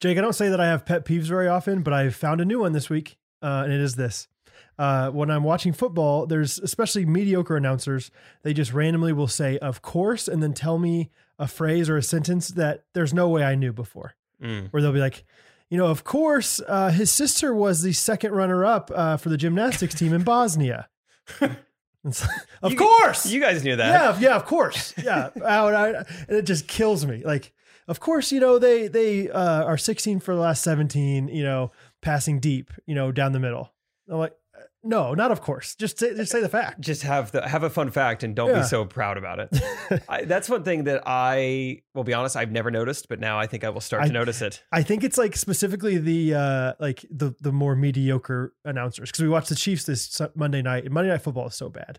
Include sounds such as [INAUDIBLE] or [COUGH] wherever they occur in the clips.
Jake, I don't say that I have pet peeves very often, but I found a new one this week, uh, and it is this. Uh, when I'm watching football, there's especially mediocre announcers. They just randomly will say, "Of course," and then tell me a phrase or a sentence that there's no way I knew before. Mm. Where they'll be like, "You know, of course, uh, his sister was the second runner-up uh, for the gymnastics team in Bosnia." It's like, of You- course, You guys knew that. yeah, yeah, of course. Yeah. Oh, and, I, and it just kills me. Like, of course, you know, they they uh, are 16 for the last 17, you know, passing deep, you know, down the middle. I'm like, no, not of course. Just say, just say the fact. just have the have a fun fact and don't Yeah. be so proud [LAUGHS] about it. I, that's one thing that I will be honest, I've never noticed, but now I think I will start I- to notice it. I think it's like specifically the uh like the the more mediocre announcers because we watched the Chiefs this Su- Monday night. And Monday night football is so bad.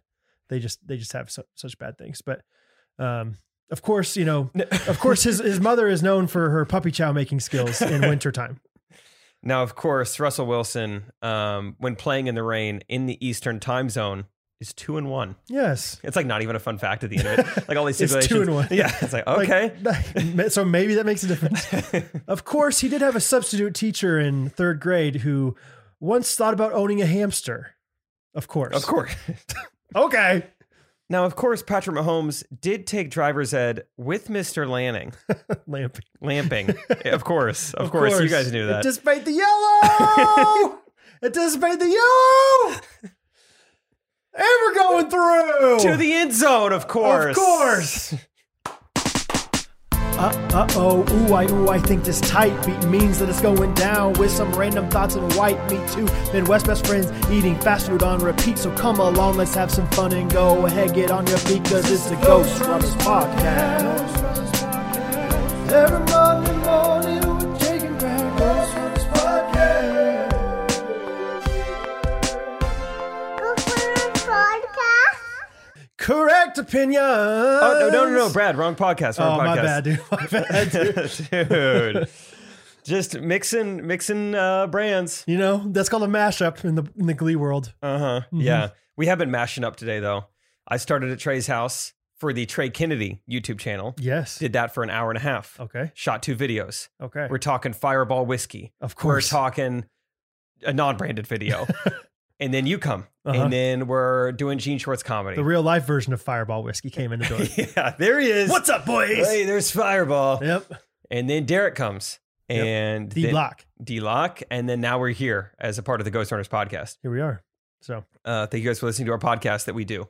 They just they just have su- such bad things. But um of course, you know, of course his his mother is known for her puppy chow making skills in wintertime. Now, of course, Russell Wilson, um, when playing in the rain in the Eastern time zone, is two and one. Yes. It's like not even a fun fact at the end of [LAUGHS] it. Like all these It's two situations. and one. Yeah. It's like, okay. [LAUGHS] Like, so maybe that makes a [LAUGHS] difference. of course, he did have a substitute teacher in third grade who once thought about owning a hamster. Of course. of course. [LAUGHS] Okay. [LAUGHS] Now, of course, Patrick Mahomes did take driver's ed with Mr. Lanning. Lamp. [LAUGHS] Lamping. of course. Of, course, You guys knew that. Anticipate the [LAUGHS] yellow. Anticipate the yellow. And we're going through to the end zone, of course. Of course. Uh oh, ooh, I ooh, I think this tight beat means that it's going down with some random thoughts and white meat too. Midwest best friends eating fast food on repeat, so come along, let's have some fun and go ahead, get on your feet, cause it's the Ghost Runners Podcast. Every Monday morning we're taking back Ghost Runners Podcast. Correct opinion. Oh, no, no, no, no, Brad, wrong podcast. Oh, Wrong podcast. my bad, dude. My bad, dude. [LAUGHS] dude. Just mixing mixing uh, brands. You know, that's called a mashup in the in the Glee world. Uh huh. Mm-hmm. Yeah, we have been mashing up today though. I started at Trey's house for the Trey Kennedy YouTube channel. Yes. Did that for an hour and a half. Okay. Shot two videos. Okay. We're talking Fireball whiskey. of We're course. talking a [LAUGHS] non-branded video, and then you come, Uh-huh. and then we're doing Gene Shorts comedy. the real life version of Fireball whiskey came in the [LAUGHS] door. yeah, there he is. What's up, boys? Hey, there's Fireball, Yep. and then Derek comes, Yep. and D then- Block. D-Lock, and then now we're here as a part of the Ghost Runners podcast. Here we are. So Uh, thank you guys for listening to our podcast that we do.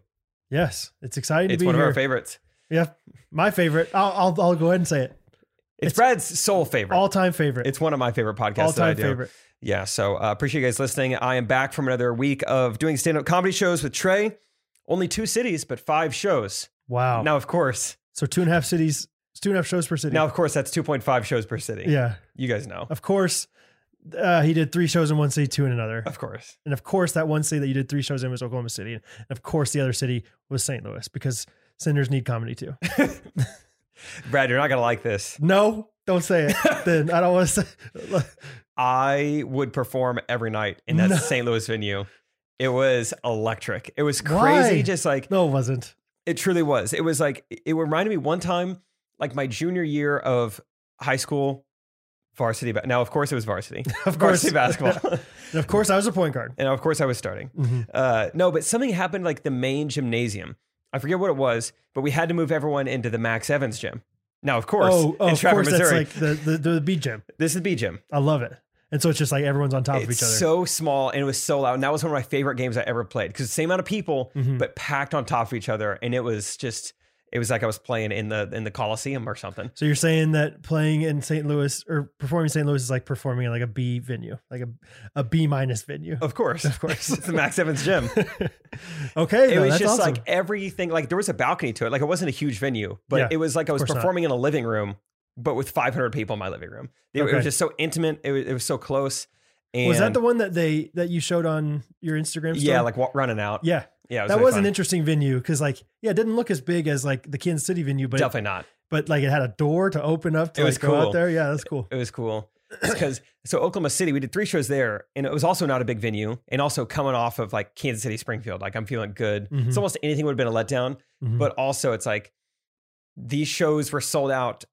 yes, it's exciting It's to be one here. of our favorites. Yep. My favorite. I'll, I'll I'll go ahead and say it. It's, It's- Brad's sole favorite. All time favorite. it's one of my favorite podcasts all that I time do. favorite. Yeah, so uh, appreciate you guys listening. I am back from another week of doing stand-up comedy shows with Trey. Only two cities, but five shows. Wow. Now, of course, so two and a half cities. Two and a half shows per city. now of course, that's two point five shows per city. yeah. you guys know, Of course. Uh, he did three shows in one city, two in another. of course. And of course, that one city that you did three shows in was Oklahoma City. And of course, the other city was St. Louis because senders need comedy [LAUGHS] too. Brad, you're not gonna like this. No, don't say [LAUGHS] it. then I don't want to say. [LAUGHS] I would perform every night in that No. St. Louis venue. It was electric. It was crazy. Why? Just like No, it wasn't. It truly was. It was like it reminded me one time, like my junior year of high school varsity. Ba- now, of course, it was varsity, [LAUGHS] Of course. varsity basketball, [LAUGHS] [LAUGHS] And of course, I was a point guard. Mm-hmm. and of course, I was starting. Uh, no, but something happened like the main gymnasium. I forget what it was, but we had to move everyone into the Max Evans gym. Now, of course, Oh, oh in of Trapper, course, Missouri, that's like the, the, the B gym. this is B gym. I love it. And so it's just like everyone's on top of It's each other. so small and it was so loud. And that was one of my favorite games I ever played because same amount of people, Mm-hmm. but packed on top of each other, and it was just. It was like I was playing in the in the Coliseum or something. so you're saying that playing in St. Louis or performing in St. Louis is like performing in like a B venue, like a, a B minus venue. Of course, of course, it's [LAUGHS] the Max Evans gym. [LAUGHS] Okay, It though, was that's just awesome. like everything. Like there was a balcony to it. Like it wasn't a huge venue, but Yeah, it was like I was course not. performing in a living room, but with 500 people in my living room. It, it Okay. was just so intimate. It was, it was so close. And was that the one that they that you showed on your Instagram? Story? Yeah, like wa- running out. yeah, yeah. It was that really was fun. an interesting venue because like yeah, it didn't look as big as like the Kansas City venue, but it, Definitely not. but like it had a door to open up to It like was go out cool. there. Yeah, that's cool. It was cool because so Oklahoma City, we did three shows there, and it was also not a big venue, and also coming off of like Kansas City, Springfield. Like I'm feeling good. Mhm. It's almost anything would have been a letdown. Mhm. but also it's like these shows were sold out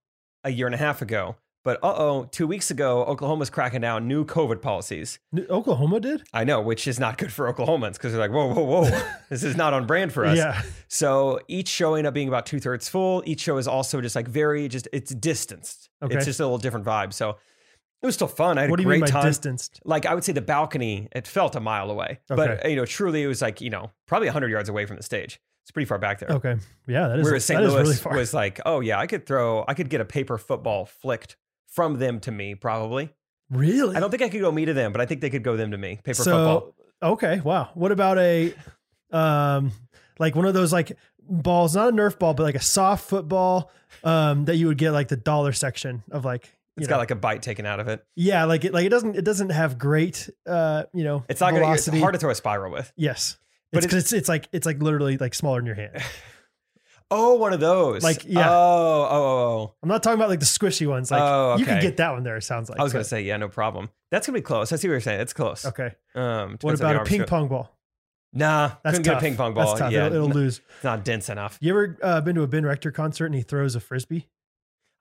a year and a half ago But uh oh, two weeks ago, Oklahoma's cracking down new COVID policies. N- Oklahoma did? I know, which is not good for Oklahomans because they're like, whoa, whoa, whoa, this is not on brand for us. Yeah. So each show ended up being about two thirds full. Each show is also just like very, just it's distanced. Okay. It's just a little different vibe. So it was still fun. I had What do a you mean great by time. distanced? like I would say the balcony, it felt a mile away, but you know, truly it was like you know probably hundred yards away from the stage. It's pretty far back there. Okay. Yeah, Oh, that is, Whereas St. that is Louis really far. was like, oh yeah, I could throw, I could get a paper football flicked from them to me probably. really? I don't think I could go me to them, but I think they could go them to me. Paper so, football. Okay. Wow. What about a, um, like one of those like balls, not a Nerf ball, but like a soft football, um, that you would get like the dollar section of like, you It's know, got like a bite taken out of it. yeah, like it, like it doesn't, it doesn't have great, uh, you know, It's not going to velocity. be hard to throw a spiral with. Yes. But But it's, 'cause it's, it's like, it's like literally like smaller than your [LAUGHS] hand. Oh, one of those. Like, yeah. Oh, oh, oh, I'm not talking about like the squishy ones. Like Oh, you can okay. get that one there. It sounds like oh. I was going but- to say, yeah, no problem. That's going to be close. I see what you're saying. It's close. Okay. Um, What depends on the about a arm ping scope. pong ball? Nah, That's couldn't tough. get a ping pong ball. That's tough. Yeah, it'll, it'll n- lose. it's not dense enough. You ever uh, been to a Ben Rector concert and he throws a frisbee?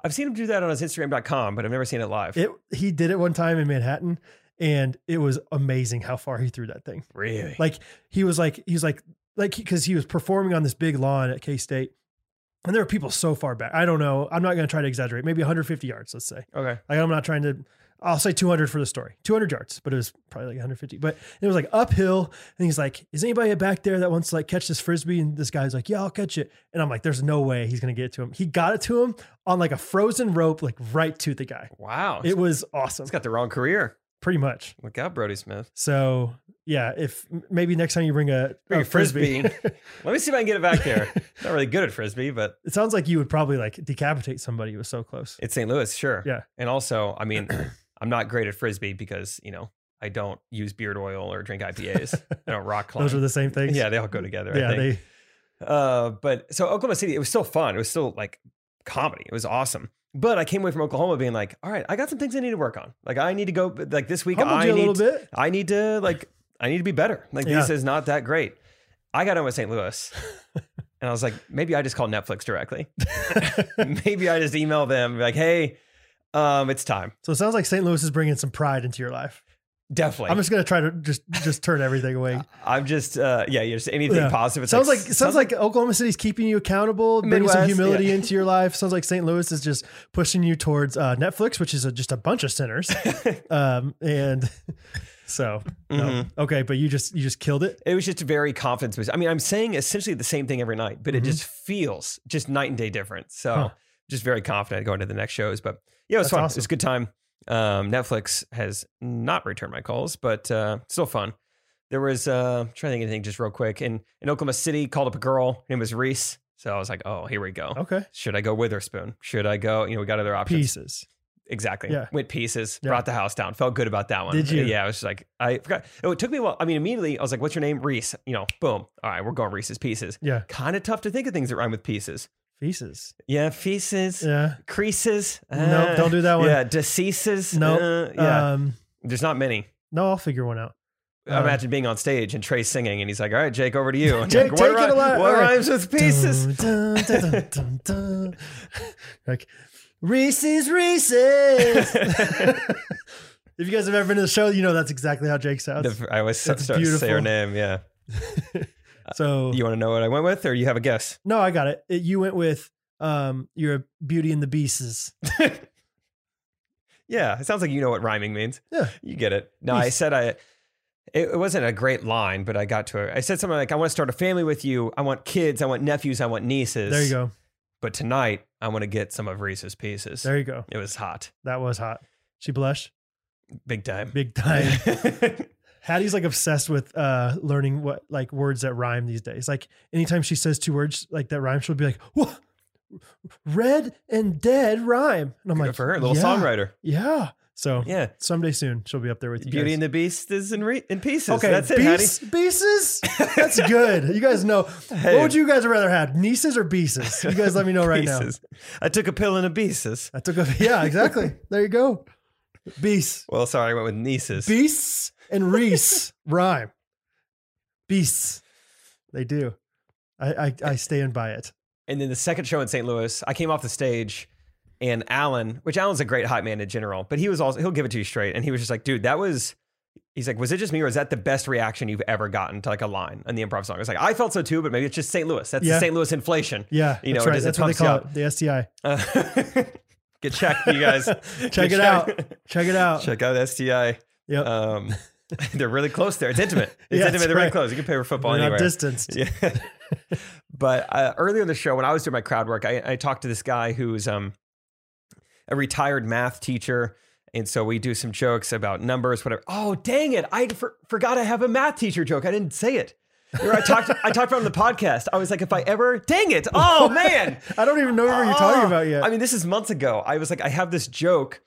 I've seen him do that on his Instagram.com, but I've never seen it live. It he did it one time in Manhattan, and it was amazing how far he threw that thing. really? Like he was like he was like like because he was performing on this big lawn at K State, and there were people so far back. I don't know. I'm not going to try to exaggerate. Maybe 150 yards, let's say. okay. Like I'm not trying to. I'll say 200 for the story, 200 yards, but it was probably like 150. But it was like uphill, and he's like, "Is anybody back there that wants to like catch this frisbee?" And this guy's like, "Yeah, I'll catch it." And I'm like, "There's no way he's gonna get it to him." He got it to him on like a frozen rope, like right to the guy. Wow. It was awesome, He's got the wrong career. pretty much. Look out, Brody Smith. So yeah, if maybe next time you bring a, Bring a a frisbee. Let me see if I can get it back there. Not really good at frisbee, but [LAUGHS] it sounds like you would probably like decapitate somebody. It was so close. it's St. Louis, sure. Yeah. And also, I [CLEARS THROAT] mean, I'm not great at frisbee because you know I don't use beard oil or drink IPAs. I don't rock climb. Those are the same things. yeah, they all go together. I yeah. think. They Uh, but so Oklahoma City, it was still fun. It was still like comedy. It was awesome. But I came away from Oklahoma being like, all right, I got some things I need to work on. Like I need to go like this week. humbled I you a need little to- bit. I need to like I need to be better. Like this is not that great. I got on with St. [LAUGHS] Louis. And I was like, maybe I just call Netflix directly. [LAUGHS] maybe I just email them and be like, hey, um, it's time. So it sounds like St. Louis is bringing some pride into your life. Definitely. I'm just gonna try to just just turn everything away. I'm just uh yeah, you're just anything Yeah. positive. [LAUGHS] It's sounds like s- sounds, like, Oklahoma City's keeping you accountable, bringing some Midwest, humility yeah. into your life. Sounds like St. Louis is just pushing you towards uh, Netflix, which is a, just a bunch of sinners. [LAUGHS] um, and [LAUGHS] so no. Mhm. okay, but you just you just killed it. it was just very confidence based. I mean, I'm saying essentially the same thing every night, but Mhm. it just feels just night and day different. So Huh. just very confident going to the next shows. But yeah, it was That's fun. It awesome. was a good time. Um, Netflix has not returned my calls, but uh, still fun. There was uh, I'm trying to think of anything just real quick. In in Oklahoma City, called up a girl. Her name was Reese. So I was like, oh, here we go. Okay, Should I go Witherspoon? Should I go? You know, we got other options. pieces. Exactly. Yeah. Went pieces, Yeah. brought the house down. Felt good about that one. Uh, Did you? Yeah. I was just like, I forgot. Oh, it took me a while. I mean, immediately I was like, what's your name? Reese. You know, boom. All right, we're going Reese's Pieces. Yeah, Kind of tough to think of things that rhyme with pieces. pieces. Yeah, feces, Yeah, creases. no, uh, don't do that one. Yeah, deceases. Nope. uh, yeah. Um, There's not many. no, I'll figure one out. I um, Imagine being on stage and Trey singing, and he's like, all right, Jake, over [LAUGHS] to you. I'm Jake, like, take it rhy- away. All What right. rhymes with pieces? Dun, dun, dun, dun, dun, dun. [LAUGHS] like Reese's [LAUGHS] Reese's. [LAUGHS] if you guys have ever been to the show, you know that's exactly how Jake sounds. The- I always that's start to say beautiful. her name. Yeah. so You want to know what I went with, or you have a guess? no, I got it. It- You went with um your Beauty and the Beasts. Yeah, it sounds like you know what rhyming means. Yeah. you get it. No, I Yes. said I. It, it wasn't a great line, but I got to it. I said something like, "I want to start a family with you. I want kids. I want nephews. I want nieces. There you go. But tonight, I want to get some of Reese's pieces. There you go. It was hot, That was hot. She blushed big time. big [LAUGHS] time. Hattie's like obsessed with uh learning what like words that rhyme these days. Like anytime she says two words like that rhyme, she'll be like, "What? Red and dead rhyme." And I'm Good like, for her, little "Yeah, songwriter. Yeah. So Yeah, someday soon she'll be up there with you. Beauty guys. and the Beast is in, re- in pieces. Okay, that's it, Hattie. beasts, beasts. [LAUGHS] That's good. You guys know. What would you guys rather had, nieces or beasts? You guys, let me know right now. [LAUGHS] Pieces. I took a pill and a beesus. I took a yeah, exactly. [LAUGHS] There you go. Beasts, Well, sorry, I went with nieces. beasts, and Reese rhyme. Beasts, they do. I, I I stand by it. And then the second show in St. Louis, I came off the stage and Alan, which Alan's a great hype man in general, but he was also he'll give it to you straight. And he was just like, dude, that was he's like, was it just me or is that the best reaction you've ever gotten to like a line in the improv song? It's like I felt so too, but maybe it's just St. Louis. That's Yeah. the St. Louis inflation. Yeah, You know, that's it right. just- it That's what they pumps you call up. it, the STI. Uh, [LAUGHS] get checked, you guys. [LAUGHS] Check it out. Check it out. [LAUGHS] Check out STI. Yep. Um, [LAUGHS] they're really close there. It's [LAUGHS] intimate. It's Yeah, intimate. that's They're really right. close. You can pay for football We're not anywhere. distanced. [LAUGHS] Yeah. but uh, earlier in the show, when I was doing my crowd work, I, I talked to this guy who's um, a retired math teacher. And so we do some jokes about numbers, whatever. Oh, dang it. I for, forgot I have a math teacher joke. I didn't say it. Or I talked, I talked about it on the podcast. I was like, if I ever, dang it. Oh, man. I don't even know [LAUGHS] what you're talking Oh, about yet. I mean, this is months ago. I was like, I have this joke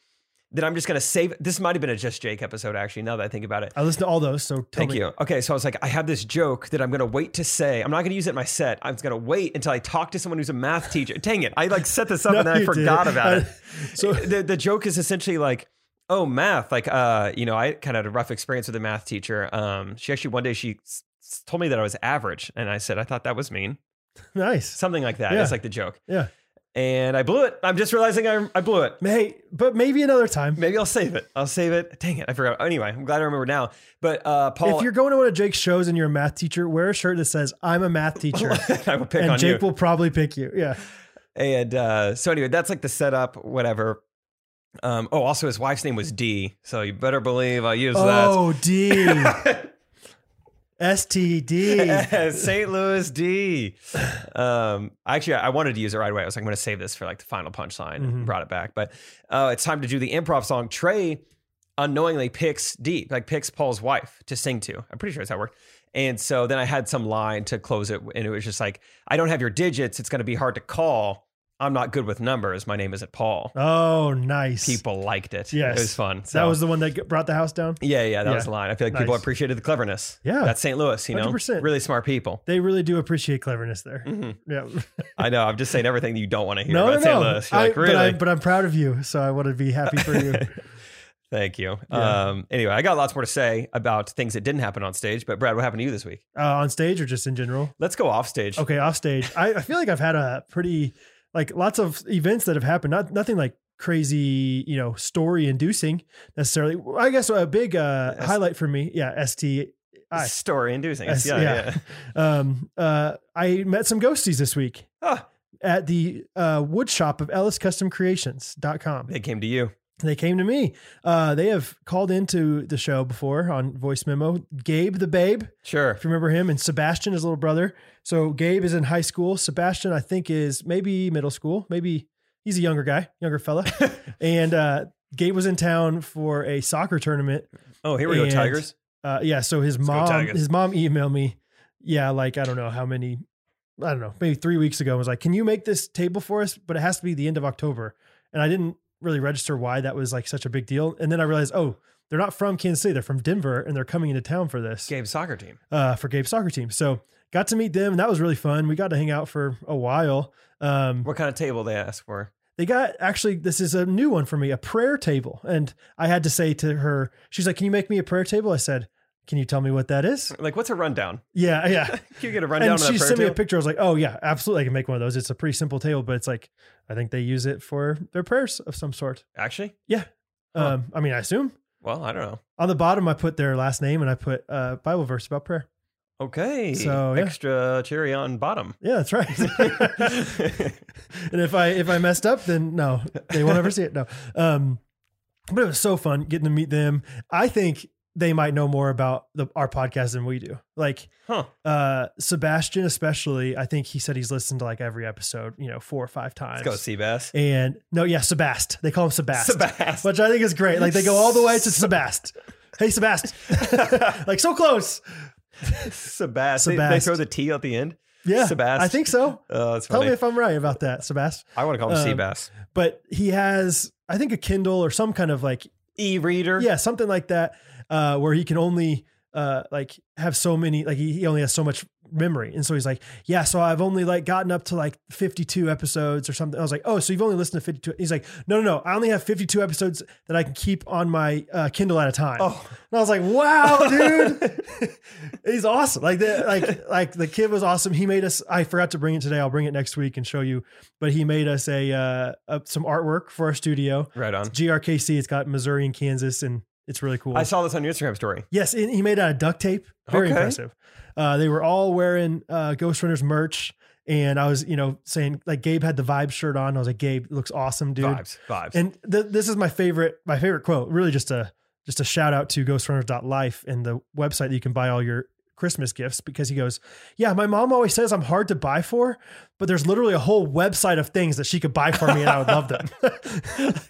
that I'm just going to save. This might have been a Just Jake episode, actually, now that I think about it. I listen to all those, so tell Thank me. you. Okay, so I was like, I have this joke that I'm going to wait to say. I'm not going to use it in my set. I'm going to wait until I talk to someone who's a math teacher. Dang it. I like [LAUGHS] set this up and then I you forgot did. about I- it. [LAUGHS] So the, the joke is essentially like, oh, math. Like, uh, you know, I kind of had a rough experience with a math teacher. Um, she actually, one day she s- s- told me that I was average. And I said, I thought that was mean. Nice. Something like that. Yeah. It's like the joke. Yeah. And I blew it. I'm just realizing I, I blew it. Hey, but maybe another time. Maybe I'll save it. I'll save it. Dang it. I forgot. Anyway, I'm glad I remember now. But uh, Paul, If you're going to one of Jake's shows and you're a math teacher, wear a shirt that says "I'm a [LAUGHS] math teacher," [LAUGHS] I will pick and on you. Jake will probably pick you. Yeah, And uh, so anyway, that's like the setup, whatever. Um, oh, also his wife's name was D, so you better believe I used [LAUGHS] Oh, D. [LAUGHS] STD. that. St. Louis D. Um, actually, I wanted to use it right away. I was like, I'm going to save this for like the final punchline Mhm. and brought it back. But uh, it's time to do the improv song. Trey unknowingly picks D, like picks Paul's wife to sing to. I'm pretty sure that's how it worked. And so then I had some line to close it, and it was just like, I don't have your digits. It's going to be hard to call. I'm not good with numbers. My name isn't Paul. Oh, nice. people liked it. Yes. It was fun. That So- was the one that g- brought the house down. yeah, yeah, that Yeah. was the line. I feel like people Nice. appreciated the cleverness. Yeah. That's St. Louis, you know, 100%. really smart people. They really do appreciate cleverness there. Mhm. [LAUGHS] Yeah. I know. I'm just saying everything you don't want to hear No, no, about St. no. Louis. You're I, like, but, I, really? but I'm proud of you, so I want to be happy for [LAUGHS] you. Thank you. Yeah. Um, anyway, I got lots more to say about things that didn't happen on stage. But Brad, what happened to you this week? uh, on stage or just in general? Let's go off stage. [LAUGHS] Okay, off stage. I, I feel like I've had a pretty like lots of events that have happened. Not nothing like crazy, you know, story inducing necessarily. I guess a big uh, S- highlight for me, yeah, ST. I Story inducing. Yes, yeah, yeah. yeah. [LAUGHS] um uh I met some ghosties this week Ah, at the uh wood shop of elliscustomcreations.com. they came to you. They came to me. Uh they have called into the show before on voice memo. Gabe the babe Sure. if you remember him, and Sebastian, his little brother. So Gabe is in high school. Sebastian, I think, is maybe middle school. Maybe he's a younger guy, younger [LAUGHS] fella. and uh, Gabe was in town for a soccer tournament. Oh, here we And- go, Tigers. Uh, yeah, so his go, mom, Tigers. his mom emailed me. Yeah, like I don't know how many, I don't know, maybe three weeks ago. and Was like, can you make this table for us? But it has to be the end of October. And I didn't really register why that was like such a big deal. And then I realized, oh, they're not from Kansas City. They're from Denver, and they're coming into town for this Gabe's soccer team. uh, for Gabe's soccer team. So got to meet them. And that was really fun. We got to hang out for a while. Um, What kind of table they asked for? they got actually, this is a new one for me, a prayer table. And I had to say to her, she's like, Can you make me a prayer table? I said, Can you tell me what that [LAUGHS] is? Like, what's a rundown? Yeah, yeah. Can you get a rundown And of that she prayer sent me a table? picture. I was like, Oh, yeah, absolutely. I can make one of those. It's a pretty simple table, but it's like, I think they use it for their prayers of some sort. Actually? Huh. Um, I mean, I assume. Well, I don't know. On the bottom, I put their last name and I put uh, Bible verse about prayer. Okay. So, yeah. extra cherry [LAUGHS] on bottom. [LAUGHS] Yeah, that's right. [LAUGHS] and if I if I messed up, then no, they won't ever see it. No, um, but it was so fun getting to meet them. I think they might know more about the, our podcast than we do. Like huh. uh, Sebastian, especially, I think he said he's listened to like every episode, you know, four or five times. Let's go, Seabass. And no, yeah, Sebast. They call him Sebast, Sebast. which I think is great. Like they go all the way [LAUGHS] to Sebast. Hey, Sebast. like so close. Sebast. They, they Sebast. throw the T at the end. Yeah, Sebast. I think so. Oh, that's Tell funny. me if I'm right about that, Sebast. I want to call him um, Seabass. But he has, I think, a Kindle or some kind of like E-reader. yeah something like that uh where he can only uh like have so many like he, he only has so much memory. And so he's like, yeah, so I've only like gotten up to like 52 episodes or something. I was like, oh, so you've only listened to 52. He's like, no, no, no. I only have 52 episodes that I can keep on my uh, Kindle at a time. Oh. And I was like, wow, dude, he's awesome. Like the, like, like the kid was awesome. He made us, I forgot to bring it today. I'll bring it next week and show you, but he made us a, uh, a some artwork for our studio. Right on. It's GRKC. It's got Missouri and Kansas and it's really cool. I saw this on your Instagram story. Yes, and he made it out of duct tape. Very Okay. impressive. Uh, they were all wearing uh, Ghost Runners merch, and I was, you know, saying like Gabe had the Vibe shirt on. I was like, Gabe looks awesome, dude. Vibes, vibes. And th- this is my favorite, my favorite quote. Really, just a just a shout out to GhostRunners.life and the website that you can buy all your Christmas gifts because he goes, yeah, my mom always says I'm hard to buy for, but there's literally a whole website of things that she could buy for me and I would love them. [LAUGHS] and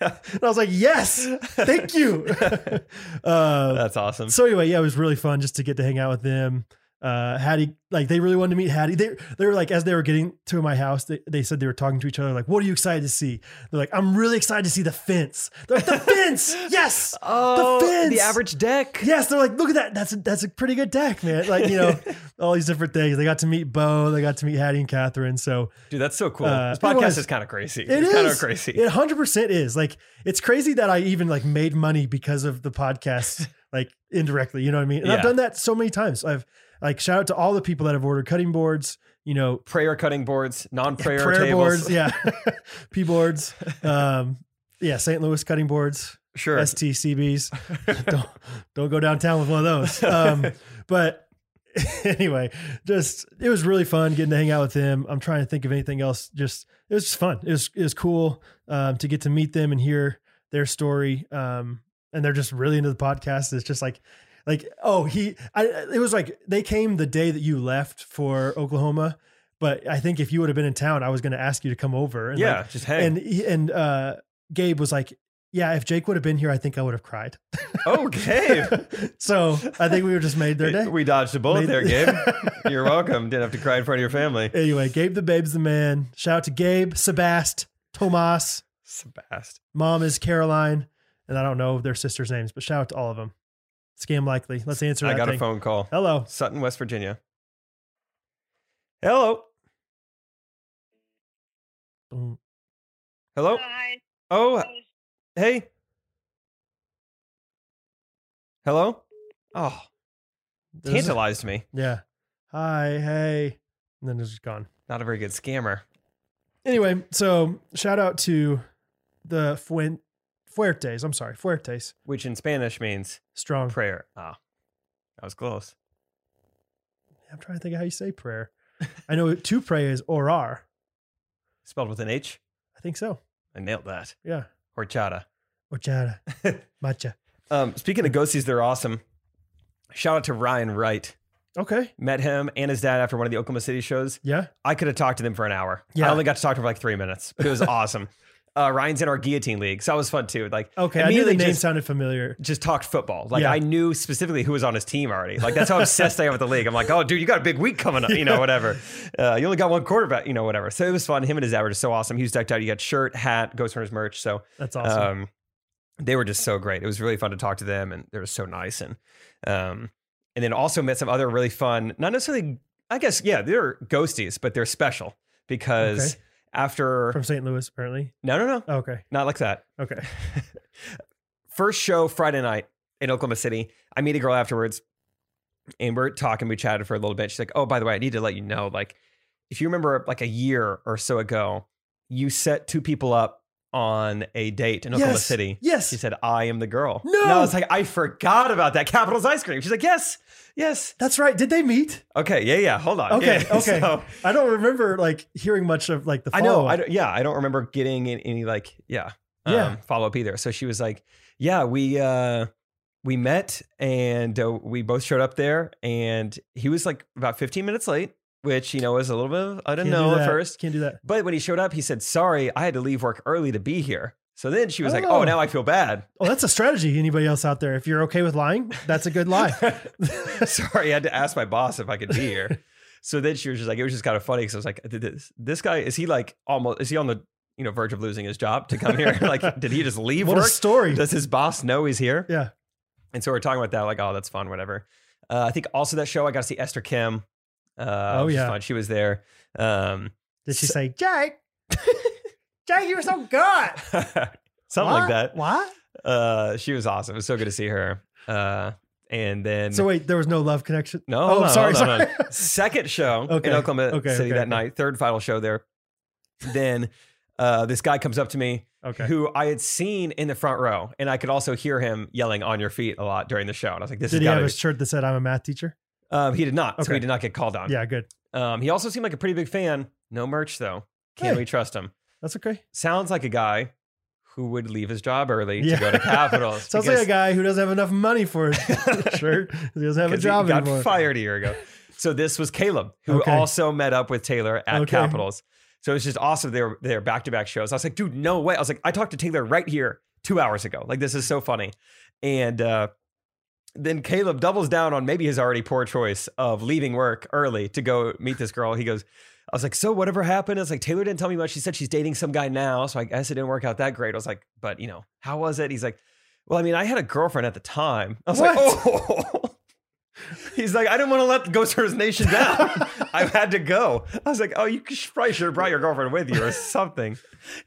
I was like, yes, thank you. [LAUGHS] uh, That's awesome. so anyway, yeah, it was really fun just to get to hang out with them. Uh, Hattie, like they really wanted to meet Hattie. They they were like as they were getting to my house, they, they said they were talking to each other. Like, what are you excited to see? They're like, I'm really excited to see the fence. They're like, [LAUGHS] the fence, yes, oh, the fence, average deck. Yes, they're like, look at that. That's a, that's a pretty good deck, man. Like you [LAUGHS] know, all these different things. They got to meet Bo. They got to meet Hattie and Catherine. So Dude, that's so cool. Uh, this it podcast was. is kind of crazy. it it's is kind of crazy. It hundred percent is. Like it's crazy that I even like made money because of the podcast, [LAUGHS] like indirectly. You know what I mean? And Yeah. I've done that so many times. I've like shout out to all the people that have ordered cutting boards. You know, prayer cutting boards, non-prayer prayer tables. boards, [LAUGHS] yeah, [LAUGHS] p boards, um, yeah, St. Louis cutting boards. Sure. STCBs. don't don't go downtown with one of those. Um, but [LAUGHS] anyway, just it was really fun getting to hang out with them. I'm trying to think of anything else. Just it was just fun. It was it was cool um, to get to meet them and hear their story. Um, and they're just really into the podcast. It's just like like oh he I it was like they came the day that you left for Oklahoma. But I think if you would have been in town, I was going to ask you to come over. And like, yeah, just hang. and he, and uh, Gabe was like, "Yeah, if Jake would have been here, I think I would have cried." [LAUGHS] okay. so I think we were just made [LAUGHS] their day. [LAUGHS] we dodged a Made- [LAUGHS] bullet there, Gabe. You're welcome. Didn't have to cry in front of your family. Anyway, Gabe the babe's the man. Shout out to Gabe, Sebast, Tomas. Sebast. Mom is Caroline, and I don't know their sisters' names, but shout out to all of them. Scam likely. Let's answer. I that got a thing. phone call. Hello. Sutton, West Virginia. Hello. Boom. Hello. Hi. Oh, I was- hey. Hello. Oh, There's- tantalized me. Yeah. Hi. Hey. And then it's just gone. Not a very good scammer. Anyway, so shout out to the Fuen- Fuertes. I'm sorry, Fuertes. which in Spanish means Strong. prayer. Ah, that was close. I'm trying to think of how you say prayer. I know to pray is orar. Spelled with an H. I think so. I nailed that. Yeah. Horchata. [LAUGHS] Ochara, matcha. um, speaking of ghosties, they're awesome. Shout out to Ryan Wright. Okay. Met him and his dad after one of the Oklahoma City shows. Yeah. I could have talked to them for an hour. I Yeah. only got to talk to him for like three minutes, but [LAUGHS] it was awesome. Uh, Ryan's in our guillotine league, so that was fun too. Like, Okay. I knew the immediately name just- sounded familiar. just talked football. Like Yeah. I knew specifically who was on his team already. Like that's how obsessed I am with the league. I'm like, oh, dude, you got a big week coming up, you [LAUGHS] know, whatever. Uh, you only got one quarterback, you know, whatever. So it was fun. Him and his dad were just so awesome. He was decked out. He got shirt, hat, Ghost Runners merch. So That's awesome. um, they were just so great. It was really fun to talk to them, and they were so nice. And um, and then also met some other really fun, not necessarily, I guess, yeah, they're ghosties, but they're special because Okay. after From St. Louis, apparently. no, no, no, Okay. not like that. [LAUGHS] Okay. First show Friday night in Oklahoma City. I meet a girl afterwards and we're talking. We chatted for a little bit. She's like, Oh, by the way, I need to let you know. Like, if you remember like a year or so ago, you set two people up on a date in Oklahoma yes. City. Yes. She said, I am the girl. No. And I was like, I forgot about that. Capitals ice cream. She's like, Yes, yes. That's right. Did they meet? Okay. Yeah, yeah. Hold on. Okay, Yeah. [LAUGHS] okay. So, I don't remember like hearing much of like the I know. follow-up. I don't, yeah, I don't remember getting in any like yeah, Yeah. follow up either. So she was like, "Yeah, we uh we met and uh, we both showed up there, and he was like about 15 minutes late, which you know was a little bit of I Can't didn't do know at that. first. Can't do that. But when he showed up, he said, "Sorry, I had to leave work early to be here." So then she was like, "Oh, Oh. now I feel bad. Oh, that's a strategy. Anybody else out there? If you're okay with lying, that's a good lie. [LAUGHS] Sorry, I had to ask my boss if I could be here." So then she was just like, it was just kind of funny because I was like, "Did this this guy is he like almost is he on the you know verge of losing his job to come here? [LAUGHS] like, did [LAUGHS] he just leave what a work? story. Does his boss know he's here? Yeah. And so we're talking about that, like, oh, that's fun, whatever. Uh, I think also that show I got to see Esther Kim. Uh, Oh, which is yeah. fun. she was there. Um, [LAUGHS] Did she say, Jake? Jake, you were so good. [LAUGHS] something What? like that. What? Uh, she was awesome. It was so good to see her. Uh, and then So wait, there was no love connection. no, oh, hold on, sorry, hold on, sorry. [LAUGHS] hold on. Second show Okay, in Oklahoma okay, City okay, that okay. night. Third final show there. Then uh, this guy comes up to me okay. who I had seen in the front row, and I could also hear him yelling "on your feet" a lot during the show. And I was like, "This Did is he have gotta a be." shirt that said, I'm a math teacher? um, he did not, so Okay. he did not get called on. Yeah, good. Um, he also seemed like a pretty big fan. No merch though. Can Hey. we trust him? That's okay. Sounds like a guy who would leave his job early Yeah. to go [LAUGHS] to Capitals. Sounds because- like a guy who doesn't have enough money for [LAUGHS] his shirt. He doesn't have a because job he got anymore. fired a year ago. So this was Caleb, who Okay. also met up with Taylor at Okay. Capitals. So it's just awesome. They were they were back to back shows. I was like, dude, no way. I was like, I talked to Taylor right here two hours ago. Like this is so funny. And uh, then Caleb doubles down on maybe his already poor choice of leaving work early to go meet this girl. He goes. I was like, so whatever happened, it's like Taylor didn't tell me much. She said she's dating some guy now, so I guess it didn't work out that great. I was like, but you know, how was it? He's like, well, I mean, I had a girlfriend at the time. I was like, oh. [LAUGHS] He's like, I didn't want to let Ghost Rivers Nation down. I had to go. I was like, oh, you sh- probably should have brought your girlfriend with you or something.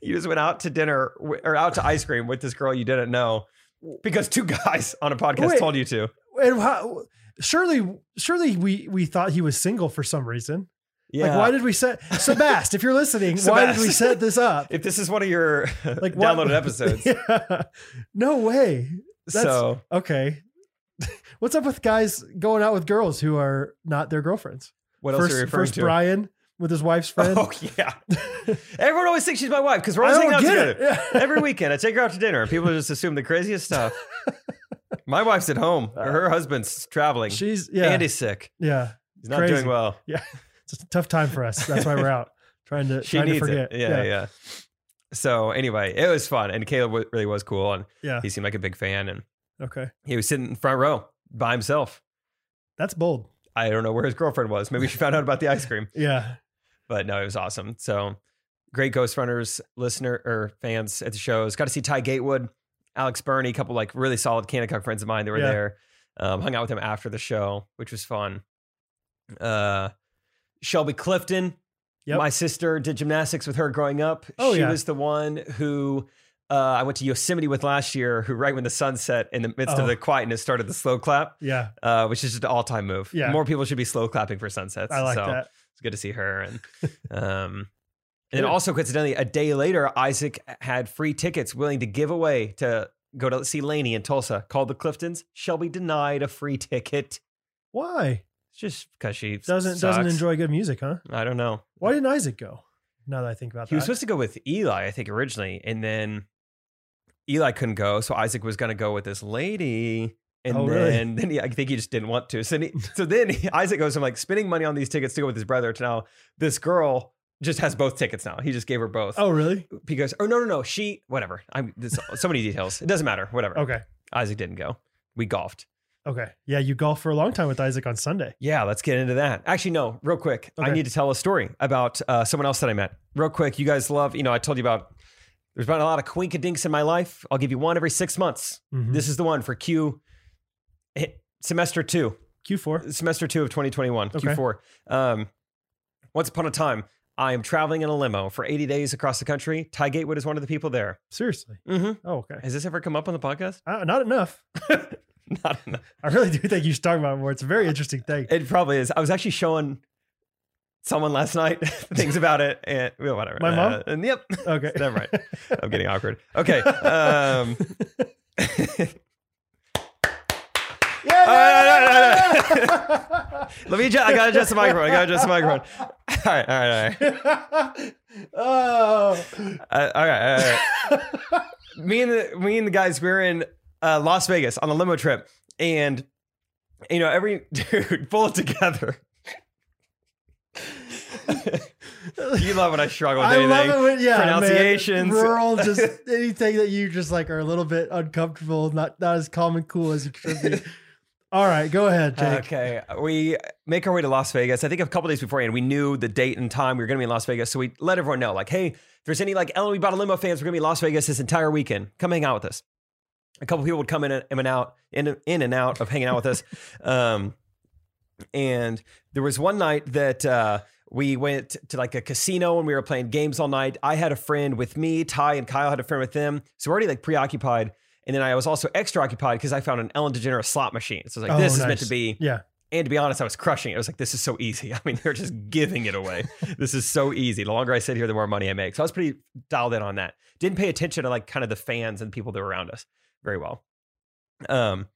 You just went out to dinner wi- or out to ice cream with this girl you didn't know because two guys on a podcast Wait. told you to. And how, surely, surely we we thought he was single for some reason. Yeah. Like, why did we set Sebast? If you're listening, why did we Sebast. set this [LAUGHS] up? if this is one of your Like like why- downloaded [LAUGHS] episodes, Yeah. No way. That's- so Okay. [LAUGHS] What's up with guys going out with girls who are not their girlfriends? what else first, are you referring first to? Brian with his wife's friend. [LAUGHS] Oh yeah. Everyone always thinks she's my wife because we're I always don't hanging out get together. it. Yeah. [LAUGHS] Every weekend I take her out to dinner and people just assume the craziest stuff. my wife's at home. or her husband's traveling. She's Uh, yeah, And he's sick. yeah. He's not Crazy. doing well. It's a tough time for us. That's [LAUGHS] why we're out trying to She trying to needs forget. it. Yeah, yeah, So anyway, it was fun, and Caleb wa- really was cool, and Yeah. he seemed like a big fan, and Okay, he was sitting in the front row by himself. that's bold. I don't know where his girlfriend was. Maybe she found out about the ice cream, Yeah, but no, it was awesome. So great Ghost Runners listener or fans at the shows. Got to see Ty Gatewood, Alex Burney, a couple like really solid Canacock friends of mine. They were Yeah. there. Um, hung out with them after the show, which was fun. Uh, Shelby Clifton, Yep. my sister did gymnastics with her growing up. Oh, she yeah. was the one who uh, I went to Yosemite with last year. Who, right when the sun set, in the midst Oh. of the quietness, started the slow clap, yeah. uh, which is just an all-time move. Yeah. more people should be slow clapping for sunsets. I like so that. it's good to see her. [LAUGHS] And um, and Good. then also coincidentally, a day later, Isaac had free tickets willing to give away to go to see Laney in Tulsa. Called the Cliftons. Shelby denied a free ticket. Why It's just because she doesn't sucks. doesn't enjoy good music, huh? I don't know. Why didn't Isaac go? Now that I think about He was that, supposed to go with Eli, I think, originally, and then Eli couldn't go, so Isaac was going to go with this lady, and Oh, really? then then he, I think he just didn't want to. [LAUGHS] So then, he, so then he- Isaac goes from like spending money on these tickets to go with his brother to now this girl just has both tickets now. He just gave her both oh really? because oh no no no she whatever. I'm there's so many details. It doesn't matter. Whatever. Okay, Isaac didn't go. We golfed. okay, yeah. You golfed for a long time with Isaac on Sunday. Yeah, let's get into that. Actually, no, real quick, I Okay. need to tell a story about uh, someone else that I met. Real quick, you guys love, you know, I told you about. There's been a lot of quinkadinks in my life. I'll give you one every six months. Mhm. This is the one for Q eh, semester two, Q4. semester two of 2021, Okay. Q4. Um, once upon a time, I am traveling in a limo for 80 days across the country. Ty Gatewood is one of the people there. Seriously. Mm-hmm. Oh, okay. Has this ever come up on the podcast? [LAUGHS] Uh, not enough. Not enough. I really do think you should talk about it more. It's a very interesting [LAUGHS] thing. It probably is. I was actually showing someone last night [LAUGHS] things about it, and well, whatever. My mom? Uh, [LAUGHS] and yep, Okay. never mind. I'm getting awkward. Okay. [LAUGHS] Um, Yeah. [LAUGHS] All right, all right, [LAUGHS] let me. Ju- I gotta adjust the microphone. I gotta adjust the microphone. All right, all right, all [LAUGHS] right, oh. Uh, all right. All right. me and the me and the guys we were in uh, Las Vegas on a limo trip, and you know every [LAUGHS] dude pull it together. [LAUGHS] you love when I struggle with I anything. love it when yeah, man. pronunciations. rural, [LAUGHS] just anything that you just like are a little bit uncomfortable, not not as calm and cool as you should [LAUGHS] be. All right, go ahead, Jake. Okay, we make our way to Las Vegas. I think a couple days beforehand, we knew the date and time we were going to be in Las Vegas, so we let everyone know, like, hey, if there's any like LOE Bottle Limo fans, we're going to be in Las Vegas this entire weekend. Come hang out with us. [LAUGHS] A couple people would come in and, in and out, in, in and out of hanging out with us. Um, And there was one night that uh, we went to like a casino and we were playing games all night. I had a friend with me, Ty and Kyle had a friend with them. So we're already like preoccupied. And then I was also extra occupied because I found an Ellen DeGeneres slot machine. So I was like, Oh, this is nice. meant to be. Yeah. And to be honest, I was crushing it. I was like, this is so easy. [LAUGHS] I mean, they're just giving it away. this is so easy. The longer I sit here, the more money I make. So I was pretty dialed in on that. Didn't pay attention to like kind of the fans and people that were around us very well. Um,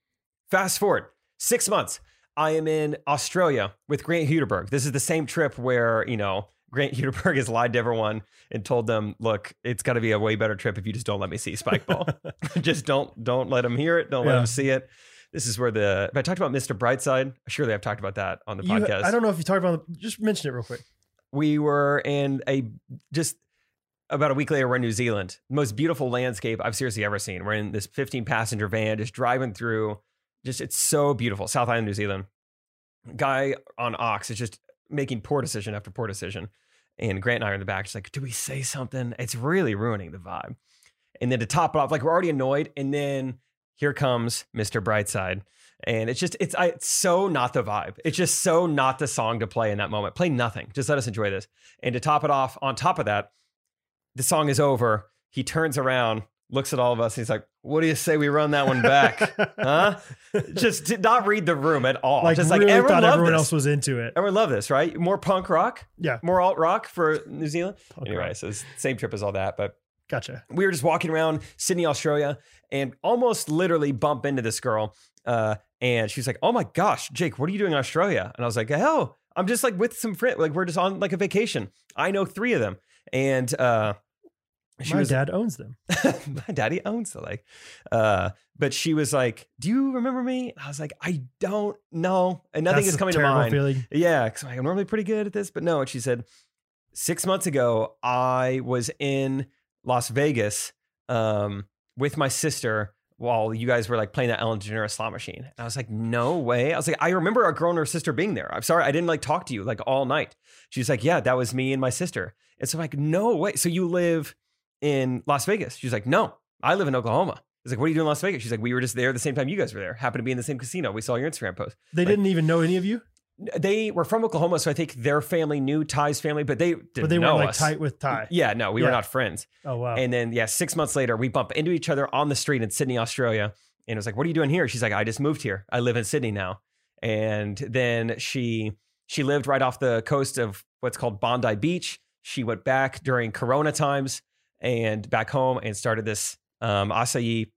fast forward six months. I am in Australia with Grant Huderberg. This is the same trip where, you know, Grant [LAUGHS] Huderberg has lied to everyone and told them, look, it's got to be a way better trip if you just don't let me see Spikeball. [LAUGHS] just don't don't let them hear it. Don't let Yeah. them see it. This is where the if I talked about Mr. Brightside. Surely I've talked about that on the You- podcast. I don't know if you talked about the, just mention it real quick. we were in a just about a week later we're in New Zealand. Most beautiful landscape I've seriously ever seen. We're in this 15 passenger van just driving through just it's so beautiful. South Island, New Zealand. Guy on ox is just making poor decision after poor decision. And Grant and I are in the back, just like, do we say something? It's really ruining the vibe. And then to top it off, like we're already annoyed. And then here comes Mr. Brightside. And it's just, it's, I, it's so not the vibe. It's just so not the song to play in that moment. Play nothing. Just let us enjoy this. And to top it off, on top of that, the song is over. He turns around, looks at all of us. And he's like, what do you say we run that [LAUGHS] one back? huh? Just did not read the room at all. like, just really like everyone thought loved everyone this. else was into it. Everyone loved this, right? More punk rock, Yeah. more alt rock for New Zealand. Punk anyway, rock. so it's same trip as all that, but Gotcha. we were just walking around Sydney, Australia, and almost literally bump into this girl. Uh, and she's like, "Oh my gosh, Jake, what are you doing in Australia?" And I was like, "Hell, I'm just like with some friends. Like we're just on like a vacation. I know three of them." And uh, she My was dad owns them. [LAUGHS] my daddy owns the lake. Uh, but she was like, "Do you remember me?" And I was like, "I don't know," and nothing That's is a coming to terrible mind. Feeling. [LAUGHS] Yeah, because I'm normally pretty good at this, but no. And she said, six months ago, I was in Las Vegas um, with my sister while you guys were like playing that Ellen DeGeneres slot machine. And I was like, no way. I was like, I remember our girl and her sister being there. I'm sorry, I didn't like talk to you like all night. She's like, yeah, that was me and my sister. And so I'm like, no way. So you live in Las Vegas? She's like, no, I live in Oklahoma. I was like, what are you doing in Las Vegas? She's like, we were just there the same time you guys were there. Happened to be in the same casino. We saw your Instagram post They Like- didn't even know any of you, they were from Oklahoma, so I think their family knew Ty's family, but they didn't but they know weren't like us. tight with Ty. Yeah, no, we Yeah. were not friends. Oh wow. And then yeah, six months later, we bump into each other on the street in Sydney, Australia, and it was like, "What are you doing here?" She's like, "I just moved here. I live in Sydney now." And then she she lived right off the coast of what's called Bondi Beach. She went back during Corona times and back home and started this um, acai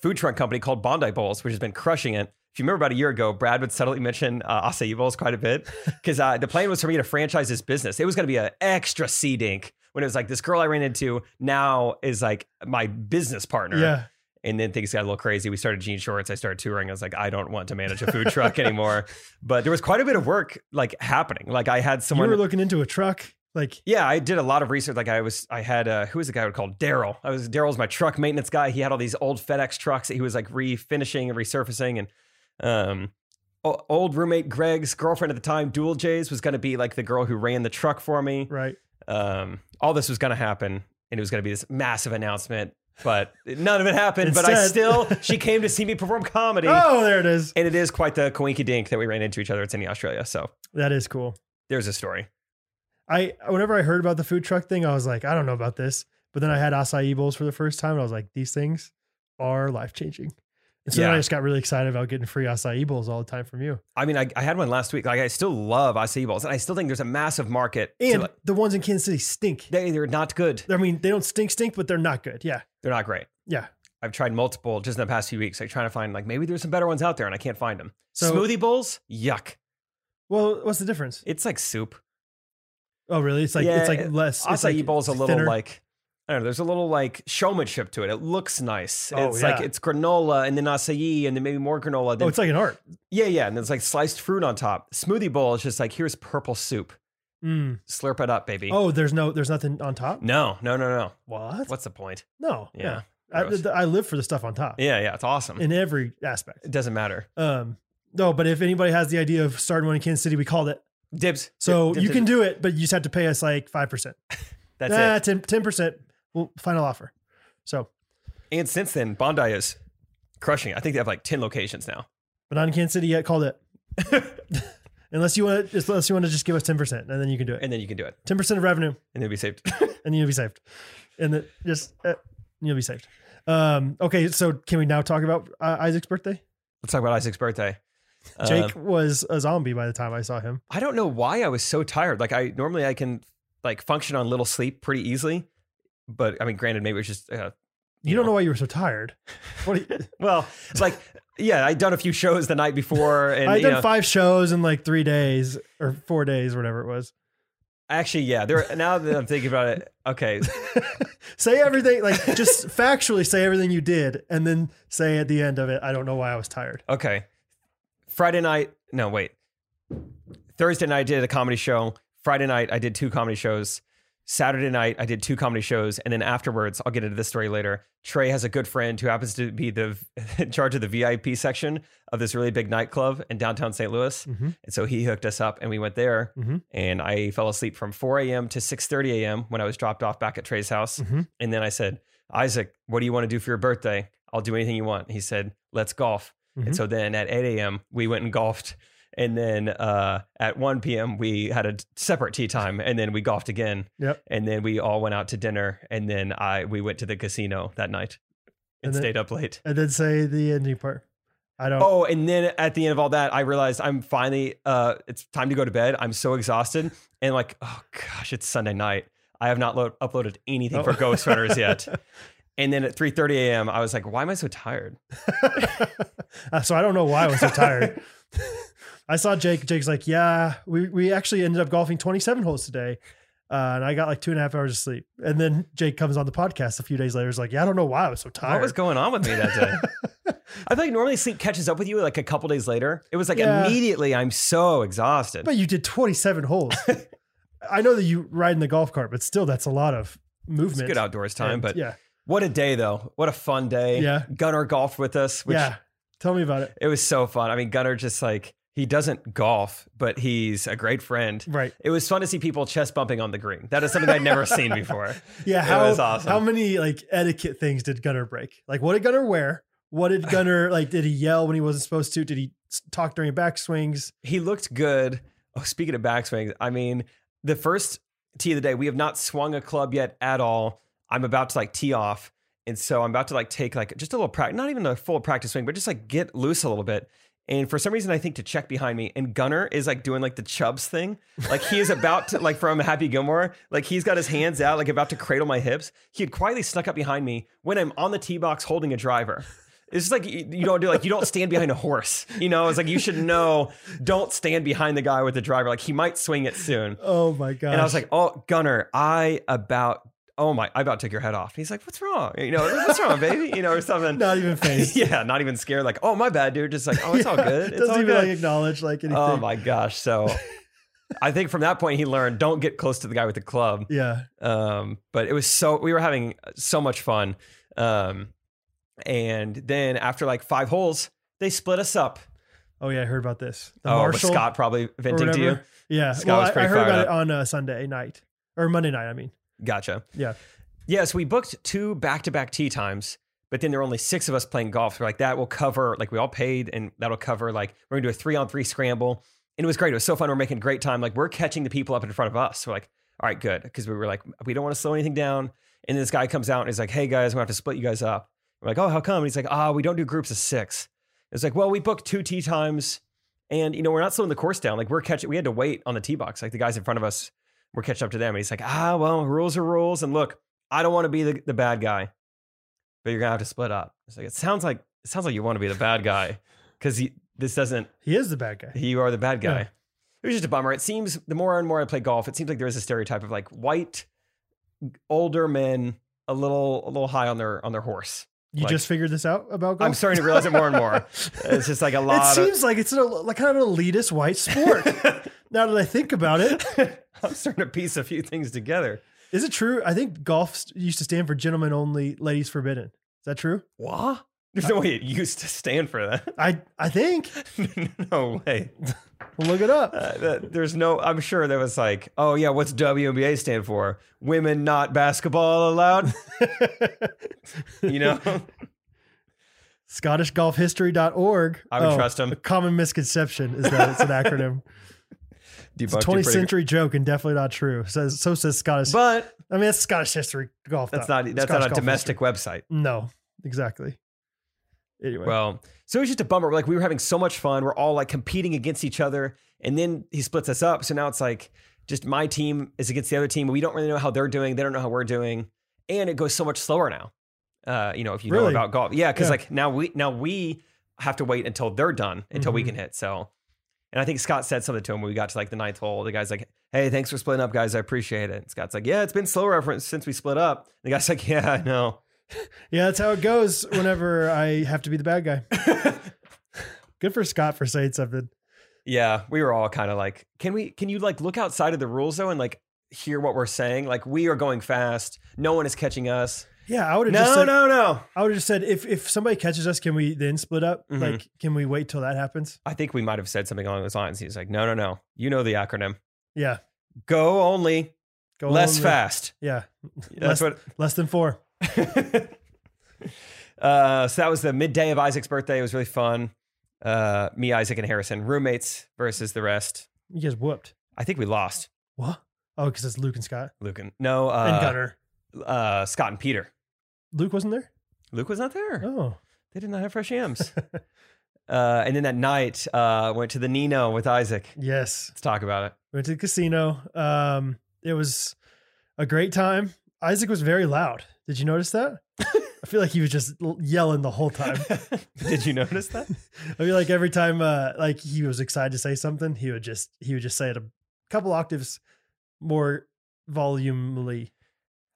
food truck company called Bondi Bowls, which has been crushing it. If you remember about a year ago, Brad would subtly mention uh, acai bowls quite a bit because uh, the plan was for me to franchise this business. It was going to be an extra seed ink when it was like this girl I ran into now is like my business partner. yeah. And then things got a little crazy. We started jean shorts. I started touring. I was like, I don't want to manage a food truck anymore. But there was quite a bit of work like happening. Like I had someone. you were looking into a truck. Like Yeah, I did a lot of research. Like I was, I had uh, who was the guy I would call Daryl. I was Daryl's my truck maintenance guy. He had all these old FedEx trucks that he was like refinishing and resurfacing. And um, o- old roommate Greg's girlfriend at the time, Dual J's, was going to be like the girl who ran the truck for me. right. Um, all this was going to happen, and it was going to be this massive announcement. But none of it happened. but I Instead- still, [LAUGHS] she came to see me perform comedy, Oh, there it is. and it is quite the coinky dink that we ran into each other at Sydney, Australia. So That is cool. there's a story. I whenever I heard about the food truck thing, I was like, I don't know about this. But then I had acai bowls for the first time, and I was like, these things are life changing. And so then I Yeah. just got really excited about getting free acai bowls all the time from you. I mean, I, I had one last week. Like, I still love acai bowls, and I still think there's a massive market. to, And like- the ones in Kansas City stink. they, they're not good. I mean, they don't stink, stink, but they're not good. Yeah, They're not great. yeah. I've tried multiple just in the past few weeks. Like, trying to find like maybe there's some better ones out there, and I can't find them. So- Smoothie bowls, yuck. Well, what's the difference? It's like soup. Oh, really? It's like Yeah, it's like less. Acai it's like, bowls a it's little thinner. like. I don't know. There's a little like showmanship to it. It looks nice. Oh, it's like yeah. it's granola and then acai and then maybe more granola. Then, oh, it's like an art. yeah, yeah. And it's like sliced fruit on top. Smoothie bowl is just like here's purple soup. Mm. Slurp it up, baby. Oh, there's no, there's nothing on top. no, no, no, no. What? What's the point? No. Yeah, I, gross. I live for the stuff on top Yeah, yeah. It's awesome. in every aspect. It doesn't matter. Um, no, but if anybody has the idea of starting one in Kansas City, we called it. Dibs. So Dip- dip- you can dip. do it, but you just have to pay us like five percent. that's it. Ten percent. Well, final offer. So, And since then, Bondi is crushing. it. I think they have like ten locations now. [LAUGHS] but not in Kansas City yet. Called it. Unless you want to, unless you want to just give us ten percent, and then you can do it. and then you can do it, Ten percent of revenue, and it'll be saved. [LAUGHS] and you'll be saved. And then just uh, you'll be saved. Um, okay, so can we now talk about uh, Isaac's birthday? Let's talk about Isaac's birthday. Um, Jake was a zombie by the time I saw him. I don't know why I was so tired. Like I normally I can like function on little sleep pretty easily, but I mean, granted, maybe it's just uh, You don't know why you were so tired. What? do you- well, [LAUGHS] it's like yeah, I'd done a few shows the night before, and I you did know, five shows in like three days or four days, whatever it was. actually, yeah, there. Now that I'm thinking about it, okay, Say everything, [LAUGHS] like just factually say everything you did, and then say at the end of it, I don't know why I was tired. okay. Friday night, no, wait. Thursday night I did a comedy show. Friday night I did two comedy shows. Saturday night I did two comedy shows, and then afterwards I'll get into this story later. Trey has a good friend who happens to be the [LAUGHS] in charge of the VIP section of this really big nightclub in downtown St. Louis, Mhm. and so he hooked us up, and we went there. Mhm. And I fell asleep from 4 a.m. to 6:30 a.m. when I was dropped off back at Trey's house, Mhm. [CLEARS THROAT] and then I said, Isaac, what do you want to do for your birthday? I'll do anything you want. He said, Let's golf. Mhm. And so then at 8 a.m., we went and golfed. And then uh, at 1 p.m., we had a t- separate tea time and then we golfed again. Yep. And then we all went out to dinner. And then I we went to the casino that night and, And then- stayed up late. And then say the ending part. I don't. Oh, and then at the end of all that, I realized I'm finally, uh, it's time to go to bed. I'm so exhausted. And like, oh gosh, it's Sunday night. I have not lo- uploaded anything Oh. for Ghost [LAUGHS] Runners yet. and then at 3.30 a.m., I was like, why am I so tired? Oh. [LAUGHS] Uh, so I don't know why I was so [LAUGHS] tired. I saw Jake. Jake's like, yeah, we, we actually ended up golfing 27 holes today. Uh, and I got like two and a half hours of sleep. And then Jake comes on the podcast a few days later. Is like, yeah, I don't know why I was so tired. What was going on with me that day? [LAUGHS] I feel like normally sleep catches up with you like a couple days later. It was like Yeah. immediately I'm so exhausted. But you did 27 holes. [LAUGHS] I know that you ride in the golf cart, but still, that's a lot of it's movement. good outdoors time, And, but yeah, what a day though. What a fun day. Yeah. Gunnar golfed with us, which yeah. Tell me about it. it was so fun. I mean, Gunnar just like he doesn't golf, but he's a great friend. Right. It was fun to see people chest bumping on the green. That is something I'd never seen before. Yeah. It How, was awesome. How many like etiquette things did Gunner break? Like, what did Gunner wear? What [LAUGHS] did Gunner like? Did he yell when he wasn't supposed to? Did he s- talk during back swings? He looked good. Oh, speaking of backswings, I mean, the first tee of the day, we have not swung a club yet at all. I'm about to like tee off. And so I'm about to like take like just a little practice, not even a full practice swing, but just like get loose a little bit. And for some reason, I think to check behind me, and Gunner is like doing like the Chubbs thing. Like he is about to, like from Happy Gilmore, like he's got his hands out, like about to cradle my hips. He had quietly snuck up behind me when I'm on the tee box holding a driver. It's just like you you don't do like you don't stand behind a horse, you know. It's like you should know don't stand behind the guy with the driver. Like he might swing it soon. Oh my god! And I was like, "Oh, Gunner, I about oh my, I about took your head off." He's like, "What's wrong? You know, what's wrong, baby? You know, [LAUGHS] or something." not [LAUGHS] even phased. yeah, not even scared. Like, "Oh, my bad, dude." Just like, "Oh, [LAUGHS] it's all good. It's Doesn't all even good." like acknowledge like anything. oh my gosh! So, I think from that point he learned don't get close to the guy with the club. Yeah. Um, but it was so we were having so much fun. Um, and then after like five holes, they split us up. Oh yeah, I heard about this. The oh, Marshall Scott probably or venting to you. whatever. Yeah. Scott well, was I- I, pretty heard fired about it up. on uh, Sunday night or Monday night. I mean, Gotcha. Yeah. Yes, we booked two back to back tea times, but then there were only six of us playing golf. We're like, that will cover, like, we all paid and that'll cover, like, we're going to do a three on three scramble. And it was great. It was so fun. We're making great time. Like, we're catching the people up in front of us. We're like, all right, good. Cause we were like, we don't want to slow anything down. And then this guy comes out and he's like, hey guys, we have to split you guys up. We're like, oh, how come? And he's like, ah, we don't do groups of six. It's like, well, we booked two tee times and, you know, we're not slowing the course down. Like, we're catching, we had to wait on the tee box. Like, the guys in front of us we're catching up to them. And he's like, ah, well, rules are rules. And look, I don't want to be the, the bad guy, but you're gonna have to split up. It's like it sounds like it sounds like you want to be the bad [LAUGHS] guy because this doesn't. he is the bad guy. You are the bad guy. Yeah. It was just a bummer. It seems the more and more I play golf, it seems like there is a stereotype of like white, older men, a little a little high on their on their horse. You Like- just figured this out about golf. I'm starting to realize it more [LAUGHS] and more. It's just like a It lot. seems like it's an, el- like kind of an elitist white [LAUGHS] sport. now that I think about it, of, [LAUGHS] I'm starting to piece a few things together. is it true? I think golf st- used to stand for gentlemen only, ladies forbidden. Is that true? What? There's no way it used to stand for that. [LAUGHS] I I think. no way. Look it up. Uh, that- there's no. I'm sure there was like, oh yeah, what's WNBA stand for? Women not basketball allowed. Uh, [LAUGHS] You know, ScottishGolfHistory.org. I would trust 'em. Oh. [LAUGHS] A common misconception is that it's an acronym. It's a debunked you 20th pretty. century joke and definitely not true. Says so says Scottish. But I mean, that's Scottish history golf. that's dot- not e, that's Scottish not a golf domestic history. website. No, exactly. Anyway, Well, so it was just a bummer. Like we were having so much fun. We're all like competing against each other, and then he splits us up. So now it's like just my team is against the other team. We don't really know how they're doing. They don't know how we're doing, and it goes so much slower now. Uh, you know, if you know Really? about golf, yeah, because Yeah. like now we now we have to wait until they're done until we Mhm. can hit. So, and I think Scott said something to him when we got to like the ninth hole. The guy's like, "Hey, thanks for splitting up, guys. I appreciate it." And Scott's like, "Yeah, it's been slower ever since we split up." And the guy's [LAUGHS] like, "Yeah, I [LAUGHS] know." yeah, that's how it goes. Whenever I have to be the bad guy. Good for Scott for saying something. Yeah, we were all kind of like, can we? Can you like look outside of the rules though and like hear what we're saying? Like we are going fast. No one is catching us. Yeah, I would have No, just said, no, no. I would have just said if if somebody catches us, can we then split up? Mhm. Like, can we wait till that happens? I think we might have said something along those lines. He's like, no, no, no. You know the acronym. Yeah, Go only, go less on with- [LAUGHS] fast. Yeah, That's what. less than four. [LAUGHS] uh, so that was the midday of Isaac's birthday. It was really fun. Uh, me, Isaac, and Harrison, roommates versus the rest. You guys whooped. I think we lost. What? Oh, because it's Luke and Scott Luke and no, and uh, Gunner. uh, Scott and Peter. Luke wasn't there. Luke was not there. Oh, They did not have [LAUGHS] fresh yams. uh, and then that night, uh, went to the Nino with Isaac. yes. Let's talk about it. Went to the casino. Um, it was a great time. Isaac was very loud. Did you notice [LAUGHS] that? I feel like he was just l- yelling the whole time. [LAUGHS] did you notice that? I feel like every time, uh, like he was excited to say something, he would just he would just say it a couple octaves more volumely.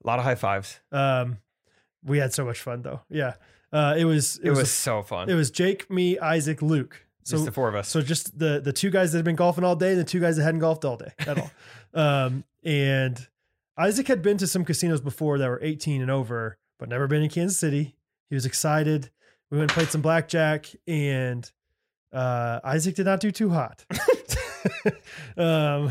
A lot of high fives. Um, we had so much fun though. Yeah, uh, it was it, It, was, was, so fun. it was Jake, me, Isaac, Luke. So just the four of us. So just the the two guys that had been golfing all day, and the two guys that hadn't golfed all day at [LAUGHS] all. um, and Isaac had been to some casinos before that were 18 and over, but never been in Kansas City. He was excited. We went and played some blackjack, and uh, Isaac did not do too [LAUGHS] hot. [LAUGHS] um,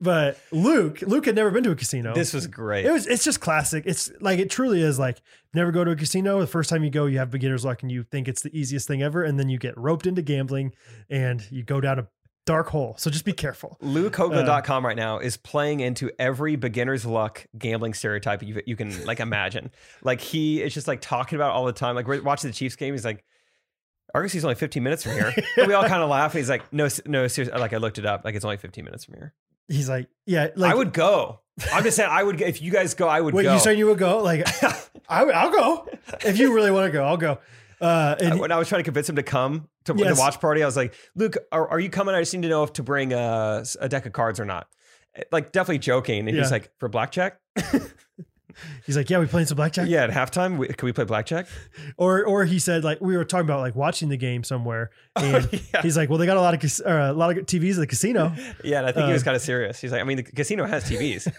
but Luke, Luke had never been to a casino. this was great. It was. uh, It's just classic. It's like it truly is. Like never go to a casino. The first time you go, you have beginner's luck, and you think it's the easiest thing ever, and then you get roped into gambling, and you go down a dark hole. So just be careful. LouHoagland.com right now is playing into every beginner's luck gambling stereotype you, you can like imagine. [LAUGHS] like he is just like talking about it all the time. Like we're watching the Chiefs game. He's like, Argosie's only 15 minutes [LAUGHS] from here. and we all kind of laugh. And he's like, no, s- no, seriously. Like I looked it up. Like it's only 15 minutes from here. He's like, yeah, like I would go. I'm just saying I would. go- If you guys go, I would wait, go. you [LAUGHS] saying you would go? Like, I, will go if you really want to go. I'll go. Uh, [LAUGHS] and when I was trying to convince him to come to Yes. the watch party, I was like, "Luke, are, are you coming? I just need to know if to bring a, a deck of cards or not." Eh, Like definitely joking, and Yeah. he's like, "For blackjack, he's like, yeah, we playing some blackjack. yeah, at halftime, we, can we [LAUGHS] play blackjack?" Or, or he said like we were talking about like watching the game [LAUGHS] somewhere, and yeah. he's like, well, they got a lot of cas- uh, a lot of TVs at the casino. yeah, and I think Uh, he was kind of serious. He's like, "I mean, the casino has [LAUGHS] TVs.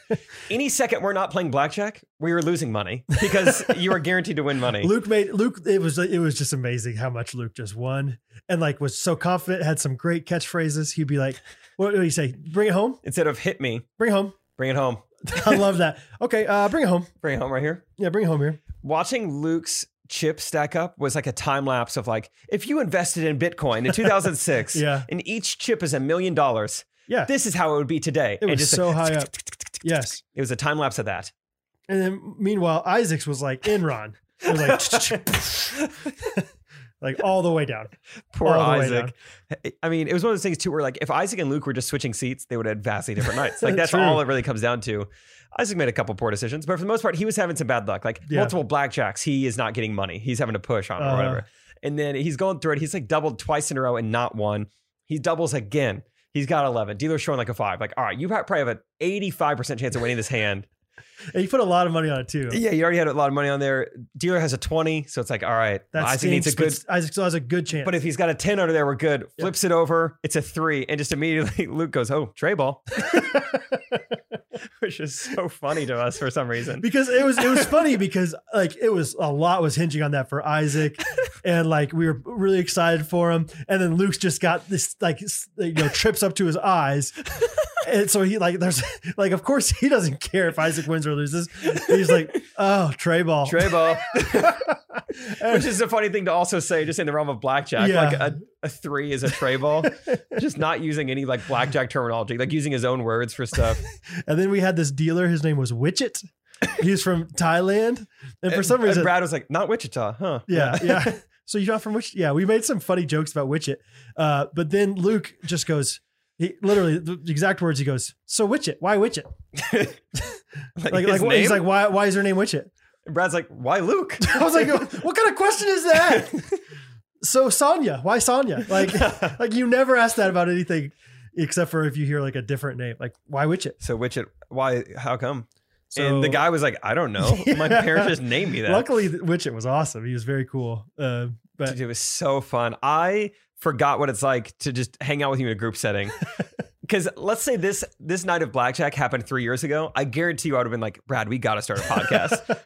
Any second we're not playing blackjack, we are losing money because you are guaranteed to win [LAUGHS] money." Luke made Luke. It was it was just amazing how much Luke just won and like was so confident. Had some great catchphrases. He'd be like, "What do you say? Bring it home. Instead of "hit me," Bring it home." [LAUGHS] bring it home. I love that. Okay, uh, bring it home. Bring it home right here. Yeah, bring it home here. watching Luke's chip stack up was like a time lapse of like if you invested in [LAUGHS] Bitcoin in 2006 Yeah. and each chip is a million dollars, Yeah, this is how it would be today. it And was just so like, high up. Yes, [LAUGHS] it was a time lapse of that. and then meanwhile Isaac's was like Enron. It was like like [LAUGHS] all the way down. Poor All the way Isaac. I mean, it was one of those things too where like if Isaac and Luke were just switching seats, they would have vastly [LAUGHS] different nights. Like that's True. all it really comes down to. Isaac made a couple poor decisions, but for the most part, he was having some bad luck. Like Yeah. multiple blackjacks, he is not getting money. He's having to push on it Uh-huh. or whatever. And then he's going through it. He's like doubled twice in a row and not one. He doubles again. He's got 11. Dealer's showing like a five. Like, all right, you probably have an 85% chance of winning [LAUGHS] this hand. And he put a lot of money on it too. yeah, you already had a lot of money on there. Dealer has a 20. So it's like, all right, That Isaac stinks, needs a but good Isaac still has a good chance. but if he's got a 10 under there, we're good. Yeah. Flips it over. It's a three. And just immediately [LAUGHS] Luke goes, oh, [LAUGHS] tray ball, which is so funny to us for some reason. because it was it was funny because like it was a lot was hinging on that for Isaac, and like we were really excited for him, and then Luke's just got this like s- you know trips up to his eyes. And so he like there's like of course he [LAUGHS] doesn't care if Isaac wins or loses. He's like, oh, tray ball. Tray ball. Which is a funny thing to also say, just in the realm of blackjack. Yeah. Like a, a three is a tray ball. just not using any like blackjack terminology, like using his own words for stuff. And then we had this dealer. His name was Widget. He was from Thailand, and for some And reason, Brad was like, not Wichita, huh? yeah, yeah. So you're not from Wichita? Yeah, we made some funny jokes about Widget. Uh, but then Luke just goes, he literally the exact words he goes, "So Widget, why Widget?" [LAUGHS] Like, Like, his like he's name? like, "Why, why is her name Widget?" Brad's like, why Luke? [LAUGHS] I [LAUGHS] was like, "What kind of question is that?" so Sonya, why Sonya? [LAUGHS] Like, like you never ask that about anything except for if you hear like a different name, like why Widget? so Wichita, why? How come? So and the guy was like, I don't know. My [LAUGHS] Yeah. parents just named me that. luckily, Widget was awesome. He was very cool. Uh, but Dude, it was so fun. I forgot what it's like to just hang out with you in a group [LAUGHS] setting. Because let's say this this night of blackjack happened three years ago, I guarantee you I would have been like, Brad, we got to start a podcast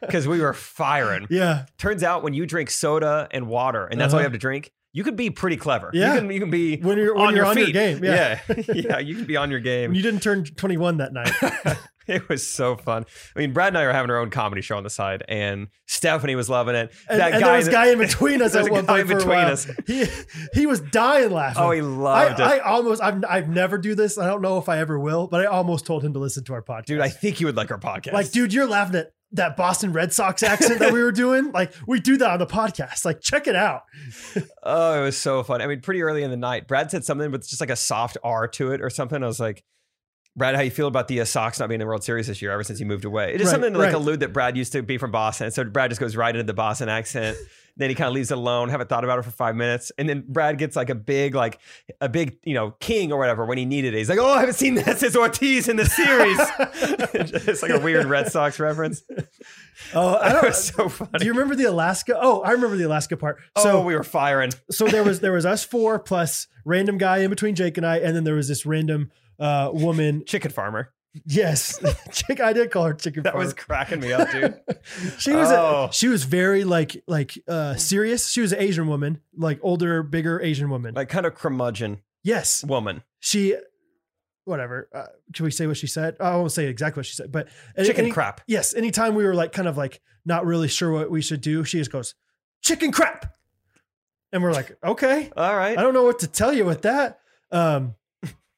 [LAUGHS] because we were firing. yeah, Turns out when you drink soda and water, and that's all Uh-huh. you have to drink, you could be pretty clever. Yeah. you can, you can be when you're when on you're your on feet. your game, yeah. yeah, [LAUGHS] [LAUGHS] Yeah, you can be on your game. When you didn't turn 21 that night. it was so fun. I mean, Brad and I are having our own comedy show on the side, and Stephanie was loving it. And, and there was a that- [LAUGHS] guy in between us there was at a one point guy in for a between while. us. He he was dying laughing. oh, he loved it. I, I almost I've I've never do this. I don't know if I ever will, but I almost told him to listen to our podcast. Dude, I think you would like our podcast. like, dude, you're laughing at that Boston Red Sox accent that we were doing. Like, we do that on the podcast. Like, check it out. oh, it was so fun. I mean, pretty early in the night, Brad said something with just like a soft R to it or something. I was like, Brad, how you feel about the uh, Sox not being in the World Series this year ever since he moved away? It is Right, something to like right. allude that Brad used to be from Boston. So Brad just goes right into the Boston accent. then he kind of leaves it alone, haven't thought about it for five minutes. And then Brad gets like a big, like a big, you know, king or whatever when he needed it. He's like, oh, I haven't seen that since Ortiz in [LAUGHS] the series. it's like a weird Red Sox reference. Oh, I That don't. was so funny. do you remember the Alaska? Oh, I remember the Alaska part. so So oh, we were firing. so there was there was us four plus random guy in between Jake and I, and then there was this random uh woman. Chicken farmer. Yes, [LAUGHS] chick. I did call her chicken. That was cracking me up, dude. she was a- Oh. she was very like like uh serious. She was an Asian woman, like older, bigger Asian woman. like kind of curmudgeon yes, woman. she. Whatever. Uh, can we say what she said? I won't say exactly what she said, but any- Chicken any- crap. Yes. Anytime we were like kind of like not really sure what we should do, she just goes chicken crap, and we're like, okay. All I right. don't know what to tell you with that. Um,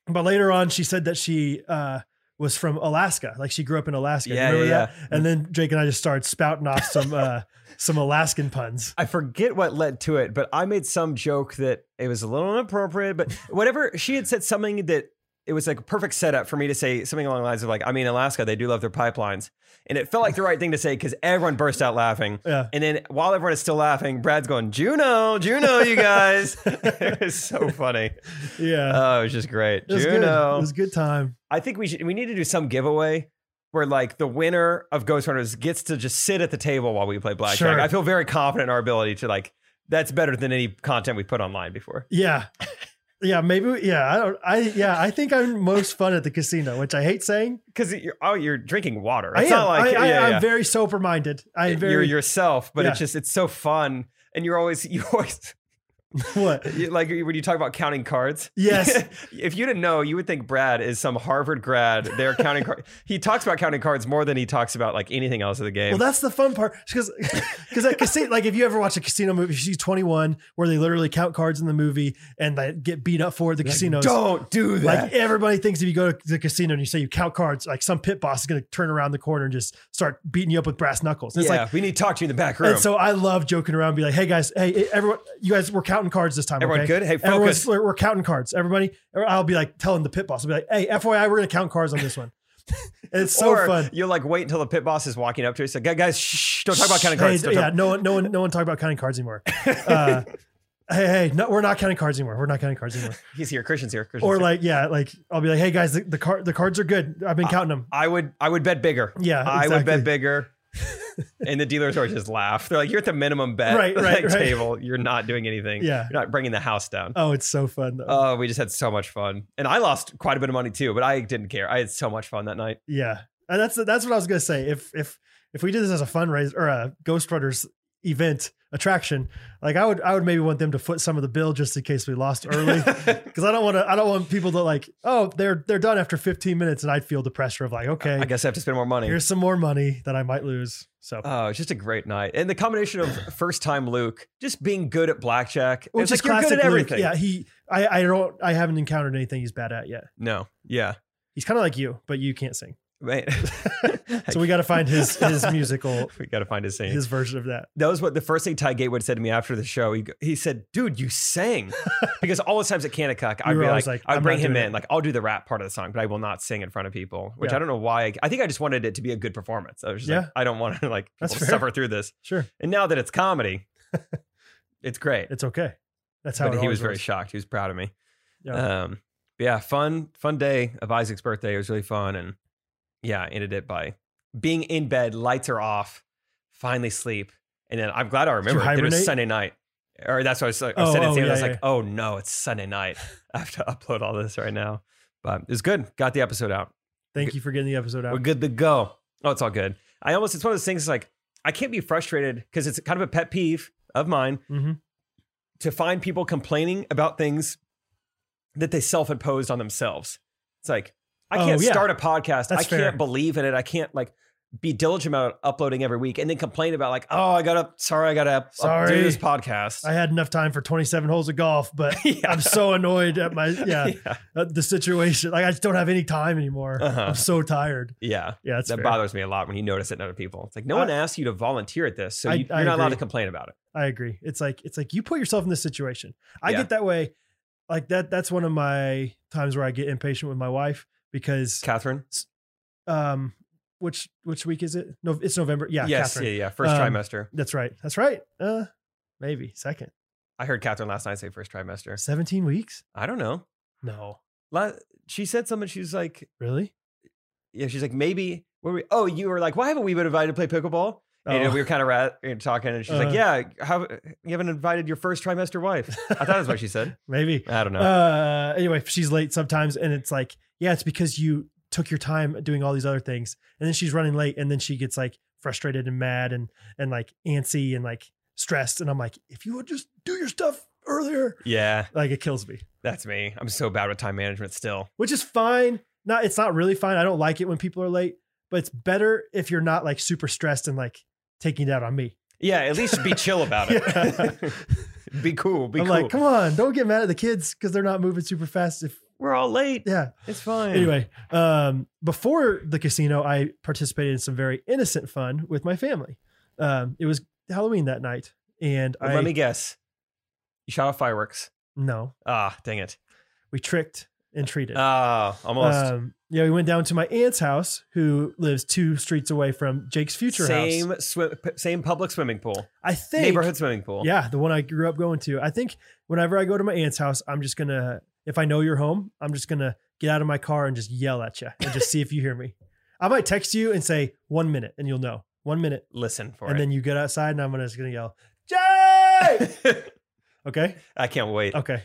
but later on, she said that she uh, was from Alaska, like she grew up in Alaska. You Yeah, remember yeah, that? And then Jake and I just started spouting off some uh, some Alaskan puns. I forget what led to it, but I made some joke that it was a little [LAUGHS] inappropriate, but whatever. She had said something that it was like a perfect setup for me to say something along the lines of like, I mean, Alaska, they do love their pipelines. And it felt like the right thing to say because everyone burst out laughing. Yeah. And then while everyone is still laughing, Brad's going, Juno, Juno, you guys. [LAUGHS] it was [LAUGHS] so funny. Yeah, Oh, it was just great. it was good. Juno. It was a good time. I think we should we need to do some giveaway where like the winner of Ghost Runners gets to just sit at the table while we play blackjack. Sure. I feel very confident in our ability to like that's better than any content we put online before. Yeah, yeah. Maybe. Yeah, I don't. I yeah. I think I'm most fun at the casino, which I hate saying. Because you're oh you're drinking water. I It's am. not like I, I, yeah, I'm yeah. very sober minded. I'm you're very yourself, but it's Yeah. just it's so fun. And you're always [LAUGHS] you always [LAUGHS] what? you- like when you talk about counting cards. Yes. [LAUGHS] if you didn't know, you would think Brad is some Harvard grad. They're counting cards. [LAUGHS] He talks about counting cards more than he talks about like anything else in the game. Well, that's the fun part [LAUGHS] because because at casino, like if you ever watch a casino movie, you see Twenty One where they literally count cards in the movie and they get beat up for it at the casinos. Don't do that. Like everybody thinks if you go to the casino and you say you count cards, like some pit boss is going to turn around the corner and just start beating you up with brass knuckles. And it's yeah, like. we need to talk to you in the back room. And so I love joking around, and be like, "Hey guys, hey everyone, you guys, we're counting cards this time. Everyone okay? good? Hey, Everyone's- focus. we're, we're counting cards. Everybody, I'll be like telling the pit boss, I'll be like, "Hey, FYI, we're gonna count cards on this one." [LAUGHS] And it's so or fun. You'll like wait until the pit boss is walking up to you. So, guys, shh, don't talk about counting Hey, cards. Don't yeah, talk- no one, no one, no one talk about counting cards [LAUGHS] anymore. Uh, hey, hey, no, we're not counting cards anymore. We're not counting cards anymore. He's here. Christian's here. Christian's Or here. like, yeah, like I'll be like, hey guys, the, the card, the cards are good. I've been counting them. Uh, I would, I would bet bigger. Yeah, I would exactly. bet bigger. and the dealers are just laugh. They're like, you're at the minimum bet Right, right, like, right. table. You're not doing anything. Yeah. you're not bringing the house down. Oh, it's so fun though. Oh, we just had so much fun, and I lost quite a bit of money too, but I didn't care. I had so much fun that night. yeah, and that's that's what I was gonna say. If if if we did this as a fundraiser or a Ghost Runners event attraction. Like I would, I would maybe want them to foot some of the bill just in case we lost [LAUGHS] early, because I don't want to. I don't want people to like, oh, they're they're done after 15 minutes, and I'd feel the pressure of like, okay, I guess I have to spend more money. here's some more money that I might lose. So Oh, it's just a great night. And the [SIGHS] combination of first time Luke just being good at blackjack. which it's is like you're classic. good at Luke. everything. Yeah, he. I I don't. I haven't encountered anything he's bad at yet. No. Yeah. He's kind of like you, but you can't sing. [LAUGHS] Right. [LAUGHS] So we got to find [LAUGHS] his his musical we got to find his scene. his version of that. That was what the first thing Ty Gatewood said to me after the show. He, he said, "Dude, [LAUGHS] you sang," because all the times at Kanakuk, I'd were be like, always like, I'd "I'm bring not him doing in, it." like I'll do the rap part of the song, but I will not sing in front of people. Which Yeah. I don't know why. I, I think I just wanted it to be a good performance. I was just like, Yeah. I don't want to like That's people fair. suffer through this. Sure, And now that [LAUGHS] it's comedy, it's great. it's okay. That's how but it he always was very shocked. He was proud of me. Yeah. Um, but yeah, fun, fun day of Isaac's birthday. It was really fun, and yeah, I ended it by being in bed, lights are off, finally sleep, and then I'm glad I remember it was hibernate? Sunday night, or that's what I was like. I Oh, said it to oh, him, and I yeah, was like, yeah. oh no, it's Sunday night. I have to [LAUGHS] upload all this right now, but it was good. Got the episode out. Thank you for getting the episode We're out. good to go. Oh, it's all good. I almost it's one of those things like I can't be frustrated because it's kind of a pet peeve of mine hmm to find people complaining about things that they self-imposed on themselves. It's like I Oh, can't yeah. start a podcast. That's I fair. can't believe in it. I can't like be diligent about uploading every week and then complain about like, oh, I got up. Sorry, I got up. do Sorry. this podcast. I had enough time for 27 holes of golf, but [LAUGHS] Yeah. I'm so annoyed at my yeah, [LAUGHS] yeah, at the situation. Like I just don't have any time anymore. Uh-huh. I'm so tired. yeah. Yeah, that's That fair. bothers me a lot when you notice it in other people. It's like no I- one asked you to volunteer at this, so I- you, you're I not allowed to agree. complain about it. I agree. It's like it's like you put yourself in this situation. I Yeah. get that way. Like that that's one of my times where I get impatient with my wife because Catherine. um which which week is it? No, it's November. Yeah, yes, Catherine. yeah, yeah. First Um, trimester. That's right. That's right. Uh maybe second. I heard Catherine last night say first trimester. 17 weeks? I don't know. No. La- she said something. She's like, Really? yeah, she's like, maybe were we? Oh, you were like, why haven't we been invited to play pickleball? And Oh. we were kind of rat- you know, talking, and she's Uh. like, yeah, how you haven't invited your first trimester wife? I thought that's what [LAUGHS] she said. Maybe. I don't know. Uh, anyway, she's late sometimes, and it's like, yeah, it's because you took your time doing all these other things, and then she's running late, and then she gets like frustrated and mad and and like antsy and like stressed, and I'm like, if you would just do your stuff earlier, yeah, like it kills me, that's me. I'm so bad with time management still. which is fine. Not, it's not really fine. I don't like it when people are late, but it's better if you're not like super stressed and like taking it out on me. Yeah, at least be chill about it. Yeah. [LAUGHS] be cool. Be I'm cool. like, come on, don't get mad at the kids because they're not moving super fast. If We're all late. yeah, It's fine. Anyway, um, before the casino, I participated in some very innocent fun with my family. Um, it was Halloween that night, and I let me guess. You shot off fireworks. no, Ah, dang it. we tricked and treated. Ah, almost. Um, yeah, we went down to my aunt's house, who lives two streets away from Jake's future house. same swim, p- same public swimming pool, I think neighborhood swimming pool. Yeah, the one I grew up going to. I think whenever I go to my aunt's house, I'm just gonna if I know you're home, I'm just gonna get out of my car and just yell at you and just see if you hear me. I might text you and say one minute, and you'll know one minute. Listen for and it. then you get outside and I'm gonna- just gonna yell, [LAUGHS] Jay! okay. I can't wait. Okay.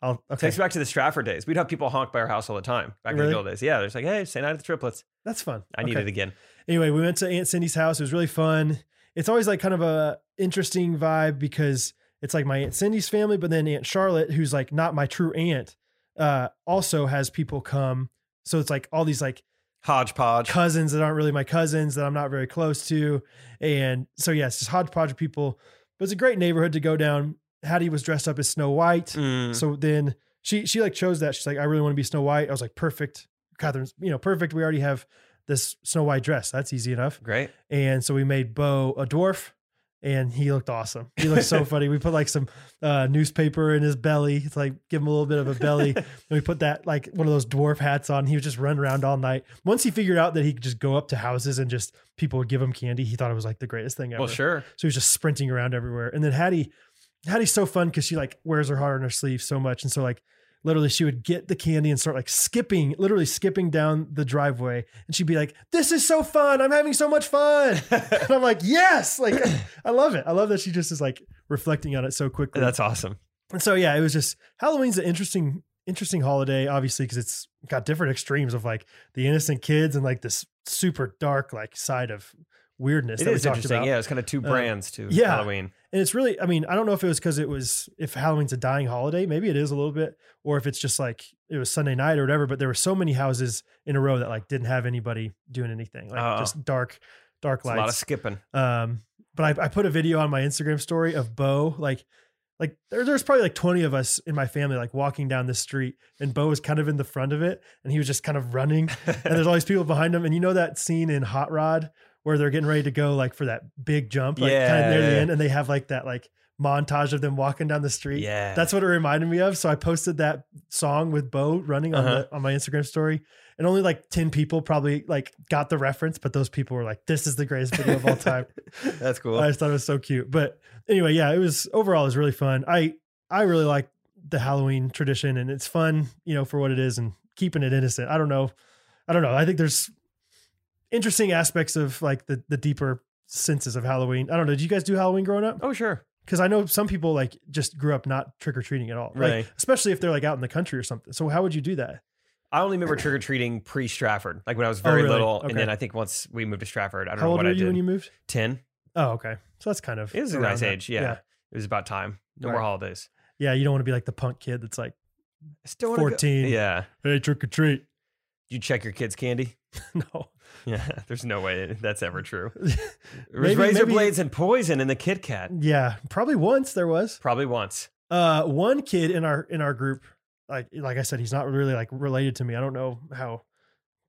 I'll okay. Takes me back to the Stratford days. We'd have people honk by our house all the time back in Really? the good old days. Yeah, they're just like, hey, say night at the triplets. That's fun. I okay. need it again. Anyway, we went to Aunt Cindy's house. It was really fun. It's always like kind of a interesting vibe because it's like my Aunt Cindy's family, but then Aunt Charlotte, who's like not my true aunt, uh, also has people come. So it's like all these like Hodgepodge. cousins that aren't really my cousins that I'm not very close to. And so yeah, it's just hodgepodge of people. But it's a great neighborhood to go down. Hattie was dressed up as Snow White. Mm. So then she she like chose that. She's like, I really want to be Snow White. I was like, perfect. Catherine's, you know, perfect. We already have this Snow White dress. That's easy enough. Great. And so we made Bo a dwarf, and he looked awesome. He looked [LAUGHS] so funny. We put like some uh, newspaper in his belly. It's like give him a little bit of a [LAUGHS] belly. and we put that like one of those dwarf hats on. He would just run around all night. Once he figured out that he could just go up to houses and just people would give him candy, he thought it was like the greatest thing ever. [LAUGHS] Well, sure. So he was just sprinting around everywhere. And then Hattie, Hattie's so fun because she like wears her heart on her sleeve so much. And so like literally she would get the candy and start like skipping, literally skipping down the driveway. And she'd be like, This is so fun. I'm having so much fun. [LAUGHS] and I'm like, Yes. Like [CLEARS THROAT] I love it. I love that she just is like reflecting on it so quickly. [LAUGHS] That's awesome. and so yeah, it was just Halloween's an interesting, interesting holiday, obviously, because it's got different extremes of like the innocent kids and like this super dark like side of weirdness. It that we is talked interesting. About. Uh, Yeah, it's kind of two brands to yeah. Halloween. And it's really, I mean, I don't know if it was because it was, if Halloween's a dying holiday, maybe it is a little bit, or if it's just like it was Sunday night or whatever, but there were so many houses in a row that like didn't have anybody doing anything, like Oh. just dark, dark It's a lot of lights. [LAUGHS] skipping. um, but I, I put a video on my Instagram story of Bo, like, like there, there's probably like 20 of us in my family, like walking down the street and Bo was kind of in the front of it and he was just kind of running and there's all these people behind him. And you know that scene in Hot Rod where they're getting ready to go like for that big jump, like kind of near Yeah. the end, and they have like that like montage of them walking down the street. [LAUGHS] yeah, That's what it reminded me of. So I posted that song with Bo running on Uh-huh. the, on my Instagram story, and only like ten people probably like got the reference, but those people were like, "This is the greatest video of all time." [LAUGHS] that's cool. I just thought it was so cute. But anyway, yeah, it was overall it was really fun. I I really like the Halloween tradition and it's fun, you know, for what it is and keeping it innocent. I don't know. I don't know. I think there's interesting aspects of like the the deeper senses of Halloween. I don't know. Did you guys do Halloween growing up? oh sure, Because I know some people like just grew up not trick or treating at all. Like, Right. especially if they're like out in the country or something. So how would you do that? I only remember trick or treating pre Stratford, like when I was very Oh, really? little, Okay. and then I think once we moved to Stratford, I don't How know old what were I you did. when you moved? Ten. Oh, okay. So that's kind of It was a around nice that. age. Yeah. yeah. it was about time. No more Right. holidays. Yeah, you don't want to be like the punk kid that's like, I still wanna go- 14. Yeah, hey, trick or treat. Did you check your kids' candy. [LAUGHS] [LAUGHS] no. Yeah, there's no way that's ever true. There was Maybe- razor maybe- blades and poison in the Kit Kat. [LAUGHS] Yeah, probably once there was Probably once. uh one kid in our in our group like like I said he's not really like related to me. I don't know how